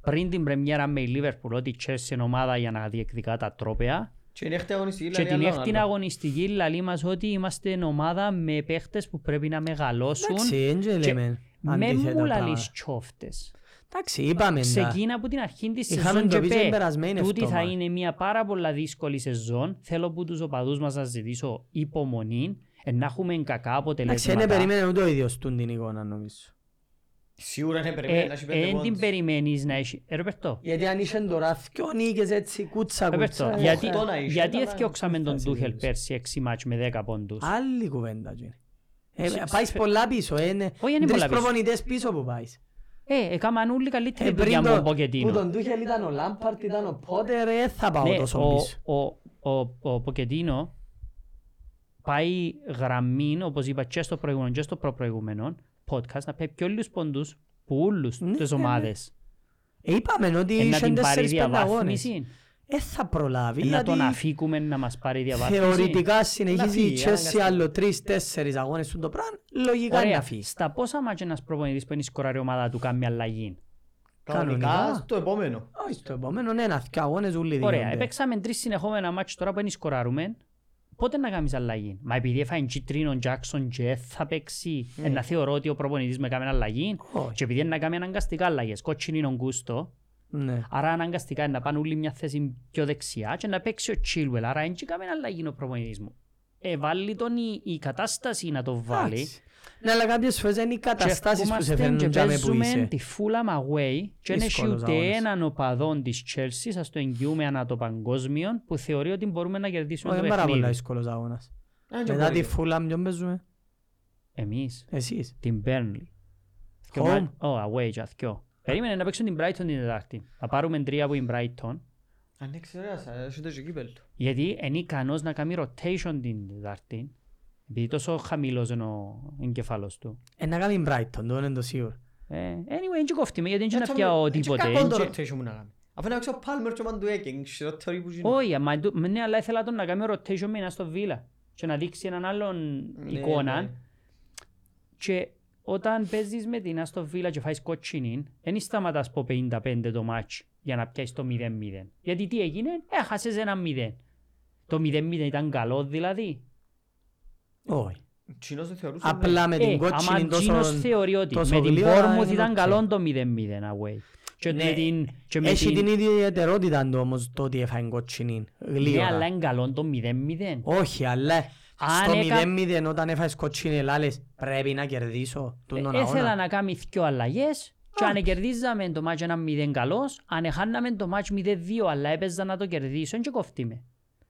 Speaker 1: πριν την πρεμιέρα με η Λίβερπουλ ότι η Chelsea είναι ομάδα για να διεκδικά τα τρόπαια
Speaker 3: Και την έκτη αγωνιστική
Speaker 1: και
Speaker 3: λέει
Speaker 1: την
Speaker 3: άλλο
Speaker 1: έκτη
Speaker 3: άλλο.
Speaker 1: αγωνιστική λαλεί μας ότι είμαστε ομάδα με παίχτες που πρέπει να μεγαλώσουν
Speaker 2: Εντάξει, δεν και
Speaker 1: και
Speaker 2: λέμε
Speaker 1: με
Speaker 2: αντίθετα
Speaker 1: μου
Speaker 2: πράγματα.
Speaker 1: λαλείς τσόφτες.
Speaker 2: Εντάξει, είπαμε τα.
Speaker 1: Ξεκίνα από την αρχή της
Speaker 2: Είχαμε
Speaker 1: σεζόν
Speaker 2: το
Speaker 1: και
Speaker 2: πει και
Speaker 1: πέ.
Speaker 2: την περασμένη
Speaker 1: Τούτη
Speaker 2: εβδομάδα.
Speaker 1: θα είναι μια πάρα πολλά δύσκολη σεζόν. Θέλω που τους οπαδούς μας να ζητήσω υπομονή, ε, να έχουμε κακά
Speaker 2: Εντάξει, δεν
Speaker 1: αποτελέσματα.
Speaker 2: περίμενε ούτε ο ίδιος του την εικόνα νομίζω.
Speaker 3: Σίγουρα είναι περιμένει να έχει πέντε
Speaker 1: Δεν Ε, την
Speaker 3: πόντους.
Speaker 1: περιμένεις να έχει... Ε, Ροπερτό,
Speaker 2: Γιατί αν είσαι τώρα δυο νίκες έτσι κούτσα
Speaker 1: Ροπερτό,
Speaker 2: κούτσα.
Speaker 1: Ε, γιατί-
Speaker 3: οχτώ να είσαι,
Speaker 1: γιατί
Speaker 3: ήταν
Speaker 1: έφτιαξαμε τον
Speaker 2: φτάσει
Speaker 1: Τούχελ
Speaker 2: τέλος.
Speaker 1: πέρσι 6 μάτς με 10 πόντους.
Speaker 2: Άλλη κουβέντα γίνει.
Speaker 1: Σε-
Speaker 2: Ε, πάεις
Speaker 1: σε-
Speaker 2: πολλά πίσω, ε, είναι
Speaker 1: Όχι, είναι
Speaker 2: τρεις
Speaker 1: πολλά πίσω.
Speaker 2: προπονητές πίσω που πάεις.
Speaker 1: Ε, έκαναν όλοι καλύτερη
Speaker 2: Ε,
Speaker 1: δουλειά μου
Speaker 2: πριν
Speaker 1: ο
Speaker 2: το, που
Speaker 1: Ποκετίνο.
Speaker 2: τον Τούχελ ήταν ο Λάμπαρτ, ήταν ο Πότερ, ε, θα πάω
Speaker 1: Ναι,
Speaker 2: τόσο
Speaker 1: ο-
Speaker 2: πίσω.
Speaker 1: ο- ο- Ο Ποκετίνο πάει γραμμή, όπως είπα και στο προηγούμενο και στο προπροηγούμενο podcast, να πάει πιο λίγους πόντους που όλους
Speaker 2: Ναι,
Speaker 1: τις
Speaker 2: ναι, ναι.
Speaker 1: ομάδες.
Speaker 2: Ε, Είπαμε ότι
Speaker 1: Ε, να
Speaker 2: είσαι
Speaker 1: την πάρει
Speaker 2: 4-5 αγώνες.
Speaker 1: διαβάθμιση,
Speaker 2: Ε, θα προλάβει,
Speaker 1: ε, να
Speaker 2: γιατί
Speaker 1: τον αφήκουμε να μας πάρει διαβάθμιση.
Speaker 2: Δηλαδή, θεωρητικά συνεχίζει η
Speaker 3: φύγει,
Speaker 2: Chelsea
Speaker 3: αναγκαστικά.
Speaker 2: άλλο 3-4 αγώνες του το πράγμα, λογικά είναι
Speaker 1: Ωραία,
Speaker 2: να φύγει.
Speaker 1: στα πόσα μάτια ένας προπονητής που είναι η σκοράρει ομάδα του κάνει αλλαγή.
Speaker 3: Κανονικά
Speaker 2: Κανονικά.
Speaker 3: στο επόμενο.
Speaker 2: Όχι, στο επόμενο είναι ένα δυο αγώνες ούλοι
Speaker 1: Ωραία,
Speaker 2: διόνται.
Speaker 1: έπαιξαμε τρεις συνεχόμενα μάτια τώρα που είναι σκοράρουμε. Πότε να κάνεις αλλαγή. Μα επειδή έφαγε κίτρινο Τζάκσον και θα παίξει,
Speaker 2: Ναι.
Speaker 1: ε, να θεωρώ ότι ο προπονητής με κάνει αλλαγή.
Speaker 2: Όχι,
Speaker 1: Και επειδή είναι να κάνει αναγκαστικά αλλαγές, κότσινη είναι ο Γκούστο,
Speaker 2: ναι.
Speaker 1: άρα αναγκαστικά είναι να πάνε όλοι μια θέση πιο δεξιά και να παίξει ο Τσίλουελ, άρα δεν κάνει αλλαγή ο προπονητής μου. Ε, βάλει τον η, η κατάσταση να το βάλει.
Speaker 2: Εντάξει. Ναι, αλλά κάποιες φορές είναι οι
Speaker 1: Και
Speaker 2: καταστάσεις που σε
Speaker 1: ερχόμαστε
Speaker 2: φέρνουν
Speaker 1: και
Speaker 2: για με που
Speaker 1: παίζουμε
Speaker 2: είσαι.
Speaker 1: τη Fulham away και δεν έχει
Speaker 2: Δύσκολος
Speaker 1: ούτε
Speaker 2: αγώνας.
Speaker 1: έναν οπαδόν της Chelsea, σας το εγγυούμε ανά το παγκόσμιο, που θεωρεί ότι μπορούμε να κερδίσουμε
Speaker 2: Όχι, είναι
Speaker 1: το
Speaker 2: πάρα πολύ
Speaker 1: παιχνίδι.
Speaker 2: δύσκολος αγώνας.
Speaker 3: Ε, και
Speaker 2: Μετά τη
Speaker 3: μπορείτε.
Speaker 2: Fulham ποιον παίζουμε,
Speaker 1: Εμείς,
Speaker 2: εσείς.
Speaker 1: την Burnley. Και
Speaker 2: Home.
Speaker 1: μα- Ω, away και αθκιό. Περίμενε να παίξουν την Brighton την Τετάρτη. Θα πάρουμε τρία από την Brighton,
Speaker 3: Αν δεν ξέρω, ας, ας, έχετε και κύπελλο.
Speaker 1: γιατί είναι ικανός να κάνει rotation την Τετάρτη, επειδή τόσο χαμηλός είναι ο εγκεφάλος του.
Speaker 2: Ε, να κάνει Brighton, το είναι το σίγουρο.
Speaker 1: Ε, anyway, δεν κοφτούμε, γιατί δεν
Speaker 3: Έτσι,
Speaker 1: είναι πια
Speaker 3: έτσι,
Speaker 1: τίποτε.
Speaker 3: κακό το
Speaker 1: εν τζ̆αι-
Speaker 3: rotation που να κάνει. Αφού να ξέρω, Palmer και ο Μαντουέκε, είναι χειρότεροι που γίνεται.
Speaker 1: Όχι, αμα εντού- ναι, αλλά ήθελα τον να κάνει rotation με ένα στο Βίλα και να δείξει έναν άλλον
Speaker 3: Ναι, ναι.
Speaker 1: εικόνα. Και όταν παίζεις με την Άστο Βίλα και φάεις κότσινη, δεν σταματάς από 55 το μάτς για να πιάσεις το 0-0. Γιατί τι έγινε, έχασες ένα 0. Το 0-0 ήταν καλό δηλαδή.
Speaker 2: Όχι.
Speaker 3: Τσινός δεν θεωρούσε, ναι.
Speaker 2: Απλά με την
Speaker 1: ε, άμα
Speaker 2: κότσινη τόσο...
Speaker 1: Τζίνος θεωρεί ότι
Speaker 2: τόσο
Speaker 1: με την
Speaker 2: γλύωρα
Speaker 1: Bournemouth
Speaker 2: είναι
Speaker 1: ήταν
Speaker 2: οκ.
Speaker 1: καλό το 0-0 away. Και
Speaker 2: Ναι,
Speaker 1: με την... Και με
Speaker 2: Έχει την
Speaker 1: την...
Speaker 2: ίδια ιδιαιτερότητα του όμως το ότι έφαγε κότσινη.
Speaker 1: Ναι, αλλά
Speaker 2: Γλύωρα.
Speaker 1: είναι καλό το 0-0.
Speaker 2: Όχι, αλλά
Speaker 1: Αν
Speaker 2: στο
Speaker 1: έκα-
Speaker 2: 0-0 όταν έφαγες κότσινη λάλες πρέπει να κερδίσω τον
Speaker 1: Ε, Έθελα
Speaker 2: αγώνα.
Speaker 1: να κάνει δυο αλλαγές και αν κερδίζαμε το μάτς ένα μηδέν καλός, αν εχάναμε το μάτς μηδέν δύο αλλά έπαιζα να το κερδίσω, είναι και κοφτεί με.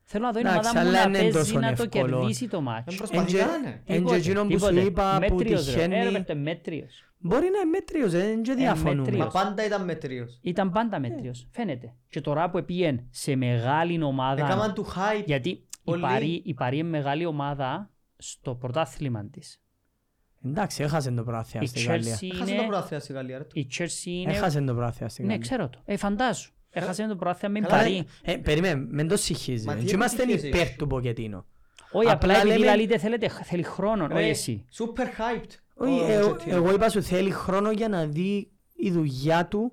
Speaker 1: Θέλω να δω η
Speaker 2: Εντάξει,
Speaker 1: ομάδα μου
Speaker 2: αλλά
Speaker 1: να
Speaker 2: είναι
Speaker 1: παίζει
Speaker 2: τόσο
Speaker 1: να το
Speaker 2: εύκολο.
Speaker 1: κερδίσει το
Speaker 3: Δεν
Speaker 1: μάτσο.
Speaker 3: προσπαθήκανε. ναι.
Speaker 2: Εν και
Speaker 1: Τίποτε,
Speaker 2: εκείνον που σου
Speaker 1: τίποτε.
Speaker 2: είπα που
Speaker 1: Μέτριος, ρε. Ε, ρε,
Speaker 2: τυχαίνει.
Speaker 1: παίρτε, μέτριος.
Speaker 2: Μπορεί να είναι μέτριος, ε, δεν και διαφωνούμε.
Speaker 1: μέτριος.
Speaker 3: ναι. Μα πάντα ήταν μετρίος.
Speaker 1: Ήταν πάντα
Speaker 2: Ναι.
Speaker 1: μέτριος, φαίνεται. Και τώρα που πήγαινε σε μεγάλη ομάδα...
Speaker 3: Έκαναν Ε, του hype.
Speaker 1: Γιατί η
Speaker 3: Πολύ.
Speaker 1: Παρί- η Παρή είναι μεγάλη ομάδα στο πρωτάθλημα της.
Speaker 2: Εντάξει, έχασε το
Speaker 1: Η
Speaker 2: πρόθυμα στη
Speaker 1: Chelsea
Speaker 2: Γαλλία.
Speaker 3: Έχασαν το
Speaker 1: είναι.
Speaker 3: πρωτάθλημα στη Γαλλία. ρε, του.
Speaker 1: Η Chelsea είναι.
Speaker 2: Έχασε το πρόθυμα στη
Speaker 1: Ναι,
Speaker 2: Γαλλία.
Speaker 1: ξέρω το. Ε, φαντάζω. Έχασε το πρωτάθλημα με
Speaker 3: Καλά,
Speaker 1: Παρή.
Speaker 2: Ε, περίμενε, μεν το συγχύζεις.
Speaker 3: Μα τι
Speaker 2: Και
Speaker 3: δεν
Speaker 2: είμαστε
Speaker 3: συγχύζεις.
Speaker 2: υπέρ του Ποκετίνο.
Speaker 1: Όχι,
Speaker 2: απλά
Speaker 1: απλά επειδή
Speaker 2: λέμε-
Speaker 1: λαλείτε θέλετε, θέλει χρόνο,
Speaker 3: Ρε,
Speaker 1: Ε, όχι εσύ.
Speaker 3: Ε, Super hyped.
Speaker 2: Όχι,
Speaker 3: ο
Speaker 2: ε, ε,
Speaker 3: Pochettino.
Speaker 2: εγώ είπα σου θέλει χρόνο για να δει η δουλειά του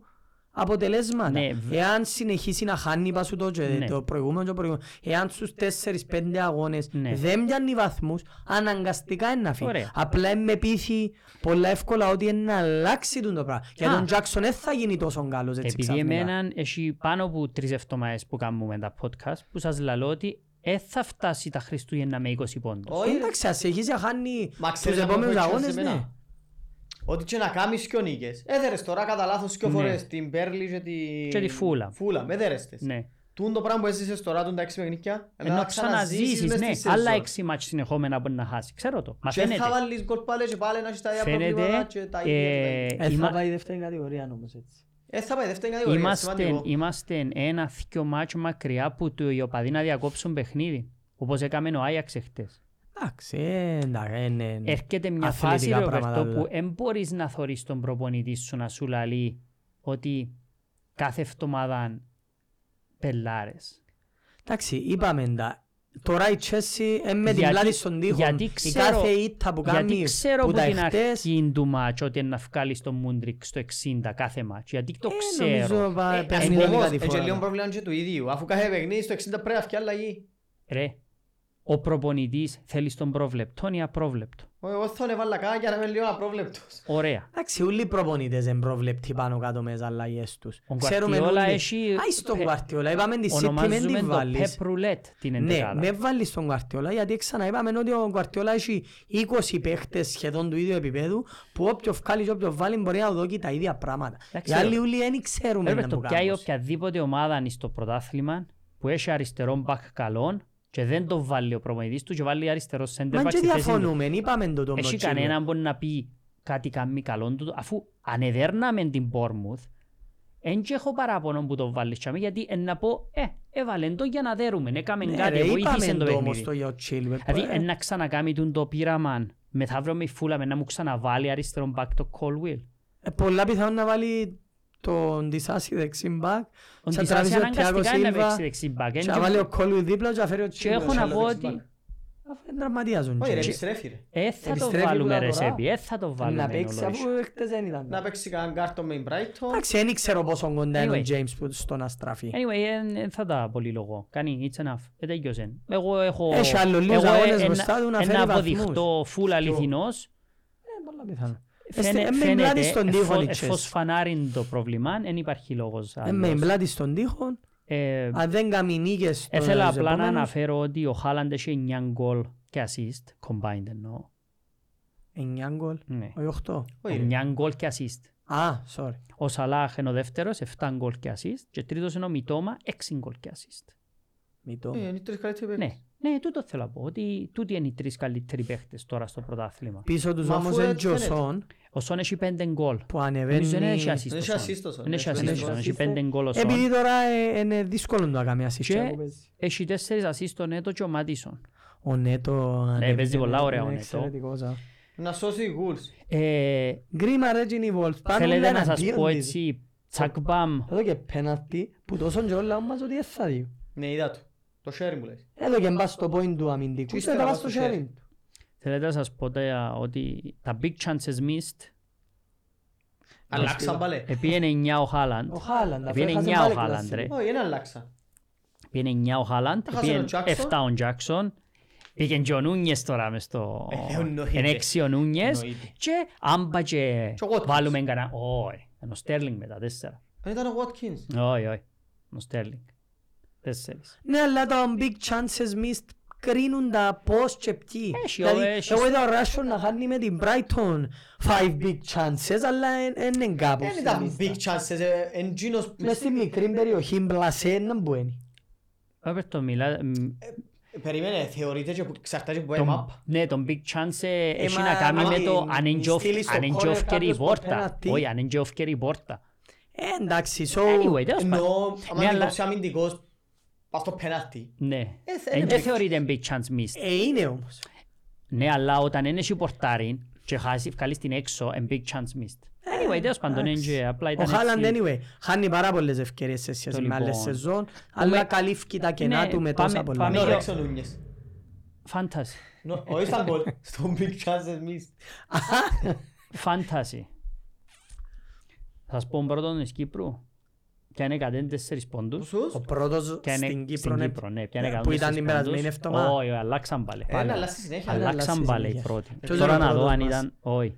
Speaker 2: αποτελέσματα.
Speaker 1: Ναι, β-
Speaker 2: Εάν συνεχίσει να χάνει, είπα σου το, και
Speaker 1: Ναι.
Speaker 2: το προηγούμενο και το προηγούμενο, εάν στους 4-5 αγώνες
Speaker 1: Ναι.
Speaker 2: δεν πιάνει βαθμούς, αναγκαστικά είναι να φύγει.
Speaker 1: Ωραία.
Speaker 2: Απλά με πείθει πολλά εύκολα ότι είναι να αλλάξει τον το πράγμα. Για
Speaker 1: Α.
Speaker 2: τον Τζάκσον δεν θα γίνει τόσο καλός έτσι
Speaker 1: Επειδή
Speaker 2: ξαφνικά.
Speaker 1: εμένα έχει πάνω από τρεις εβδομάδες που κάνουμε τα podcast που σας λαλώ ότι δεν θα φτάσει τα Χριστούγεννα με 20 πόντους.
Speaker 3: Όχι, ρε.
Speaker 2: Εντάξει, ας έχεις να χάνει
Speaker 3: Μα
Speaker 2: τους
Speaker 3: ξέρεις να μου
Speaker 2: επόμενους
Speaker 3: βοηθήσεις
Speaker 2: αγώνες,
Speaker 3: εμένα.
Speaker 2: ναι.
Speaker 3: Ότι και να κάνεις και ο νίκες. Έδερες τώρα κατά λάθος και
Speaker 1: Ναι.
Speaker 3: φορές την Πέρλη και τη...
Speaker 1: Και τη Φούλαμ.
Speaker 3: Φούλαμ, έδερες τες.
Speaker 1: Ναι.
Speaker 3: Τούν το πράγμα που έζησες τώρα, τούν τα έξι παιχνίδια, Ε, να
Speaker 1: Ενώ
Speaker 3: τα ξαναζήσεις
Speaker 1: ξαναζήσεις,
Speaker 3: μες
Speaker 1: ναι,
Speaker 3: στη σεζόν.
Speaker 1: άλλα 6 μάτς συνεχόμενα μπορεί να χάσεις. Ξέρω το. Μα
Speaker 3: Και θα
Speaker 1: φαίνεται.
Speaker 3: βάλεις γκολ πάλι και πάλι να έχεις τα ίδια προβλήματα
Speaker 1: Φαίνεται.
Speaker 3: και τα ίδια.
Speaker 1: ε,
Speaker 3: και τα ίδια.
Speaker 2: Ε,
Speaker 1: η
Speaker 2: θα
Speaker 1: μα-
Speaker 2: πάει η δεύτερη κατηγορία όμως έτσι.
Speaker 3: Ε, θα πάει δεύτερη κατηγορία,
Speaker 1: Είμαστε,
Speaker 3: σημαντικό.
Speaker 1: είμαστε ένα θκιο μάτσο μακριά που του οι οπαδοί να διακόψουν παιχνίδι. Όπως έκαμε ο Άγιαξ εχθές.
Speaker 2: Εντάξει, ε, εντάξει, ε, ναι, ναι.
Speaker 1: Έρχεται μια
Speaker 2: Αθλητικά
Speaker 1: φάση, Ροπερτό,
Speaker 2: πράγματα, δηλαδή.
Speaker 1: που δεν μπορείς να θωρείς τον προπονητή σου να σου λαλεί ότι κάθε εβδομάδα πελάρες.
Speaker 2: Εντάξει, είπαμε τα. Τώρα η Chelsea ε, με την
Speaker 1: Γιατί-
Speaker 2: πλάτη στον τοίχο.
Speaker 1: γιατί
Speaker 2: η
Speaker 1: ξέρω-
Speaker 2: κάθε ήττα που κάνει
Speaker 1: Γιατί ξέρω
Speaker 2: που
Speaker 1: από
Speaker 2: τα
Speaker 1: την
Speaker 2: εχθές...
Speaker 1: αρχή του μάτσο ότι να βγάλεις τον Μούντρικ στο 60 κάθε μάτσο. Γιατί το
Speaker 2: ε,
Speaker 1: ξέρω.
Speaker 2: Νομίζω πα-
Speaker 3: Ε, ας
Speaker 2: παίζουν
Speaker 3: πούμε
Speaker 2: λίγα
Speaker 3: όμως,
Speaker 2: τη
Speaker 3: ε, και
Speaker 2: φορά.
Speaker 3: λίγο πρόβλημα είναι και του ίδιου. Αφού κάθε παιχνίδι στο 60 πρέπει να φτιάξει αλλαγή.
Speaker 1: Ρε, ο προπονητής θέλει τον προβλεπτό ή απρόβλεπτο.
Speaker 3: Ο- Εγώ θα τον έβαλα καν για να είμαι λίγο απρόβλεπτος.
Speaker 1: Ωραία.
Speaker 2: Εντάξει, όλοι οι προπονητές δεν προβλεπτοί πάνω κάτω με τις αλλαγές τους.
Speaker 1: Ο
Speaker 2: Ξέρουμε
Speaker 1: Γκουαρτιόλα
Speaker 2: όλοι.
Speaker 1: έχει-
Speaker 2: Άι στον
Speaker 1: πε-
Speaker 2: Κουαρτιόλα, είπαμε τη City μεν
Speaker 1: Ονομάζουμε
Speaker 2: την
Speaker 1: το
Speaker 2: βάλεις.
Speaker 1: Pep Roulette την
Speaker 2: Ναι,
Speaker 1: εντεκάδα.
Speaker 2: με βάλεις στον Κουαρτιόλα γιατί ξαναείπαμε ότι ο Κουαρτιόλα έχει 20 παίχτες σχεδόν του ίδιου επίπεδου που όποιος βγάλει και όποιος βάλει μπορεί να δώσει τα ίδια πράγματα. Οι
Speaker 1: Εντάξει,
Speaker 2: άλλοι
Speaker 1: ρε.
Speaker 2: όλοι δεν ξέρουμε να
Speaker 1: Πρέπει το
Speaker 2: που
Speaker 1: πιάει
Speaker 2: κάνουν.
Speaker 1: οποιαδήποτε ομάδα είναι στο πρωτάθλημα που έχει αριστερό μπακ καλόν και δεν το βάλει ο προπονητής του και βάλει αριστερό center
Speaker 2: Μα
Speaker 1: back
Speaker 2: και
Speaker 1: στη θέση του.
Speaker 2: διαφωνούμε, είπαμε το το
Speaker 1: Έχει
Speaker 2: Μοτσίνο.
Speaker 1: κανέναν που να πει κάτι κάνει καλό του αφού ανεδέρναμε την Πόρμουθ Εν και έχω παράπονο που το βάλεις τσάμε, γιατί εν να πω «Ε, έβαλεν το για να δέρουμε, έκαμε
Speaker 2: Ναι,
Speaker 1: κάτι,
Speaker 2: ρε,
Speaker 1: βοήθησε
Speaker 2: είπαμε
Speaker 1: το
Speaker 2: το όμως
Speaker 1: παιχνίδι».
Speaker 2: το για Chilwell.
Speaker 1: Δηλαδή,
Speaker 2: Ε,
Speaker 1: εν να ξανακάμει τούν το πείραμα μεθαύριο με η φούλα με να μου ξαναβάλει αριστερό μπακ το Colwell.
Speaker 2: ε, Πολλά πιθανόν να βάλει τον Ντισάση δεξί μπακ,
Speaker 1: Ο
Speaker 2: σαν
Speaker 1: Ντισάση
Speaker 2: τραβήσει ο Thiago
Speaker 1: αναγκαστικά είναι να
Speaker 2: Silva,
Speaker 1: παίξει δεξί μπακ. εν
Speaker 2: και να
Speaker 1: και-
Speaker 2: βάλει ο Κόλου δίπλα και να φέρει ο
Speaker 1: Και
Speaker 2: Chilwell.
Speaker 1: έχω να
Speaker 3: άλλο
Speaker 1: πω
Speaker 3: δεξιμπακ.
Speaker 1: ότι
Speaker 2: Αφού είναι τραυματίας ο
Speaker 3: Όχι ρε,
Speaker 2: Chilwell.
Speaker 3: επιστρέφει ρε.
Speaker 1: Ε, θα το
Speaker 2: Επιστρέφει
Speaker 1: βάλουμε
Speaker 2: που
Speaker 1: ρε
Speaker 2: τα τώρα.
Speaker 1: Σέπι, ε, θα το
Speaker 2: Να
Speaker 1: βάλουμε.
Speaker 2: παίξει
Speaker 1: εννοώ, Λόρις.
Speaker 2: αφού χτες δεν ήταν.
Speaker 3: Να παίξει κανέναν κάρτο με την Brighton.
Speaker 2: Εντάξει, δεν ξέρω πόσο κοντά είναι ο
Speaker 1: Anyway.
Speaker 2: James που- στο να στραφεί.
Speaker 1: Anyway, εν- εν θα τα πολύ λόγω. Κάνει, it's enough. Ε, τέλειωσε. Εγώ έχω...
Speaker 2: Έχει άλλο λίγους
Speaker 1: εγώ, ε,
Speaker 2: αγώνες
Speaker 1: ένα-
Speaker 2: μπροστά του να
Speaker 1: ένα
Speaker 2: φέρει βαθμούς.
Speaker 1: αποδειχτό φουλ αληθινός.
Speaker 2: Ε, πολλά πιθανόν. Ε,
Speaker 1: Φαίνε-
Speaker 2: ε, με
Speaker 1: Φαίνεται,
Speaker 2: μπλάτη στον τοίχο
Speaker 1: εφο-
Speaker 2: η Chelsea.
Speaker 1: εφόσον φανάρει το πρόβλημα, δεν υπάρχει λόγος
Speaker 2: Ε, Με
Speaker 1: άλλος.
Speaker 2: εμπλάτη στον τοίχο,
Speaker 1: Ε,
Speaker 2: αν δεν κάνει νίκες στους
Speaker 1: Ήθελα απλά να
Speaker 2: επόμενους,
Speaker 1: αναφέρω ότι ο Χάλαντ έχει 9 γκολ και assist, combined εννοώ.
Speaker 2: εννιά γκολ,
Speaker 1: Ναι.
Speaker 2: όχι οχτώ.
Speaker 3: Όχι ρε.
Speaker 1: 9 γκολ και assist.
Speaker 2: Α, Ah, sorry.
Speaker 1: Ο Σαλάχ είναι ο δεύτερος, 7 γκολ και assist και τρίτος είναι ο Μιτόμα, 6 γκολ και assist.
Speaker 2: Μη το-
Speaker 3: Ε, Είναι οι τρεις καλύτεροι παίκτες.
Speaker 1: Ναι, ναι, τούτο θέλω να πω. Ότι τούτοι είναι οι τρεις καλύτεροι παίχτες τώρα στο πρωτάθλημα.
Speaker 2: Πίσω τους
Speaker 3: Μα
Speaker 2: όμως
Speaker 3: αφού
Speaker 2: είναι
Speaker 3: έτσι
Speaker 2: και ο
Speaker 3: φαίνεται.
Speaker 2: Σον
Speaker 1: Ο Σον έχει πέντε γκολ.
Speaker 2: που
Speaker 1: Νομίζω δεν
Speaker 2: ανεβαίνει.
Speaker 1: έχει assist.
Speaker 3: Δεν
Speaker 1: ο
Speaker 3: έχει
Speaker 1: Σον.
Speaker 3: assist ο Σον.
Speaker 1: Δεν έχει
Speaker 3: Δεν
Speaker 1: assist ο
Speaker 2: έχει
Speaker 1: Σον.
Speaker 2: assist.
Speaker 1: Έχει πέντε γκολ ο
Speaker 2: Επειδή
Speaker 1: Σον.
Speaker 2: τώρα ε, είναι δύσκολο να κάνει assist.
Speaker 1: Και-
Speaker 2: Και...
Speaker 1: Έχει τέσσερις assist ο Νέτο και ο Μάτισον.
Speaker 2: Ο Νέτο ανέβηκε,
Speaker 1: παίζει πολλά
Speaker 2: Νέτο,
Speaker 1: ωραία ο
Speaker 2: είναι
Speaker 1: Νέτο.
Speaker 2: εξαιρετικός, α.
Speaker 3: Να σώσει οι Wolves.
Speaker 1: Ε,
Speaker 2: Γκρίμα ρε Τζινι Βολτ. Πάνω
Speaker 1: Θέλετε
Speaker 2: όλα
Speaker 1: να σας
Speaker 2: εναντίον
Speaker 1: πω
Speaker 2: της.
Speaker 1: έτσι, τσακμπαμ.
Speaker 2: Εδώ και πέναρτη που τόσο και όλα όμως ότι δεν θα δει.
Speaker 3: Ναι, είδα του. Το sharing μου
Speaker 1: Ναι,
Speaker 3: λες.
Speaker 2: Εδώ και μπας στο point του αμυντικού.
Speaker 3: Και ύστερα
Speaker 2: Και
Speaker 3: πας
Speaker 2: πας στο
Speaker 3: στο
Speaker 2: sharing.
Speaker 1: Θέλετε να σας πω τα- ότι τα big chances missed ναι,
Speaker 3: Αλλάξαν πάλι.
Speaker 1: Ε, επήγαινε 9 ο Χάλαντ.
Speaker 2: Ο Χάλαντ. αφού
Speaker 1: Επειδή είναι
Speaker 2: έχασε
Speaker 1: εννιά ο
Speaker 2: πάλι
Speaker 1: Χάλαντ,
Speaker 2: κλασικό.
Speaker 1: ρε.
Speaker 3: Όχι, δεν αλλάξαν.
Speaker 1: Πήγαινε 9 ο Χάλαντ,
Speaker 3: Έχασε
Speaker 1: πήγαινε
Speaker 3: τον Τζάκσον.
Speaker 1: 7 ο Τζάκσον. Πήγαινε και ο Νούνιες τώρα μες στο...
Speaker 3: Ε, εννοείται.
Speaker 1: Είναι 6 ο Νούνιες.
Speaker 3: Εννοείται.
Speaker 1: Και άμπα και
Speaker 3: Και ο Watkins.
Speaker 1: βάλουμε κανένα... Όχι, είναι ο Στέρλινγκ μετά, τέσσερα.
Speaker 3: Δεν ήταν ο
Speaker 1: Ναι,
Speaker 3: Watkins.
Speaker 1: Όχι, όχι, είναι ο Στέρλινγκ. Τέσσερις.
Speaker 2: Ναι, αλλά τα big chances missed κρίνουν τα πώς και ποιοι.
Speaker 1: Έχει,
Speaker 2: Δηλαδή,
Speaker 1: ο- έχει-
Speaker 2: εγώ είδα ο Ράσον να χάνει με την Brighton five big chances, αλλά δεν είναι κάπου.
Speaker 3: Δεν
Speaker 2: στη
Speaker 3: ήταν
Speaker 2: λίστα.
Speaker 1: Ναι.
Speaker 3: big chances. ε, Εν τζίνος που...
Speaker 2: Μες στη μικρή περιοχή μπλασέ να μπαίνει.
Speaker 1: Ρόπερτο μιλά... μ,
Speaker 3: Ε, Περίμενε, θεωρείται και που- εξαρτάται από
Speaker 1: τον-
Speaker 3: εμάπ.
Speaker 1: Ναι, τον Big Chance ε, έχει
Speaker 2: μα,
Speaker 1: να κάνει
Speaker 2: μα,
Speaker 1: με το
Speaker 2: ε,
Speaker 1: αν είναι
Speaker 2: στείλει
Speaker 1: τζοφ-
Speaker 2: στο
Speaker 1: αν είναι
Speaker 2: corner
Speaker 1: τζοφκερη η
Speaker 2: κάποιον
Speaker 1: πόρτα.
Speaker 2: απέναντι.
Speaker 1: Όχι, αν είναι τζοφκερη η πόρτα.
Speaker 2: Ε, εντάξει, so...
Speaker 1: Anyway, τέλος πάντων.
Speaker 3: Ενώ, άμα
Speaker 1: Ναι, αλλά-
Speaker 3: είναι υπόψη αμυντικός, πας στο πέναλτι.
Speaker 1: Ναι.
Speaker 3: Ε, θε-
Speaker 1: Δεν
Speaker 3: είναι big
Speaker 1: θεωρείται Big Chance missed.
Speaker 2: Ε, είναι όμως.
Speaker 1: Ναι, αλλά όταν είναι εσύ πορτάρι και χάσει, βγάλεις την έξω, and big chance missed. Anyway, τέλος πάντων, είναι και απλά
Speaker 2: Ο
Speaker 1: Ε, ήταν
Speaker 2: Χάλαντ,
Speaker 1: έτσι.
Speaker 2: anyway, χάνει πάρα πολλές ευκαιρίες σε σχέση
Speaker 1: Το
Speaker 2: με άλλες
Speaker 1: λοιπόν.
Speaker 2: σεζόν, αλλά καλύφθηκε τα κενά
Speaker 1: Ναι,
Speaker 2: του με
Speaker 1: πάμε-
Speaker 2: τόσα πολλά.
Speaker 1: πάμε
Speaker 3: Είναι
Speaker 2: Ναι.
Speaker 3: ο
Speaker 1: για-
Speaker 3: Ρέξο Νούνιες.
Speaker 1: Fantasy.
Speaker 3: Νο-
Speaker 1: *laughs*
Speaker 3: Ο Ισταμπολ, στο Big Chances Missed.
Speaker 1: Fantasy. Θα σας πω τον πρώτον της Κύπρου. Πιάνε 104 πόντους.
Speaker 3: Πόσους?
Speaker 2: Ο πρώτος
Speaker 1: Πιάνε-
Speaker 2: στην Κύπρο, ναι,
Speaker 1: ναι. Πιάνε
Speaker 2: ε,
Speaker 1: 104
Speaker 2: που ήταν η περασμένη
Speaker 1: πόντους.
Speaker 2: εβδομάδα.
Speaker 1: Όχι, αλλάξαν πάλι.
Speaker 3: Ε, αλλά στη συνέχεια.
Speaker 2: Αλλά-
Speaker 1: Αλλάξαν
Speaker 2: αλλάξει
Speaker 1: πάλι οι
Speaker 2: συνέχεια.
Speaker 1: πρώτοι.
Speaker 2: Ποιος
Speaker 1: Τώρα
Speaker 2: είναι ο
Speaker 1: να δω
Speaker 2: πρώτος
Speaker 1: αν
Speaker 2: μας?
Speaker 1: ήταν... Όχι.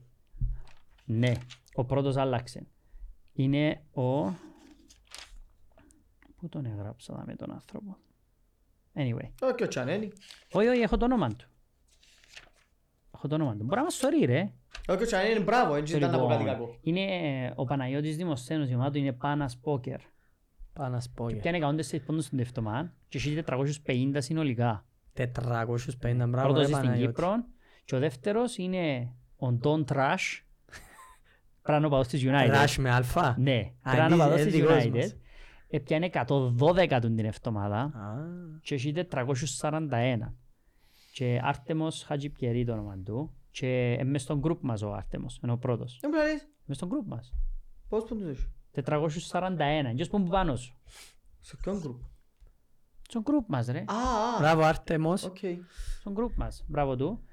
Speaker 1: Ναι, ο πρώτος άλλαξε. Είναι ο... Πού τον έγραψα να με τον άνθρωπο. Anyway.
Speaker 3: Ω, και ο Τσανένι.
Speaker 1: Όχι, όχι, έχω το όνομα του. Έχω το όνομα του. Μπορεί να μας sorry, ρε.
Speaker 3: Ω, και ο Τσανένι είναι μπράβο, έτσι ήταν να πω κάτι
Speaker 1: Λοιπόν,
Speaker 3: κακό.
Speaker 1: Είναι ε, ο Παναγιώτης Δημοσθένος, η ομάδα του είναι Πάνας Πόκερ.
Speaker 2: Πάνω ας πω,
Speaker 1: Και
Speaker 2: για.
Speaker 1: πιάνε 104 πόντους στην εβδομάδα και έχει 450 συνολικά.
Speaker 2: 450, μπράβο, ρε
Speaker 1: Πρώτος στην
Speaker 2: Παναγιώτη.
Speaker 1: Κύπρο και ο δεύτερος είναι ο Ντόν Τράσ, πράγμα παδός της United.
Speaker 2: Ράσ με αλφα.
Speaker 1: Ναι,
Speaker 2: Α,
Speaker 1: πράγμα
Speaker 2: είναι-
Speaker 1: παδός
Speaker 2: είναι
Speaker 1: της
Speaker 2: δικός
Speaker 1: United.
Speaker 2: μας.
Speaker 1: Ε, Πιάνε 112 του την εβδομάδα
Speaker 2: Α,
Speaker 1: και έχει 441. Και Άρτεμος Χατζιπιερή το όνομα του και ε, μες στον group μας ο Άρτεμος, είναι ο πρώτος.
Speaker 3: Δεν μου λαλείς,
Speaker 1: Μες στον group μας.
Speaker 3: πώς πούν τους έχεις.
Speaker 1: 441. Ποιος που είναι πάνω σου.
Speaker 3: Σε ποιον γκρουπ.
Speaker 1: Στον group μας ρε.
Speaker 3: Α, α,
Speaker 2: Μπράβο, Άρτεμος.
Speaker 3: οκ.
Speaker 1: Στον group μας. Μπράβο του.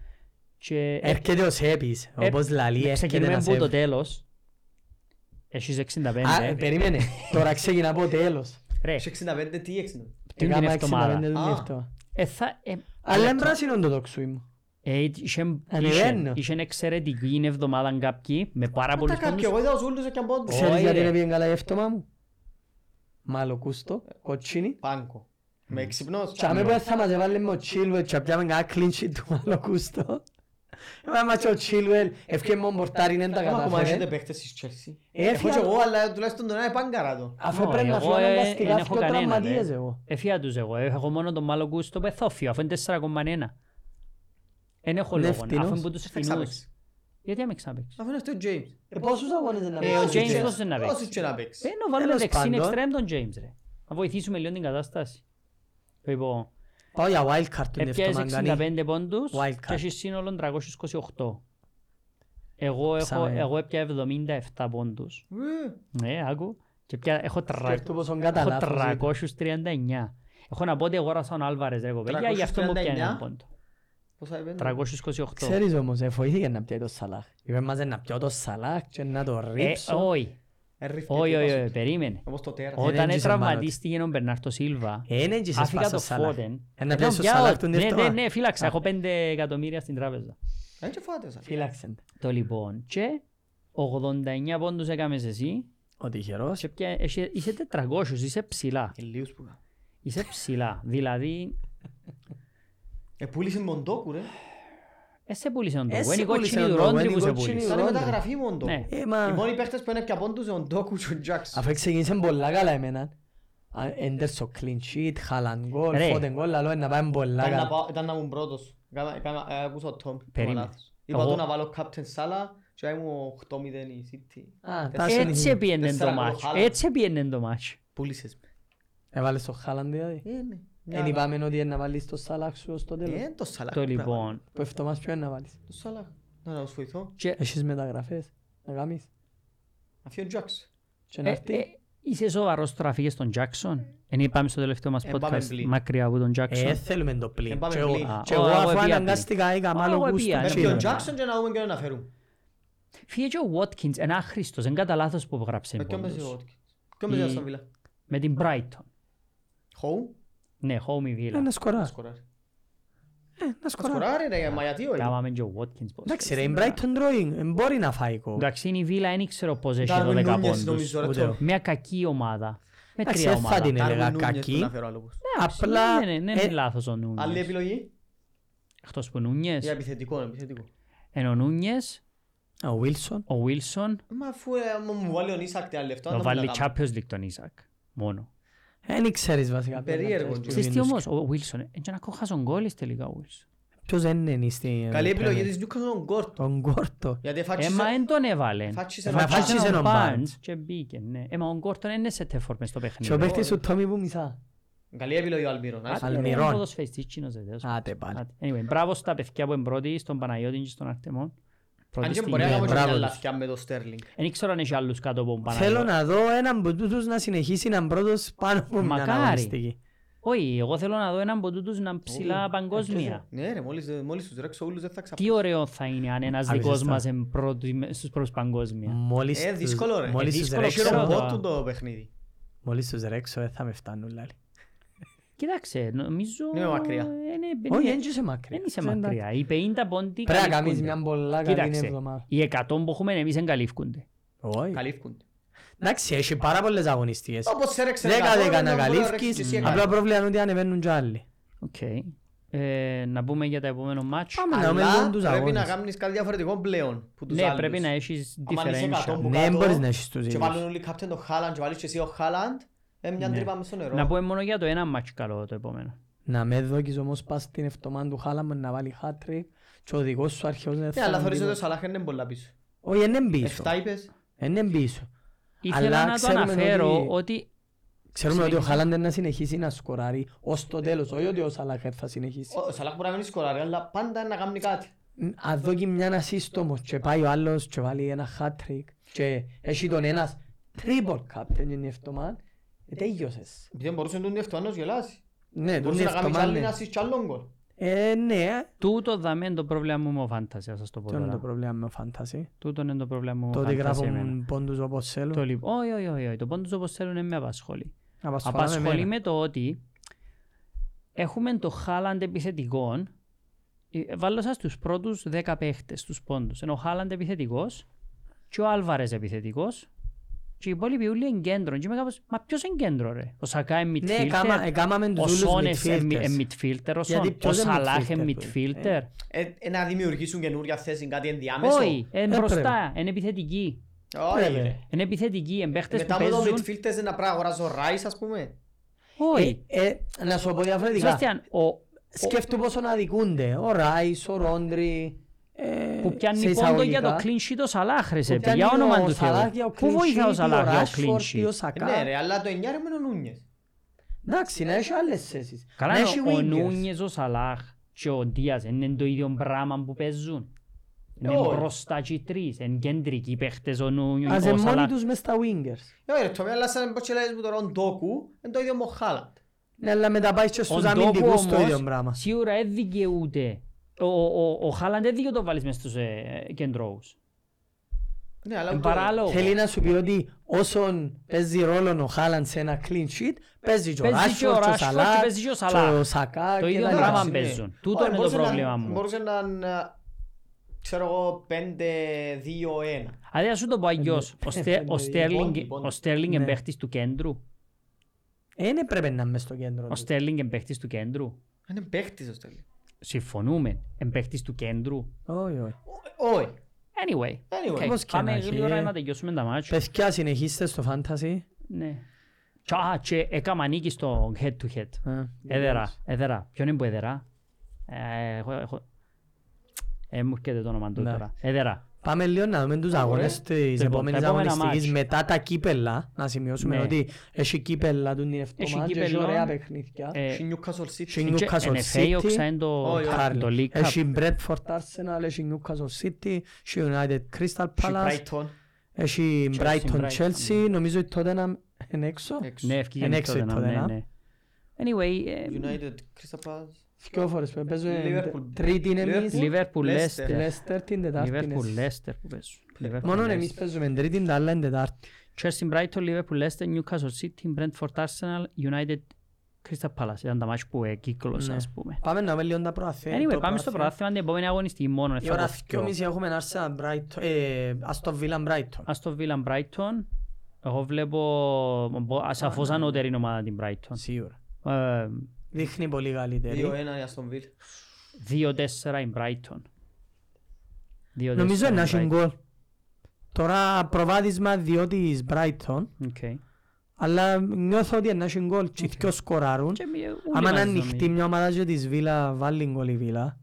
Speaker 1: Και
Speaker 2: Έρχεται ο Σέπης,
Speaker 1: Ε,
Speaker 2: όπως λαλεί,
Speaker 1: ε,
Speaker 2: έρχεται
Speaker 1: ξεκινούμε
Speaker 2: να
Speaker 1: από το
Speaker 2: σε...
Speaker 1: τέλος. Έχεις 65.
Speaker 2: Α, ε, περίμενε, τώρα ξεκινά από τέλος.
Speaker 1: Ρε,
Speaker 3: Σε 65, τι 65.
Speaker 1: την την
Speaker 2: Έκανα
Speaker 1: εβδομάδα.
Speaker 2: 65
Speaker 3: Α.
Speaker 2: λεπτό.
Speaker 1: Ε, θα- ε,
Speaker 2: Αλλά είναι πράσινο το τόξου μου.
Speaker 1: ε, είχε-
Speaker 2: Ανεβαίνω.
Speaker 1: είχε- Είχε εξαιρετική εβδομάδα κάποιοι με πάρα
Speaker 3: Τα
Speaker 1: πολλούς
Speaker 3: κάποιοι,
Speaker 1: πόντους.
Speaker 3: εγώ είδα ο Ζούλης και αν πόντους.
Speaker 1: Ω.
Speaker 2: Ξέρεις
Speaker 1: ρε.
Speaker 2: γιατί είναι πήγαινε καλά η εύτομα μου. Μαλοκούστο, κοτσίνη.
Speaker 3: Πάνκο. Με ξυπνός.
Speaker 2: Και αμέ που θα μας έβαλε ο Chilwell και πιάμε κανένα κλίντσι *laughs* του Μαλοκούστο. Έβαλε μας ο Chilwell, ευκαιρία μόνο πορτάρι δεν τα
Speaker 3: Άμα ακόμα έχετε
Speaker 2: καταφέρε.
Speaker 3: παίχτες της Chelsea.
Speaker 2: Ε,
Speaker 3: Έχω
Speaker 2: έφυγα-
Speaker 3: και εγώ, αλλά τουλάχιστον τον ένα είναι πάνκαρα του.
Speaker 2: Αφού
Speaker 1: Όχι,
Speaker 2: πρέπει να
Speaker 1: εγώ,
Speaker 2: φύγω
Speaker 1: ε, εν
Speaker 2: αναγκαστικά
Speaker 1: έχω
Speaker 2: δυο
Speaker 1: κανέναν,
Speaker 2: τραυματίες
Speaker 1: ε.
Speaker 2: εγώ.
Speaker 1: Εφιά τους εγώ. Έχω μόνο τον Μάλλον Γκουστο πεθόφιο, αφού είναι 4,1. Εν έχω
Speaker 2: Ναι,
Speaker 1: λόγο,
Speaker 2: φτηνός.
Speaker 1: αφού είναι που τους
Speaker 3: Ε, Θα
Speaker 1: φθηνούς.
Speaker 3: ξάπαιξει.
Speaker 1: Γιατί άμεξα να παίξει.
Speaker 3: Αφού είναι αυτό ο James.
Speaker 2: Ε, Πόσους αγώνες δεν
Speaker 1: Ε, ο
Speaker 2: παίξει
Speaker 1: James
Speaker 2: Chelsea?
Speaker 1: πώς δεν να παίξει.
Speaker 3: Όσους και να παίξεις.
Speaker 1: Ε, να βάλουμε
Speaker 2: Τέλος
Speaker 1: δεξίν
Speaker 2: πάντων.
Speaker 1: εξτρέμ τον James ρε. Να βοηθήσουμε λίγο την κατάσταση. Λοιπόν,
Speaker 2: Πάω για wildcard την
Speaker 1: έπιασες
Speaker 2: εβδομάδα.
Speaker 1: 65 πόντους
Speaker 2: Wild
Speaker 1: και
Speaker 2: card.
Speaker 1: έχεις σύνολο 328. Εγώ, έχω,
Speaker 2: Ψάμε.
Speaker 1: εγώ έπια 77 πόντους.
Speaker 3: Ε,
Speaker 1: Ναι, άκου. Και πια, έχω, τρα...
Speaker 2: Σκέφτου πόσον
Speaker 1: έχω
Speaker 2: καταλάβω.
Speaker 1: 339. Έχω να πω ότι αγόρασα τον Άλβαρες ρε κοπέλια, γι' αυτό μου πιάνει έναν
Speaker 3: 339.
Speaker 1: πόντο.
Speaker 3: Πόσα είπαν.
Speaker 1: 328.
Speaker 2: Ξέρεις όμως, ε, βοήθηκε να πιάει το Σαλάχ. Είπες μας ε, να πιω το Σαλάχ και να το
Speaker 1: Ε,
Speaker 2: ρίψω.
Speaker 1: όχι,
Speaker 3: Ε, ρίφτηκε,
Speaker 1: όχι, όχι,
Speaker 3: πάσο.
Speaker 1: όχι, περίμενε.
Speaker 3: Όπως το τέρας.
Speaker 2: Ε, δεν
Speaker 1: Όταν
Speaker 2: έζησε
Speaker 1: τραυματίστηκε ο Μπερνάρτο Σίλβα,
Speaker 2: Ε, δεν έτσι σε
Speaker 1: άφηκα
Speaker 2: σπάσω
Speaker 1: το
Speaker 2: Σαλάχ.
Speaker 1: Φώτεν.
Speaker 2: Ε, να
Speaker 1: Ε,
Speaker 2: πιάσεις το
Speaker 1: πιάω-
Speaker 2: Σαλάχ του
Speaker 1: ναι,
Speaker 2: νύχτωμα.
Speaker 1: ναι, Ναι, φύλαξα, έχω 5 εκατομμύρια στην τράπεζα.
Speaker 3: Δεν Ε, και φάτε σαν.
Speaker 2: Φύλαξεν.
Speaker 1: Το λοιπόν, και 89 πόντους έκαμες εσύ,
Speaker 2: Ο τυχερός.
Speaker 1: σε ποια- εσύ- είσαι 400, είσαι ψηλά.
Speaker 3: Ε, λίγους που είχα.
Speaker 1: Είσαι ψηλά. Δηλαδή,
Speaker 3: Ε, πούλησε Μοντόκου ρε.
Speaker 1: ες, σε πούλησε τον
Speaker 2: Ε,
Speaker 1: τόπο.
Speaker 2: σε
Speaker 1: Είναι η
Speaker 2: πούλησε
Speaker 1: κότσινη
Speaker 2: τον
Speaker 1: του
Speaker 2: τόπο,
Speaker 1: Ρόντρι
Speaker 2: είναι η
Speaker 1: που σε
Speaker 2: κότσινη
Speaker 1: πούλησε.
Speaker 3: Σαν
Speaker 2: Ρόντα.
Speaker 3: μεταγραφή Μοντόκου.
Speaker 1: Ναι.
Speaker 2: Ε,
Speaker 3: Οι
Speaker 2: μα...
Speaker 3: μόνοι παίχτες που είναι πια πόντους είναι ο Ντόκου και ο Τζάκς.
Speaker 2: Αφού ξεκίνησε πολλά καλά εμένα. Έντερσο clean sheet, χάλαν γκολ,
Speaker 1: Ρε.
Speaker 2: φώτεν γκολ, λαλό να πάμε πολλά
Speaker 3: Ήταν να
Speaker 2: καλά.
Speaker 3: πάω- Ήταν να ήμουν πρώτος. Κάνα- κάνα- ε, Ακούσα ο Τόμ.
Speaker 1: Περίμενε.
Speaker 3: Είπα
Speaker 1: Εγώ-
Speaker 3: του να βάλω Captain Sala και ήμουν 8-0 η City.
Speaker 2: Α,
Speaker 3: Ε,
Speaker 2: τα
Speaker 3: ε,
Speaker 2: συνεχίζουμε.
Speaker 1: Έτσι έπιενε το
Speaker 3: Τέσσερα γκολ,
Speaker 1: μάτσο.
Speaker 3: χάλα.
Speaker 1: Έτσι έπιενε το μάτσο.
Speaker 3: Πούλησες με.
Speaker 2: Έβαλες το χάλαν δηλαδή.
Speaker 3: Ε, ναι. Μια
Speaker 2: Εν
Speaker 3: άλλη.
Speaker 2: είπαμε ότι είναι να βάλεις το Σαλάχ σου ως το τέλος.
Speaker 3: Ε, το Σαλάχ.
Speaker 1: Το
Speaker 3: πρέπει να βάλω.
Speaker 1: λοιπόν.
Speaker 2: Που εφτωμάς ποιο είναι να βάλεις.
Speaker 3: Το Σαλάχ. Να να τους βοηθώ.
Speaker 1: και-
Speaker 2: Έχεις μεταγραφές, να κάνεις.
Speaker 3: Αφιόν Τζάκς.
Speaker 2: Και να
Speaker 1: ε, ε,
Speaker 2: έρθει.
Speaker 1: Είσαι σοβαρός τώρα φύγες τον Τζάκσον. Εν είπαμε ναι, στο τελευταίο μας
Speaker 3: Ε, πάμε
Speaker 1: podcast
Speaker 3: πλήν.
Speaker 1: μακριά από τον
Speaker 2: Ε,
Speaker 1: Τζάκσον.
Speaker 2: θέλουμε το πλήν.
Speaker 3: Ε, πάμε
Speaker 2: Και εγώ-
Speaker 3: πλήν.
Speaker 1: Α,
Speaker 2: και
Speaker 1: ο,
Speaker 2: εγώ
Speaker 1: εγώ
Speaker 2: αφού
Speaker 1: επία πλήν.
Speaker 2: αναγκαστικά είχα
Speaker 1: Α,
Speaker 2: μάλλον
Speaker 1: εγώ
Speaker 2: γούστο.
Speaker 1: επία,
Speaker 3: Με
Speaker 1: ναι.
Speaker 2: τσίλε.
Speaker 3: ποιον Τζάκσον και να δούμε ποιον να φέρουμε.
Speaker 1: Φύγε και ο Βότκινς, ένα άχρηστος, δεν κατά λάθος που γράψε
Speaker 2: Ε,
Speaker 3: Με ποιον
Speaker 1: πόντους.
Speaker 3: παίζει ο Watkins. Ποιον παίζει
Speaker 1: Η-
Speaker 3: ο Aston Villa.
Speaker 1: Με την Brighton.
Speaker 3: Χοου.
Speaker 1: Ναι, home
Speaker 2: Ε,
Speaker 1: villa.
Speaker 2: Να σκοράρει.
Speaker 3: Σκοράρει.
Speaker 2: Ε, Να σκοράρει.
Speaker 3: Σκοράρει ρε, μα γιατί όχι.
Speaker 1: Κάμαμε και ο Watkins. πώς.
Speaker 2: Εντάξει ρε, η Brighton Drawing ε, μπορεί να φάει κόμμα.
Speaker 1: Εντάξει, είναι η Villa, δεν ξέρω πώς έχει 12
Speaker 3: Darwin Nunez
Speaker 1: πόντους.
Speaker 3: νομίζω, ρε,
Speaker 2: ούτε
Speaker 3: το-
Speaker 2: εγώ.
Speaker 1: Μια κακή ομάδα.
Speaker 2: Εντάξει,
Speaker 1: Μέτρια
Speaker 2: δεν θα
Speaker 1: ομάδα.
Speaker 2: την
Speaker 3: Darwin
Speaker 2: έλεγα
Speaker 3: Nunez που
Speaker 2: κακή.
Speaker 3: να φέρω άλλο όπως.
Speaker 2: Απλά...
Speaker 1: Ναι, ναι, ναι,
Speaker 2: ε,
Speaker 1: είναι λάθος ο
Speaker 3: Άλλη
Speaker 1: Νούνιες.
Speaker 3: επιλογή.
Speaker 1: Εκτός που ο Νούνιες,
Speaker 3: Για επιθετικό, επιθετικό.
Speaker 1: είναι ο Νούνιες,
Speaker 2: ε, Ο Wilson.
Speaker 1: ο Βίλσον,
Speaker 3: Μα αφού ε, άμα μου βάλει ο Νίσακ τα λεφτά.
Speaker 1: να
Speaker 3: να
Speaker 1: βάλει
Speaker 3: μου τα κάνω.
Speaker 1: Champions League τον Ισακ. Μόνο.
Speaker 2: ε, Δεν ξέρεις βασικά. ποιον να
Speaker 3: Περίεργο
Speaker 2: πιάσεις,
Speaker 3: τζιν.
Speaker 2: ποιον
Speaker 1: Ξέρεις τι
Speaker 2: είναι.
Speaker 1: όμως, ο Βίλσον, έτσι να κοχάσουν γκόλις τελικά ο Βίλσον.
Speaker 2: Ποιος δεν είναι στην...
Speaker 3: Καλή επιλογή
Speaker 2: Premier.
Speaker 3: της Newcastle τον Κόρτο.
Speaker 2: Τον Κόρτο.
Speaker 3: Γιατί
Speaker 1: Έμα
Speaker 3: φάξισε...
Speaker 1: εν τον έβαλε.
Speaker 3: Φάξισε
Speaker 2: Μα
Speaker 3: να
Speaker 2: φάξισε-
Speaker 1: Φάξε
Speaker 2: τον
Speaker 1: τον
Speaker 2: Barnes.
Speaker 1: Barnes και μπήκε, ναι. Έμα ο Γκόρτον είναι σε τέφορ μες στο
Speaker 2: Και ο
Speaker 1: παιχνίδι.
Speaker 2: παίχτης του Τόμι που μισά.
Speaker 3: Καλή επιλογή ο Αλμύρον.
Speaker 1: Άντε,
Speaker 3: άσε.
Speaker 2: Αλμύρον.
Speaker 1: ρε, είναι ποδοσφαιριστής Τσίνος, ρε, τέλος.
Speaker 2: Άτε πάλι.
Speaker 1: Άντε. Anyway, μπράβο στα παιδιά που είναι πρώτοι, στον Παναγιώτη και στον Αρτεμόν.
Speaker 3: Αν
Speaker 1: Πρώτοι
Speaker 3: και
Speaker 1: στην
Speaker 3: μπορεί να
Speaker 1: Euro.
Speaker 2: Ναι,
Speaker 3: κάνω και
Speaker 2: μπράβο
Speaker 3: μια
Speaker 2: τους.
Speaker 3: λαθιά με το Στέρλινγκ.
Speaker 1: Δεν ξέρω αν έχει άλλους κάτω από τον
Speaker 2: Θέλω
Speaker 1: Παναγιώτη.
Speaker 2: να δω έναν από τούτους να συνεχίσει να πρώτος πάνω από μια
Speaker 1: Μακάρι.
Speaker 2: αναγωνιστική.
Speaker 1: Όχι, εγώ θέλω να δω έναν από τούτους να
Speaker 2: Ε,
Speaker 1: ψηλά παγκόσμια.
Speaker 3: Ναι ρε, μόλις, μόλις τους ρέξω όλους δεν θα ξαπώ.
Speaker 1: Τι ωραίο θα είναι αν ένας
Speaker 2: Α,
Speaker 1: δικός
Speaker 2: ζεστά.
Speaker 1: μας είναι πρώτοι- στους πρώτους παγκόσμια.
Speaker 2: Μόλις
Speaker 3: Ε,
Speaker 2: τους-
Speaker 3: δύσκολο ρε.
Speaker 2: μόλις
Speaker 1: Ε,
Speaker 2: τους
Speaker 1: δύσκολο,
Speaker 2: ρέξω-
Speaker 1: ξέρω.
Speaker 3: Έχει ρομπότ
Speaker 1: τώρα.
Speaker 3: του το παιχνίδι.
Speaker 2: Μόλις τους ρέξω, ε, θα με φτάνουν λάλη.
Speaker 1: Κοίταξε, νομίζω...
Speaker 3: Είναι μακριά.
Speaker 1: ε, ναι, δεν
Speaker 2: Όχι,
Speaker 1: είναι-
Speaker 2: δεν είσαι μακριά.
Speaker 1: Δεν είσαι
Speaker 2: Εντάξει.
Speaker 1: μακριά. Οι 50 πόντι
Speaker 2: Πρέπει να κάνεις
Speaker 1: καλύπτονται.
Speaker 2: μια πολλά καλή
Speaker 1: Κοίταξε,
Speaker 2: εβδομάδα.
Speaker 1: οι 100 που έχουμε εμείς δεν καλύφκονται.
Speaker 2: Όχι.
Speaker 3: Καλύφκονται.
Speaker 2: Εντάξει, έχει πάρα πολλές αγωνιστίες.
Speaker 3: Όπως έρεξε
Speaker 2: Δέκα δέκα να
Speaker 3: Εσύ
Speaker 2: Ναι, καλύφκεις,
Speaker 3: έκανες.
Speaker 2: απλά πρόβλημα είναι ότι ανεβαίνουν κι άλλοι.
Speaker 1: Οκ. Ε, να πούμε για τα επόμενο μάτς.
Speaker 2: Πάμε. Να με
Speaker 3: Αλλά
Speaker 2: δουν τους
Speaker 3: πρέπει να
Speaker 2: αγώνες.
Speaker 3: κάνεις κάτι διαφορετικό πλέον που τους
Speaker 1: Ναι,
Speaker 3: άλλους.
Speaker 1: πρέπει να έχεις
Speaker 3: Άμα είσαι
Speaker 1: differential.
Speaker 3: 100 που
Speaker 2: Ναι,
Speaker 3: κάτω,
Speaker 2: μπορείς να έχεις τους
Speaker 3: Και
Speaker 2: ίδιους.
Speaker 3: βάλουν όλοι κάπτεν το Χάλαντ και βάλεις και εσύ ο Χάλαντ. Ε, μια
Speaker 1: Ναι.
Speaker 3: τρύπα μες στο νερό.
Speaker 1: Να πούμε μόνο για το ένα μάτς καλό το επόμενο.
Speaker 2: Να με δώκεις όμως πας στην εφτωμά του Χάλαμον να βάλει χάτρικ και ο δικός σου αρχαιός δεν
Speaker 3: Ναι,
Speaker 2: θα
Speaker 3: αλλά
Speaker 2: κάνει
Speaker 3: θεωρείς ότι ο
Speaker 2: τίποτα.
Speaker 3: Σαλάχ είναι πολλά πίσω.
Speaker 2: Όχι, είναι πίσω.
Speaker 3: Εφτά είπες.
Speaker 2: Είναι πίσω.
Speaker 1: Ήθελα
Speaker 2: Αλλά
Speaker 1: να το
Speaker 2: ξέρουμε
Speaker 1: αναφέρω
Speaker 2: ότι-
Speaker 1: ότι
Speaker 2: Ξέρουμε ότι ο
Speaker 1: Συνεχίζει.
Speaker 2: Χάλαντ είναι να συνεχίσει να σκοράρει ως το τέλος, όχι ότι ο Σαλάχ θα συνεχίσει.
Speaker 3: Ο Σαλάχ μπορεί να μην σκοράρει, αλλά πάντα να κάνει κάτι.
Speaker 2: Αν δώκει μια assist όμως και πάει ο άλλος και βάλει ένα χάτρικ και έχει τον ένας triple captain είναι εφτωμά, ε, τέλειωσες.
Speaker 3: Επειδή δεν μπορούσε να τον διευτοάνος γελάσει.
Speaker 2: Ναι, τον
Speaker 3: Μπορούσε να κάνει κι
Speaker 2: εφτωμά,
Speaker 3: άλλη
Speaker 2: ναι.
Speaker 3: να σύσει κι άλλον γκολ.
Speaker 2: Ε, ναι, ε.
Speaker 1: τούτο δαμέ είναι το πρόβλημα μου με ο φάντασια, σας το πω
Speaker 2: Ποιο είναι το
Speaker 1: τώρα.
Speaker 2: πρόβλημα με ο Fantasy.
Speaker 1: Τούτο είναι το πρόβλημα μου με ο
Speaker 2: Τότε
Speaker 1: φάντασια εμένα.
Speaker 2: γράφουν πόντους όπως
Speaker 1: Το
Speaker 2: θέλουν.
Speaker 1: λοιπόν, όχι, όχι, όχι, όχι, το πόντος όπως θέλουν δεν με απασχολεί.
Speaker 2: Απασχολάμε
Speaker 1: Απασχολεί
Speaker 2: εμένα.
Speaker 1: με το ότι έχουμε το Χάλαντ επιθετικών. Ε, Βάλω σας τους πρώτους 10 παίχτες, τους πόντους. Ενώ ο Χάλαντ επιθετικός και ο Άλβαρες επιθετικός και οι υπόλοιποι όλοι είναι κέντρο. Και είμαι κάπως, μα ποιος είναι κέντρο ρε. Ο Σακά είναι
Speaker 2: Ναι, κάμα-
Speaker 1: midfielder.
Speaker 2: έκαναμε
Speaker 1: Ο
Speaker 2: τους
Speaker 1: Σόνες
Speaker 2: όλους
Speaker 1: είναι ε,
Speaker 2: midfielders.
Speaker 1: midfielder. Ο,
Speaker 2: Γιατί
Speaker 1: Σον, ο
Speaker 2: ποιος είναι
Speaker 1: Σαλάχ
Speaker 2: midfielder,
Speaker 1: είναι
Speaker 2: που
Speaker 1: midfielder.
Speaker 3: Ε, ε, Να δημιουργήσουν καινούρια θέση, κάτι ενδιάμεσο.
Speaker 1: Όχι, είναι
Speaker 2: Ε,
Speaker 1: μπροστά, είναι επιθετική.
Speaker 3: Όχι,
Speaker 2: Πρέπει.
Speaker 3: ρε.
Speaker 1: Είναι επιθετική, είναι παίχτες που
Speaker 3: Μετά με το
Speaker 1: παίζουν.
Speaker 3: midfielders είναι να πρέπει να αγοράζω Rice, ας πούμε.
Speaker 1: Όχι,
Speaker 2: Ε, ε, να σου πω διαφορετικά.
Speaker 1: Σβέστιαν, ο,
Speaker 2: Σκέφτου πόσο να δικούνται. Ο Ράις, ο Ρόντρι. ε,
Speaker 1: Που
Speaker 2: σε
Speaker 1: πιάνει πόντο
Speaker 2: εισαγωγικά.
Speaker 1: για το clean sheet ο Σαλάχ, ρε
Speaker 2: Που
Speaker 1: Σέπη,
Speaker 2: πιάνει
Speaker 1: για
Speaker 2: ο
Speaker 1: όνομα του
Speaker 2: Σαλάχ για
Speaker 1: Θεού. Πού
Speaker 2: το clean
Speaker 1: βοηθά ο Ε,
Speaker 2: sheet,
Speaker 1: Σαλάχ για το
Speaker 2: Rashford
Speaker 1: clean
Speaker 2: ή ο
Speaker 1: sheet.
Speaker 2: Σακά.
Speaker 3: Ναι ρε, αλλά το εννιάρι με τον Νούνιες.
Speaker 2: Εντάξει, να έχει άλλες θέσεις.
Speaker 1: Καλά,
Speaker 2: Να έχει
Speaker 1: ο- ο
Speaker 2: wingers.
Speaker 1: Νούνιες, ο Σαλάχ και ο Ντίας είναι το ίδιο πράγμα που παίζουν. Είναι
Speaker 3: Όχι.
Speaker 1: μπροστά και οι τρεις, είναι κεντρικοί παίχτες ο
Speaker 2: Ας
Speaker 1: Νούνιες, ο
Speaker 2: είναι μόνοι
Speaker 1: Σαλάχ.
Speaker 2: τους μες στα wingers.
Speaker 3: Ε, ρε, το με, αλλά σαν πως και λες μου τώρα ο Ντόκου, είναι το ίδιο με ο Χάλαντ.
Speaker 2: Ναι, αλλά μετά πάει και
Speaker 1: Ο
Speaker 2: στους
Speaker 1: Ντόκου
Speaker 2: αμυντικούς το
Speaker 1: όμως
Speaker 2: ίδιο πράγμα.
Speaker 1: σίγουρα δεν δικαιούται. Ο- ο- ο- Ο Χάλαντ δεν δικαιούται να το βάλεις μες στους ε, ε, κεντρώους.
Speaker 3: Ναι, αλλά
Speaker 1: Είναι
Speaker 3: ούτε-
Speaker 1: παράλογο.
Speaker 2: Θέλει να σου πει ότι όσον παίζει ρόλο ο Χάλαντ σε ένα clean sheet, παίζει και
Speaker 1: Παίζει και
Speaker 2: ο
Speaker 1: ο
Speaker 2: Ράσφορτ, και ο
Speaker 1: Rashford και
Speaker 2: Σαλάχ,
Speaker 1: παίζει και ο
Speaker 2: και
Speaker 1: Σαλάχ.
Speaker 2: ο Σακά
Speaker 1: Το
Speaker 2: και
Speaker 1: ίδιο
Speaker 2: τα
Speaker 3: Ναι,
Speaker 1: πράγμα
Speaker 2: λοιπά.
Speaker 3: ναι.
Speaker 1: παίζουν.
Speaker 3: Όχι,
Speaker 1: Τούτο είναι το
Speaker 3: μπορούσε να-
Speaker 1: πρόβλημά μου.
Speaker 3: Μπορούσε να να- ξέρω εγώ, 5-2-1.
Speaker 1: Αντί να Δηλαδή, σου το πω
Speaker 2: Ε,
Speaker 1: αγιώς, ο Στε- ο
Speaker 2: Πόντι,
Speaker 1: Στέρλινγκ-
Speaker 3: πόντι.
Speaker 1: ο Στέρλινγκ είναι
Speaker 2: Λοιπόν, Ναι.
Speaker 1: παίχτης του κέντρου.
Speaker 2: Ε, Δεν πρέπει να είμαι στο κέντρο.
Speaker 1: Ο
Speaker 2: του.
Speaker 1: Στέρλινγκ είναι παίχτης του κέντρου.
Speaker 3: Είναι παίχτης ο Στέλιος.
Speaker 1: συμφωνούμε, εμπαίχτης του κέντρου.
Speaker 2: Όχι, όχι.
Speaker 3: Όχι.
Speaker 1: Anyway,
Speaker 3: Anyway.
Speaker 1: okay,
Speaker 2: Όπως και να
Speaker 1: πάμε
Speaker 2: έχει,
Speaker 1: γρήγορα
Speaker 2: ε.
Speaker 1: να τελειώσουμε τα μάτια.
Speaker 2: Παιδιά, συνεχίστε στο fantasy.
Speaker 1: Ναι. Και, α, και έκαμα νίκη στο head to head.
Speaker 2: Ε,
Speaker 1: Έδερα, έδερα. Ποιον είναι που έδερα. Ε, έχω- έχω- Ε, μου έρχεται το όνομα του
Speaker 2: Ναι.
Speaker 1: τώρα. Έδερα.
Speaker 2: Πάμε λίγο να δούμε τους αγώνες της
Speaker 1: Λοιπόν,
Speaker 2: επόμενης
Speaker 1: τα επόμενα
Speaker 2: αγωνιστικής
Speaker 1: match.
Speaker 2: μετά τα κύπελα. Να σημειώσουμε
Speaker 1: Ναι.
Speaker 2: ότι έχει κύπελα του την εβδομάδα και έχει
Speaker 1: κύπελλο.
Speaker 2: ωραία παιχνίδια.
Speaker 1: Ε,
Speaker 3: Στην Newcastle City.
Speaker 2: Έχει Newcastle
Speaker 1: NFA,
Speaker 2: City,
Speaker 1: όξα, είναι το-
Speaker 3: Όχι,
Speaker 1: το- το
Speaker 2: Cardiff.
Speaker 1: League Cup.
Speaker 2: Έχει Bradford Arsenal, έχει Newcastle City, έχει United Crystal
Speaker 3: Στην
Speaker 2: Palace,
Speaker 3: Brighton.
Speaker 2: έχει
Speaker 1: Chelsea,
Speaker 2: Brighton
Speaker 1: Brighton.
Speaker 2: Chelsea, νομίζω ότι τότε να είναι έξω.
Speaker 3: Έξω.
Speaker 1: Ναι, ευκήγε
Speaker 2: Εν
Speaker 1: με
Speaker 2: έξω
Speaker 1: το
Speaker 2: το
Speaker 1: Tottenham, ναι,
Speaker 2: Tottenham.
Speaker 1: ναι. Anyway, ε,
Speaker 3: United, Crystal Palace.
Speaker 2: Δυο φορές που παίζουν
Speaker 3: Liverpool.
Speaker 2: τρίτη είναι εμείς,
Speaker 3: Liverpool.
Speaker 1: Liverpool,
Speaker 3: Leicester.
Speaker 1: Leicester.
Speaker 2: Leicester την τετάρτη είναι
Speaker 1: Liverpool,
Speaker 2: εσείς.
Speaker 1: Leicester που παίζουν. Liverpool,
Speaker 2: Μόνο
Speaker 1: Leicester.
Speaker 2: εμείς παίζουμε τρίτη, τα άλλα είναι τετάρτη.
Speaker 1: Chelsea, Brighton, Liverpool, Leicester, Newcastle City, Brentford, Arsenal, United, Crystal Palace. Ήταν τα μάτια που ε, κύκλωσα,
Speaker 2: Ναι.
Speaker 1: ας πούμε.
Speaker 2: Πάμε να δούμε λίγο τα προαθέ-
Speaker 1: Anyway,
Speaker 2: το
Speaker 1: πάμε στο
Speaker 2: προαθέ.
Speaker 1: πρωτάθλημα την επόμενη αγωνιστική μόνο.
Speaker 2: Η
Speaker 1: θα
Speaker 2: ώρα
Speaker 1: το
Speaker 2: δυο
Speaker 1: πω.
Speaker 2: μισή έχουμε Arsenal Brighton, ε, Aston Villa Brighton.
Speaker 1: Ας το Βίλαν Brighton. Εγώ βλέπω μπο- ας, σαφώς
Speaker 2: ναι.
Speaker 1: ανώτερη είναι η ομάδα την Brighton.
Speaker 2: Σίγουρα.
Speaker 1: Ε,
Speaker 2: Δείχνει πολύ καλύτερη.
Speaker 3: 2-1 η Aston Villa.
Speaker 1: 2-4 η Brighton. 2-4
Speaker 2: Νομίζω
Speaker 1: η
Speaker 2: ένα έχει
Speaker 1: Brighton.
Speaker 2: γκολ. Τώρα προβάδισμα διότι της Brighton,
Speaker 1: Οκ.
Speaker 2: Αλλά νιώθω ότι ένα έχει γκολ και οι δυο σκοράρουν.
Speaker 1: Και μη- όλοι
Speaker 2: Άμα είναι
Speaker 1: μαζί
Speaker 2: ανοιχτή
Speaker 1: νομίζω.
Speaker 2: μια ομάδα και της Βίλα βάλει γκολ η Βίλα.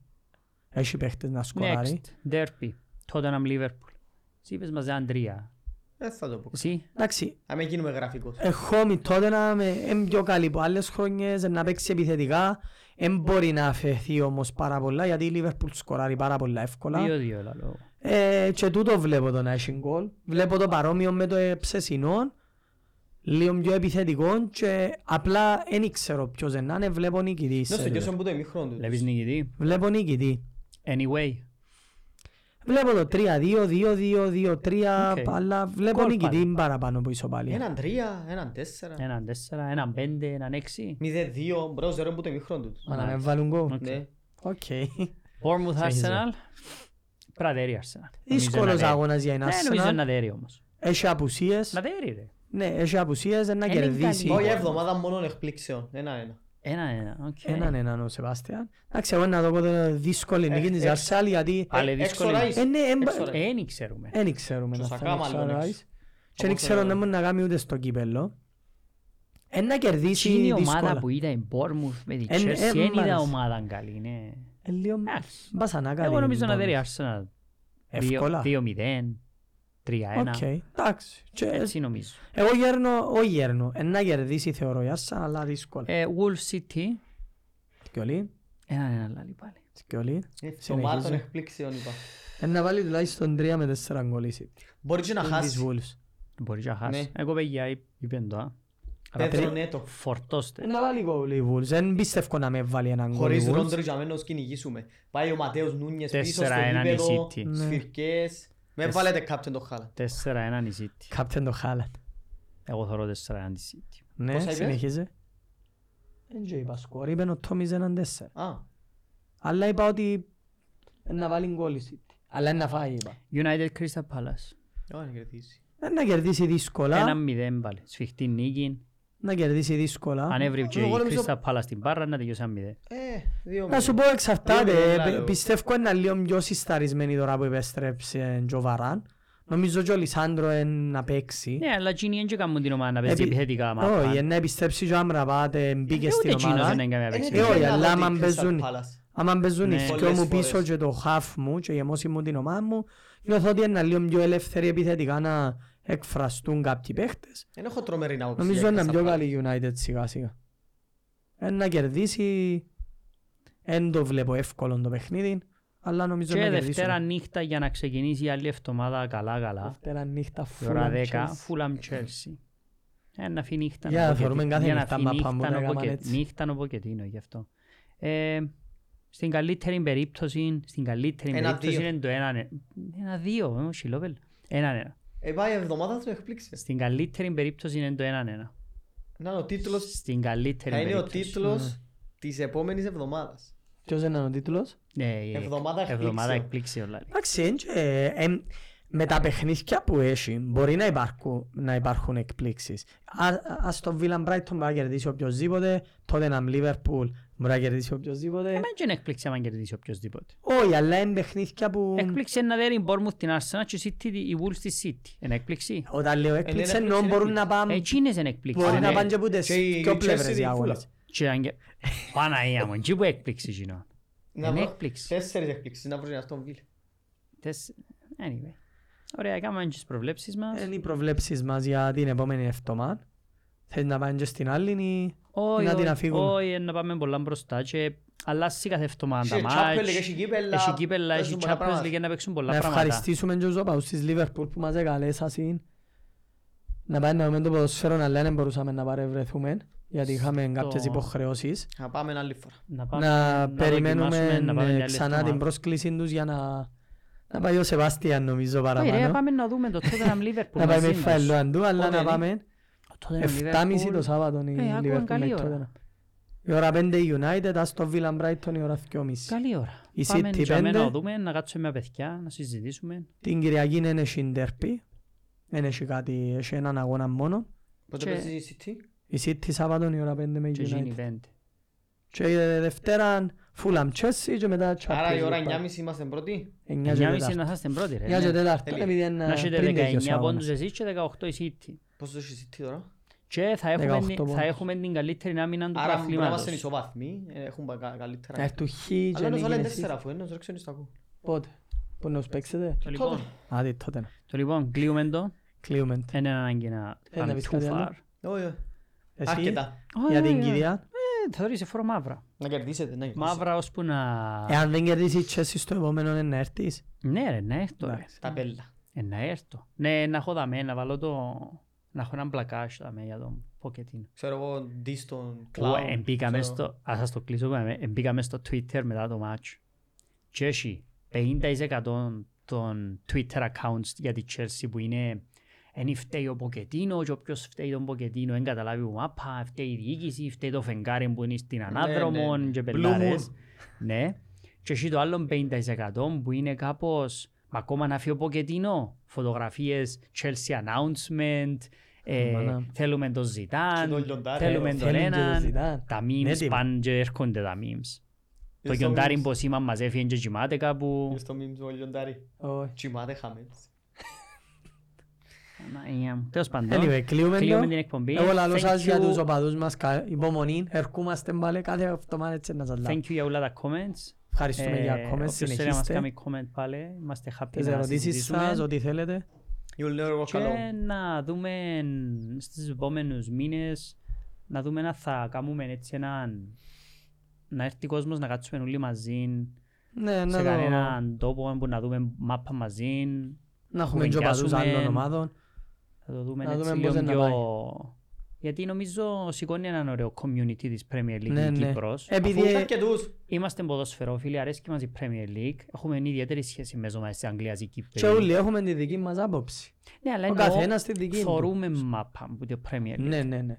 Speaker 2: Έχει παίχτες
Speaker 1: Ναι,
Speaker 2: να σκοράρει.
Speaker 1: Next, Derby, Tottenham Liverpool. Εσύ είπες μαζί Αντρία.
Speaker 3: Δεν Ε, θα το πω.
Speaker 1: Εσύ,
Speaker 2: Εντάξει,
Speaker 3: Αν μην γίνουμε γραφικός.
Speaker 2: εγώ με τότε να είμαι πιο καλή από άλλες χρόνιες, να παίξει επιθετικά. Δεν μπορεί να αφαιθεί όμως πάρα πολλά γιατί η Λίβερπουλ σκοράρει πάρα πολλά εύκολα.
Speaker 1: δύο-δύο λαλό.
Speaker 2: Ε, και τούτο βλέπω το να έχει γκολ. Βλέπω το παρόμοιο με το ε, ψεσινό. Λίγο πιο επιθετικό και απλά δεν ξέρω ποιος είναι. να είναι, Βλέπω νικητής.
Speaker 3: Νιώθω
Speaker 2: σε
Speaker 3: και
Speaker 2: τούτο.
Speaker 3: όσο που το ημίχρονο του.
Speaker 1: Βλέπεις νικητή.
Speaker 2: Βλέπω νικητή.
Speaker 1: Anyway,
Speaker 2: Βλέπω το 3-2-2-2-2-3,
Speaker 1: Οκ.
Speaker 2: αλλά βλέπω
Speaker 1: Γκολ
Speaker 2: νικητή
Speaker 1: πάλι.
Speaker 2: παραπάνω από ισοπαλία.
Speaker 3: Έναν τρία, έναν τέσσερα.
Speaker 1: έναν τέσσερα, έναν πέντε, έναν έξι.
Speaker 3: Μηδέν δύο, μπρος ζερό που το ημίχρονο του.
Speaker 2: Μα να με βάλουν γκολ.
Speaker 1: Οκ.
Speaker 3: Ναι.
Speaker 2: Οκ.
Speaker 1: Bournemouth
Speaker 2: Συνεχίζω.
Speaker 1: Arsenal. Πραδέρι Arsenal.
Speaker 2: *laughs* Δύσκολος αγώνας για την
Speaker 1: Ναι, νομίζω
Speaker 2: Arsenal.
Speaker 1: να δέρει όμως.
Speaker 2: Έχει απουσίες.
Speaker 1: Να δέρει ρε.
Speaker 2: Ναι, έχει απουσίες, να
Speaker 1: Είναι
Speaker 2: κερδίσει.
Speaker 1: καλή. ε,
Speaker 3: Πάω για εβδομάδα μόνον εκπλήξεων. Ένα-ένα.
Speaker 1: Ένα-ένα, οκ.
Speaker 2: Έναν έναν ο Σεβάστιαν. Εντάξει, εγώ να το πω το δύσκολη νίκη
Speaker 3: Ε,
Speaker 2: της
Speaker 3: ε,
Speaker 2: Arsenal γιατί
Speaker 1: Πάλι
Speaker 3: Ε,
Speaker 1: δύσκολη.
Speaker 3: εξοράεις.
Speaker 2: Ε, ναι, εν-
Speaker 3: Εξοράεις.
Speaker 1: Ε, δεν ξέρουμε.
Speaker 2: δεν ξέρουμε
Speaker 3: Και
Speaker 2: να
Speaker 3: ο
Speaker 2: θα
Speaker 3: Σακά
Speaker 2: είναι
Speaker 3: μάλλον,
Speaker 2: εξοράις.
Speaker 3: έξω.
Speaker 2: Και δεν
Speaker 3: Όπως
Speaker 1: ε,
Speaker 2: ξέρω
Speaker 3: το-
Speaker 2: να μπορεί να κάνει ούτε στο κύπελλο. Ε, να κερδίσει
Speaker 1: Είναι η ομάδα
Speaker 2: δύσκολα.
Speaker 1: που είδα η Bournemouth με τη
Speaker 2: Εν- εν
Speaker 1: Chelsea.
Speaker 2: μ'
Speaker 1: Δεν είδα
Speaker 2: άρεσε.
Speaker 1: ομάδα καλή, ναι.
Speaker 2: Ε, λίγο
Speaker 1: Εντάξει.
Speaker 2: μπασανά καλή
Speaker 1: Εγώ νομίζω να
Speaker 2: λοιπόν.
Speaker 1: δέρει η Arsenal. Δύο-
Speaker 2: Εύκολα.
Speaker 1: 2-0, 3-1.
Speaker 2: Οκ, εντάξει. Και
Speaker 1: Έτσι νομίζω.
Speaker 2: Εγώ γέρνω, όχι γέρνω. Ε, να κερδίσει θεωρώ η Arsenal, αλλά δύσκολα.
Speaker 1: Ε, Wolves City. Eh,
Speaker 2: Σκιολί,
Speaker 1: Έναν ένα λαλί πάλι.
Speaker 2: σκιολί.
Speaker 3: Ε, Το
Speaker 2: Συνεχίζω.
Speaker 3: μάτων εκπλήξεων είπα.
Speaker 2: Ε, να βάλει τουλάχιστον τρία με τέσσερα γκολίσει.
Speaker 3: Μπορεί και να
Speaker 2: Της
Speaker 3: χάσει.
Speaker 2: Wolves.
Speaker 1: Μπορεί και να χάσει.
Speaker 3: Ναι.
Speaker 1: Εγώ παιδιά είπ- είπεν το. α. Αλλά
Speaker 3: Πέτρο
Speaker 1: πρέπει-
Speaker 3: Νέτο.
Speaker 1: Φορτώστε.
Speaker 2: Ε, να βάλει γκολ η Wolves. Δεν πιστεύω να με βάλει έναν γκολ η
Speaker 3: Χωρίς
Speaker 2: Wolves.
Speaker 3: ρόντρ για μένα ως κυνηγήσουμε. Πάει ο Ματέος Νούνιες πίσω στο
Speaker 1: 4-1 η
Speaker 3: γήπεδο,
Speaker 1: City.
Speaker 2: Ναι.
Speaker 3: σφυρκές. Με
Speaker 1: Τεσ-
Speaker 3: βάλετε κάπτεν το χάλα.
Speaker 1: 4-1 η City.
Speaker 2: Κάπτεν το Χάλαντ.
Speaker 1: Εγώ θωρώ 4-1 η City.
Speaker 2: Ναι,
Speaker 3: Πόσα είπες?
Speaker 2: συνεχίζει. Δεν και είπα σκορ, είπε ο Τόμις έναν τέσσερα.
Speaker 3: Α,
Speaker 2: Αλλά είπα ότι ε, να βάλει γκολ η City. Αλλά ε, να φάει είπα.
Speaker 1: United Crystal Palace.
Speaker 3: δεν να κερδίσει.
Speaker 2: Ε, να κερδίσει δύσκολα.
Speaker 1: 1-0 πάλι. Σφιχτή νίκη.
Speaker 2: Να κερδίσει δύσκολα.
Speaker 1: Αν έβριψε η
Speaker 3: εγώ νομίζω-
Speaker 1: Crystal Palace την μπάρα να τελειώσει 1-0.
Speaker 3: Ε, δύο
Speaker 2: Να σου πω
Speaker 3: Λίγο
Speaker 2: εξαρτάται.
Speaker 3: μιλά,
Speaker 2: Πι-
Speaker 3: λίγο.
Speaker 2: Πιστεύω είναι λίγο πιο συσταρισμένη τώρα που επέστρεψε και ο Βαράν. Νομίζω και ο Λισάνδρο είναι να παίξει.
Speaker 1: Ναι, αλλά εκείνοι δεν και κάνουν την ομάδα να παίζει
Speaker 2: Επι-
Speaker 1: επιθετικά. άμα πάνε.
Speaker 2: Όχι, είναι να επιστρέψει και ο Αμραβάτ ε, μπήκε
Speaker 1: Ε,
Speaker 2: στην
Speaker 1: Ούτε εκείνος
Speaker 2: ομάδα.
Speaker 1: δεν έκανε να
Speaker 3: Ε,
Speaker 1: παίξει.
Speaker 3: ναι,
Speaker 2: Ε, όχι,
Speaker 3: δεν
Speaker 2: αλλά
Speaker 3: λάβω
Speaker 2: άμα
Speaker 3: την Crystal
Speaker 2: παίζουν-
Speaker 3: Palace.
Speaker 2: Άμα παίζουν οι
Speaker 1: Ναι.
Speaker 2: δυο
Speaker 3: Πολλές
Speaker 2: μου πίσω
Speaker 3: φορές.
Speaker 2: και το χαφ μου και γεμώσει μου την ομάδα μου, νιώθω ότι είναι λίγο πιο ελεύθεροι επιθετικά να εκφραστούν κάποιοι παίχτες.
Speaker 3: Δεν έχω τρομερή άποψη
Speaker 2: Νομίζω
Speaker 3: για
Speaker 2: είναι
Speaker 3: Crystal
Speaker 2: πιο
Speaker 3: Palace.
Speaker 2: καλή η United σιγά σιγά. Ε, Να κερδίσει, δεν το βλέπω εύκολο το παιχνίδι, αλλά νομίζω να
Speaker 1: Και
Speaker 2: κερδίσουν.
Speaker 1: Δευτέρα νύχτα για να ξεκινήσει η άλλη εβδομάδα καλά-καλά.
Speaker 2: Δευτέρα νύχτα
Speaker 1: Η ώρα
Speaker 2: Fulham
Speaker 1: 10,
Speaker 2: Chelsea.
Speaker 1: Fulham Chelsea. Ε, να φύγει νύχτα.
Speaker 2: Για
Speaker 1: να
Speaker 2: να
Speaker 1: πω
Speaker 2: θεωρούμε
Speaker 1: και-
Speaker 2: κάθε
Speaker 1: για να
Speaker 2: νύχτα
Speaker 1: φύγει
Speaker 2: μαπά μου,
Speaker 1: νύχτα,
Speaker 2: να
Speaker 1: να πω
Speaker 2: κάνουμε
Speaker 1: και-
Speaker 2: έτσι.
Speaker 1: Νύχτα να πω και τι είναι γι' αυτό. Ε, στην καλύτερη περίπτωση, στην καλύτερη
Speaker 3: Ένα
Speaker 1: περίπτωση
Speaker 3: δύο.
Speaker 1: είναι το ένα, ένα δύο, ε, ο Σιλόπελ. Ένα, ένα.
Speaker 3: Ε, πάει η εβδομάδα του εκπλήξεων.
Speaker 1: Στην καλύτερη περίπτωση είναι το ένα, ένα.
Speaker 3: Να είναι ο τίτλος.
Speaker 1: Στην καλύτερη
Speaker 3: Θα είναι ο
Speaker 1: περίπτωση.
Speaker 3: τίτλος της επόμενης εβδομάδας.
Speaker 2: Ποιος είναι ο τίτλος?
Speaker 1: Ναι, η
Speaker 3: Εβδομάδα
Speaker 1: εκ- Εβδομάδα
Speaker 3: εκπλήξεων.
Speaker 1: εκπλήξεων, δηλαδή.
Speaker 2: Εντάξει, εν και, εμ, με τα παιχνίδια που έχει μπορεί να υπάρχουν, να υπάρχουν εκπλήξεις. Α- Ας το Βίλαν Μπράιτον μπορεί να κερδίσει οποιοςδήποτε, τότε να Λίβερπουλ μπορεί να κερδίσει οποιοςδήποτε.
Speaker 1: Εμένα και είναι εκπλήξη άμα κερδίσει οποιοςδήποτε.
Speaker 2: Όχι, αλλά είναι παιχνίδια που...
Speaker 1: Έκπληξε να δέρει η Bournemouth την Arsenal και η City τη- η Wolves τη City. Είναι έκπληξη. Ε,
Speaker 2: Όταν λέω
Speaker 3: έκπληξη,
Speaker 2: έκπληξη
Speaker 3: είναι
Speaker 2: εννοώ μπορούν
Speaker 3: έκπληξη.
Speaker 2: να πάνε...
Speaker 1: Εκείνες είναι έκπληξη.
Speaker 2: Μπορεί
Speaker 1: Α,
Speaker 2: να
Speaker 1: ναι.
Speaker 2: πάνε και από τις
Speaker 3: Και η-
Speaker 2: πιο
Speaker 3: η Chelsea
Speaker 2: πλευρές οι
Speaker 3: είναι η
Speaker 2: αγώνες.
Speaker 1: Και αν και- Παναγία μου, εκεί που έκπληξη γινό.
Speaker 3: Να
Speaker 1: Είναι
Speaker 3: βρω-
Speaker 1: έκπληξη.
Speaker 3: Τέσσερις εκπλήξεις, να βρω και αυτόν Βίλ.
Speaker 1: Τες- Anyway. Ωραία, έκαναμε τις προβλέψεις μας.
Speaker 2: Είναι οι προβλέψεις μας για την επόμενη εβδομάδα. Θέλεις να πάνε και στην άλλη ή...
Speaker 1: Όχι,
Speaker 2: να την
Speaker 1: όχι,
Speaker 2: αφήγουμε.
Speaker 1: όχι, ε, να πάμε πολλά μπροστά και αλλάζει κάθε εβδομάδα
Speaker 3: Έχει
Speaker 1: τα
Speaker 3: Champions League,
Speaker 1: μάτς.
Speaker 3: έχει κύπελλα,
Speaker 1: Έχει κύπελλα, έχει
Speaker 3: παίζουν πολλά
Speaker 1: Champions
Speaker 3: πράγματα.
Speaker 1: League να παίξουν
Speaker 2: Να
Speaker 1: πολλά πράγματα.
Speaker 2: ευχαριστήσουμε και τους οπαδούς της Λίβερπουλ που μας εκαλέσασαν να πάμε να δούμε το ποδοσφαίρο αλλά δεν μπορούσαμε να παρευρεθούμε γιατί είχαμε κάποιες υποχρεώσεις
Speaker 3: Να πάμε άλλη φορά.
Speaker 1: Να πάμε
Speaker 2: να περιμένουμε
Speaker 1: δοκιμάσουμε, να πάμε
Speaker 2: ε,
Speaker 1: μια άλλη
Speaker 2: ξανά
Speaker 1: εβδομάδα.
Speaker 2: την πρόσκλησή τους για να να πάει ο Σεβάστιαν νομίζω
Speaker 1: Όχι, ρε,
Speaker 2: παραπάνω
Speaker 1: πάμε να δούμε το Tottenham Liverpool
Speaker 2: να πάει
Speaker 1: μαζί
Speaker 2: με
Speaker 1: μας.
Speaker 2: Φαϊλουαντού αλλά
Speaker 3: Πότε
Speaker 2: να
Speaker 3: είναι?
Speaker 2: πάμε
Speaker 1: Το Tottenham
Speaker 2: 7.30 το
Speaker 1: Liverpool.
Speaker 2: Σάββατο η
Speaker 1: Ε, ακούω,
Speaker 2: Λίβερπουλ με
Speaker 1: καλή
Speaker 2: η
Speaker 1: ώρα.
Speaker 2: Tottenham. Η ώρα 5 η United, ας το Βίλαν Μπράιτον η ώρα 2.30
Speaker 1: Καλή ώρα.
Speaker 2: Η
Speaker 1: Πάμε
Speaker 2: City
Speaker 1: για μένα
Speaker 2: πέντε.
Speaker 1: να δούμε, να κάτσουμε με παιδιά, να συζητήσουμε.
Speaker 2: Την Κυριακή είναι στην Derby δεν έχει κάτι, έχει έναν αγώνα μόνο
Speaker 3: Πότε
Speaker 1: Και-
Speaker 3: παίζει η City.
Speaker 2: Η City Σάββατον η ώρα 5 με η
Speaker 1: Και γίνει
Speaker 2: United.
Speaker 1: πέντε.
Speaker 2: Και η Δευτέρα Fulham Chelsea και μετά Champions
Speaker 3: Άρα η ώρα
Speaker 2: League.
Speaker 3: 9.30 είμαστε πρώτοι.
Speaker 2: 9 και
Speaker 1: Μια μισή
Speaker 2: τέταρτο.
Speaker 1: να είσαστε πρώτοι ρε.
Speaker 2: 9 και
Speaker 1: ναι.
Speaker 2: τέταρτο,
Speaker 3: Τέλεια.
Speaker 2: επειδή είναι
Speaker 1: Να έχετε
Speaker 2: πριν τελειώσει ο
Speaker 1: 19
Speaker 2: αγώνας.
Speaker 1: πόντους εσείς και 18 η City.
Speaker 3: Πόσο έχει η City τώρα.
Speaker 1: Και θα έχουμε,
Speaker 2: 18
Speaker 1: θα
Speaker 2: πόντους.
Speaker 1: έχουμε την καλύτερη άμυνα του
Speaker 3: Άρα μπορεί να είμαστε
Speaker 1: πρωταθλήματος.
Speaker 3: ισοβαθμοί, ε, έχουμε κα- καλύτερα.
Speaker 2: Να έρθουν χι
Speaker 3: Αλλά
Speaker 2: και
Speaker 3: ένας βάλε
Speaker 2: νίκη
Speaker 3: τέσσερα αφού είναι, δεν ξέρω τι ακούω.
Speaker 2: Πότε. Πού να τους παίξετε.
Speaker 1: Το λοιπόν,
Speaker 3: Τότε.
Speaker 2: Άντε τότε να.
Speaker 1: το λοιπόν, κλείουμε το.
Speaker 2: Κλείουμε.
Speaker 1: Δεν είναι ανάγκη να
Speaker 2: Ε, να
Speaker 1: πάμε
Speaker 2: πεις
Speaker 1: too
Speaker 2: κάτι
Speaker 1: far.
Speaker 2: άλλο.
Speaker 3: Όχι, όχι. Ah,
Speaker 2: Εσύ,
Speaker 3: Αρκετά.
Speaker 1: Όχι,
Speaker 2: Για την
Speaker 1: όχι, όχι.
Speaker 2: κυρία.
Speaker 1: Ε, Θα δωρείς εφόρο μαύρα.
Speaker 3: Να κερδίσετε, ναι, να κερδίσετε.
Speaker 1: Μαύρα ώσπου να...
Speaker 2: Εάν δεν κερδίσει η Chelsea στο επόμενο είναι να έρθεις.
Speaker 1: Ναι ρε, να έρθω ρε.
Speaker 3: Τα πέλα.
Speaker 1: Ε, να έρθω. Ναι, να έχω δαμέ, να βάλω το... Να έχω έναν πλακάζ δαμέ για τον Pochettino.
Speaker 3: Ξέρω εγώ, Ντίστον,
Speaker 1: Που
Speaker 3: Κλάουν.
Speaker 1: εμπήκαμε
Speaker 3: ξέρω.
Speaker 1: ε, στο... Ας σας το κλείσω, που λέμε, εμπήκαμε στο Twitter μετά το match. Και έχει 50% των Twitter accounts για τη Chelsea που είναι... Εν φταίει ο Ποκετίνο και όποιος φταίει τον Ποκετίνο δεν καταλάβει ο μάπα, φταίει η διοίκηση, φταίει το φεγγάρι που είναι στην ανάδρομο
Speaker 3: ναι.
Speaker 1: και
Speaker 3: Blue
Speaker 1: πελάρες. Ναι. Και έχει το άλλο 50% που είναι κάπως, μα ακόμα να φύγει ο Ποκετίνο, φωτογραφίες, Chelsea announcement, ε,
Speaker 2: Μα να.
Speaker 1: θέλουμε τον
Speaker 3: Και τον
Speaker 1: Ζητάν,
Speaker 3: Λιοντάρη.
Speaker 1: θέλουμε
Speaker 2: Θέλουν
Speaker 1: τον
Speaker 2: και τον
Speaker 1: έναν,
Speaker 2: Ζητάν.
Speaker 1: τα
Speaker 2: Ναι,
Speaker 1: memes
Speaker 2: τι-
Speaker 1: πάνε και έρχονται τα memes. Το
Speaker 3: Είδες
Speaker 1: γιοντάρι
Speaker 3: memes?
Speaker 1: πως είμαι μας έφυγε και κοιμάται κάπου.
Speaker 3: Είδες το memes με το γιοντάρι.
Speaker 2: Όχι.
Speaker 3: Τσιμάτε χαμές.
Speaker 1: Παναγία μου. Τέλος
Speaker 2: Anyway,
Speaker 1: πάντων,
Speaker 2: κλείουμε
Speaker 1: κλείουμε την
Speaker 2: το.
Speaker 1: εκπομπή.
Speaker 2: Εγώ λαλώ
Speaker 1: Thank
Speaker 2: σας για
Speaker 1: you-
Speaker 2: τους οπαδούς μας. κα- Υπομονή. Ερχόμαστε πάλι κάθε εβδομάδα έτσι να σας
Speaker 1: Thank
Speaker 2: λάβω.
Speaker 1: you για όλα τα comments.
Speaker 2: Ευχαριστούμε
Speaker 1: Ε,
Speaker 2: για comments.
Speaker 1: όποιος θέλει να μας
Speaker 2: Συνεχίστε.
Speaker 1: κάνει comment πάλι, είμαστε happy
Speaker 2: Τις
Speaker 1: να
Speaker 2: ερωτήσεις σας,
Speaker 1: συζητήσουμε.
Speaker 2: ό,τι θέλετε.
Speaker 3: You'll never walk
Speaker 1: Και
Speaker 3: alone.
Speaker 1: να δούμε στις επόμενους μήνες, να δούμε να θα κάνουμε έτσι έναν... Να έρθει ο κόσμος να κάτσουμε όλοι μαζί
Speaker 2: Ναι,
Speaker 1: σε
Speaker 2: να το...
Speaker 1: κανέναν τόπο που να δούμε μάπα μαζί.
Speaker 2: Να έχουμε και
Speaker 1: κουβεντιάσουμε.
Speaker 2: οπαδούς άλλων ομάδων.
Speaker 1: Θα το δούμε
Speaker 2: Να
Speaker 1: έτσι
Speaker 2: δούμε
Speaker 1: λίγο
Speaker 2: πώς είναι να
Speaker 1: πιο... Γιατί νομίζω σηκώνει έναν ωραίο community της Premier League
Speaker 2: Ναι,
Speaker 1: η
Speaker 2: ναι.
Speaker 1: Κύπρος.
Speaker 2: Επειδή
Speaker 3: Αφού αρκετούς.
Speaker 1: Είμαστε ποδοσφαιρόφιλοι, αρέσκει μας η Premier League. Έχουμε ιδιαίτερη σχέση με ζωμάς της Αγγλίας η Κύπρη.
Speaker 2: και όλοι έχουμε τη δική μας άποψη.
Speaker 1: Ναι, αλλά
Speaker 2: Ο
Speaker 1: εννοώ,
Speaker 2: καθένας τη δική του.
Speaker 1: θωρούμε μάπα που το Premier League.
Speaker 2: Ναι, ναι, ναι.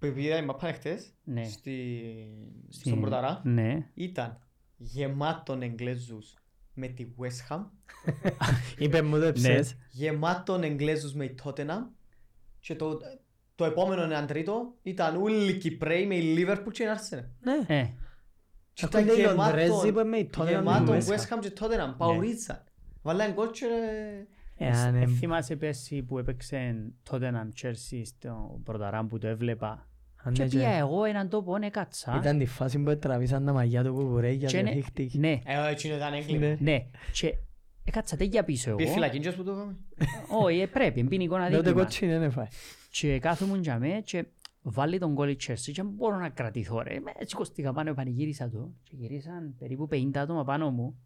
Speaker 3: Επειδή είδα η μαπά χτες,
Speaker 1: Ναι.
Speaker 3: στη-
Speaker 1: Στην-
Speaker 3: στον Πρωταρά,
Speaker 1: Ναι.
Speaker 3: ήταν γεμάτον Εγγλέζους με τη West Ham,
Speaker 2: Είπε μου
Speaker 1: Ναι.
Speaker 2: δεν ψες.
Speaker 3: γεμάτον Εγγλέζους με η Tottenham και το, το επόμενο έναν τρίτο ήταν όλοι οι Κυπρέοι με η Liverpool και η Arsenal.
Speaker 2: Ναι.
Speaker 1: Ε,
Speaker 3: Και
Speaker 2: Ακούγεται
Speaker 3: ήταν
Speaker 2: η
Speaker 3: γεμάτον-
Speaker 2: Λονδρέζη που είναι η Tottenham με τη
Speaker 3: γεμάτον
Speaker 1: West Ναι.
Speaker 2: Ham.
Speaker 3: West Ham και Tottenham, παουρίτσα. Βάλαν γκολ και...
Speaker 2: Εάν
Speaker 1: ε,
Speaker 2: εμ-
Speaker 1: θυμάσαι πέρσι που έπαιξε τότε έναν Chelsea στο Πρωταράμ που το έβλεπα.
Speaker 2: αν
Speaker 1: Και
Speaker 2: έτσι-
Speaker 1: πήγα εγώ έναν τόπο, ναι, έκατσα.
Speaker 2: Ναι, Ήταν τη φάση που τραβήσαν τα μαγιά του κουκουρέγια
Speaker 1: και
Speaker 2: και
Speaker 1: ναι-
Speaker 2: δείχτηκε.
Speaker 1: Ναι,
Speaker 3: Ε, έτσι ήταν έγκλημα.
Speaker 2: Ναι.
Speaker 1: ναι. Και έκατσα τέτοια πίσω
Speaker 3: Πήγε
Speaker 1: εγώ.
Speaker 3: φυλακή και που το έκαμε.
Speaker 1: Όχι, ε, πρέπει, είναι εικόνα
Speaker 2: Δεν ούτε
Speaker 1: δίκημα.
Speaker 2: κότσινη δεν έφαγε.
Speaker 1: Και κάθομαι για μέ και βάλει τον κόλλη Chelsea και μπορώ να κρατηθώ ρε. Με έτσι κοστικά πάνω επανηγύρισα το και γυρίσαν περίπου 50 άτομα πάνω μου.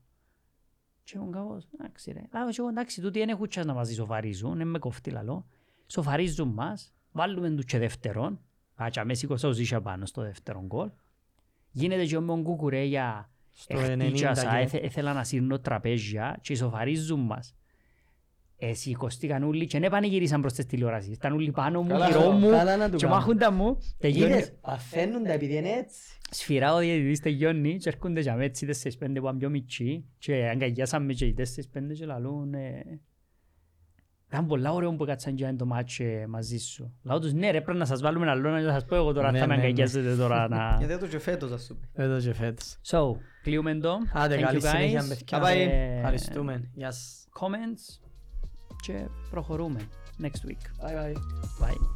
Speaker 1: Και ήμουν κάπως, εντάξει ρε. Λάβω και εγώ, εντάξει, τούτοι δεν έχουν τσάς να μας σοφαρίζουν, δεν με κοφτεί λαλό. Σοφαρίζουν μας, βάλουμε τους και δεύτερον. Άτσα με σήκωσα ο Ζήσα πάνω στο δεύτερο γκολ. Γίνεται και με τον Κουκουρέγια
Speaker 2: Στο 90
Speaker 1: Εχτύτσασα,
Speaker 2: και-
Speaker 1: έθε- έθελα να σύρνω τραπέζια και ισοφαρίζουν μας. Ε, σηκωστήκαν όλοι και δεν πανηγυρίσαν προς τις τηλεοράσεις. Ήταν όλοι πάνω μου,
Speaker 3: Καλά,
Speaker 1: γύρω μου
Speaker 2: καλά να του
Speaker 1: και
Speaker 2: κάνουν.
Speaker 1: μάχοντα μου. Τελειώνει.
Speaker 2: Είδες, αφαίνουν τα επειδή είναι έτσι.
Speaker 1: Σφυρά ο διαιτητής τελειώνει και έρχονται για με έτσι τέσσερις πέντε που ήταν πιο μικροί και αγκαγιάσαμε και οι τέσσερις πέντε και λαλούν. ε, Ήταν πολλά ωραίο που κάτσαν και το μάτσο μαζί σου. Λάω τους ναι ρε πρέπει να σας βάλουμε ένα λόγο να σας πω εγώ τώρα
Speaker 2: Ναι,
Speaker 1: θα με
Speaker 2: ναι, ναι.
Speaker 1: αγκαγιάζετε τώρα να...
Speaker 2: *laughs*
Speaker 3: Γιατί το και φέτος ας πούμε.
Speaker 2: Εδώ και φέτος.
Speaker 1: So, κλείουμε το.
Speaker 2: Άντε,
Speaker 1: Thank
Speaker 2: καλή
Speaker 1: you guys.
Speaker 2: συνέχεια, παιδιά.
Speaker 3: Bye-bye.
Speaker 1: Ε,
Speaker 2: Ευχαριστούμε. Γεια σας.
Speaker 1: comments και προχωρούμε next week.
Speaker 2: Bye bye.
Speaker 1: Bye.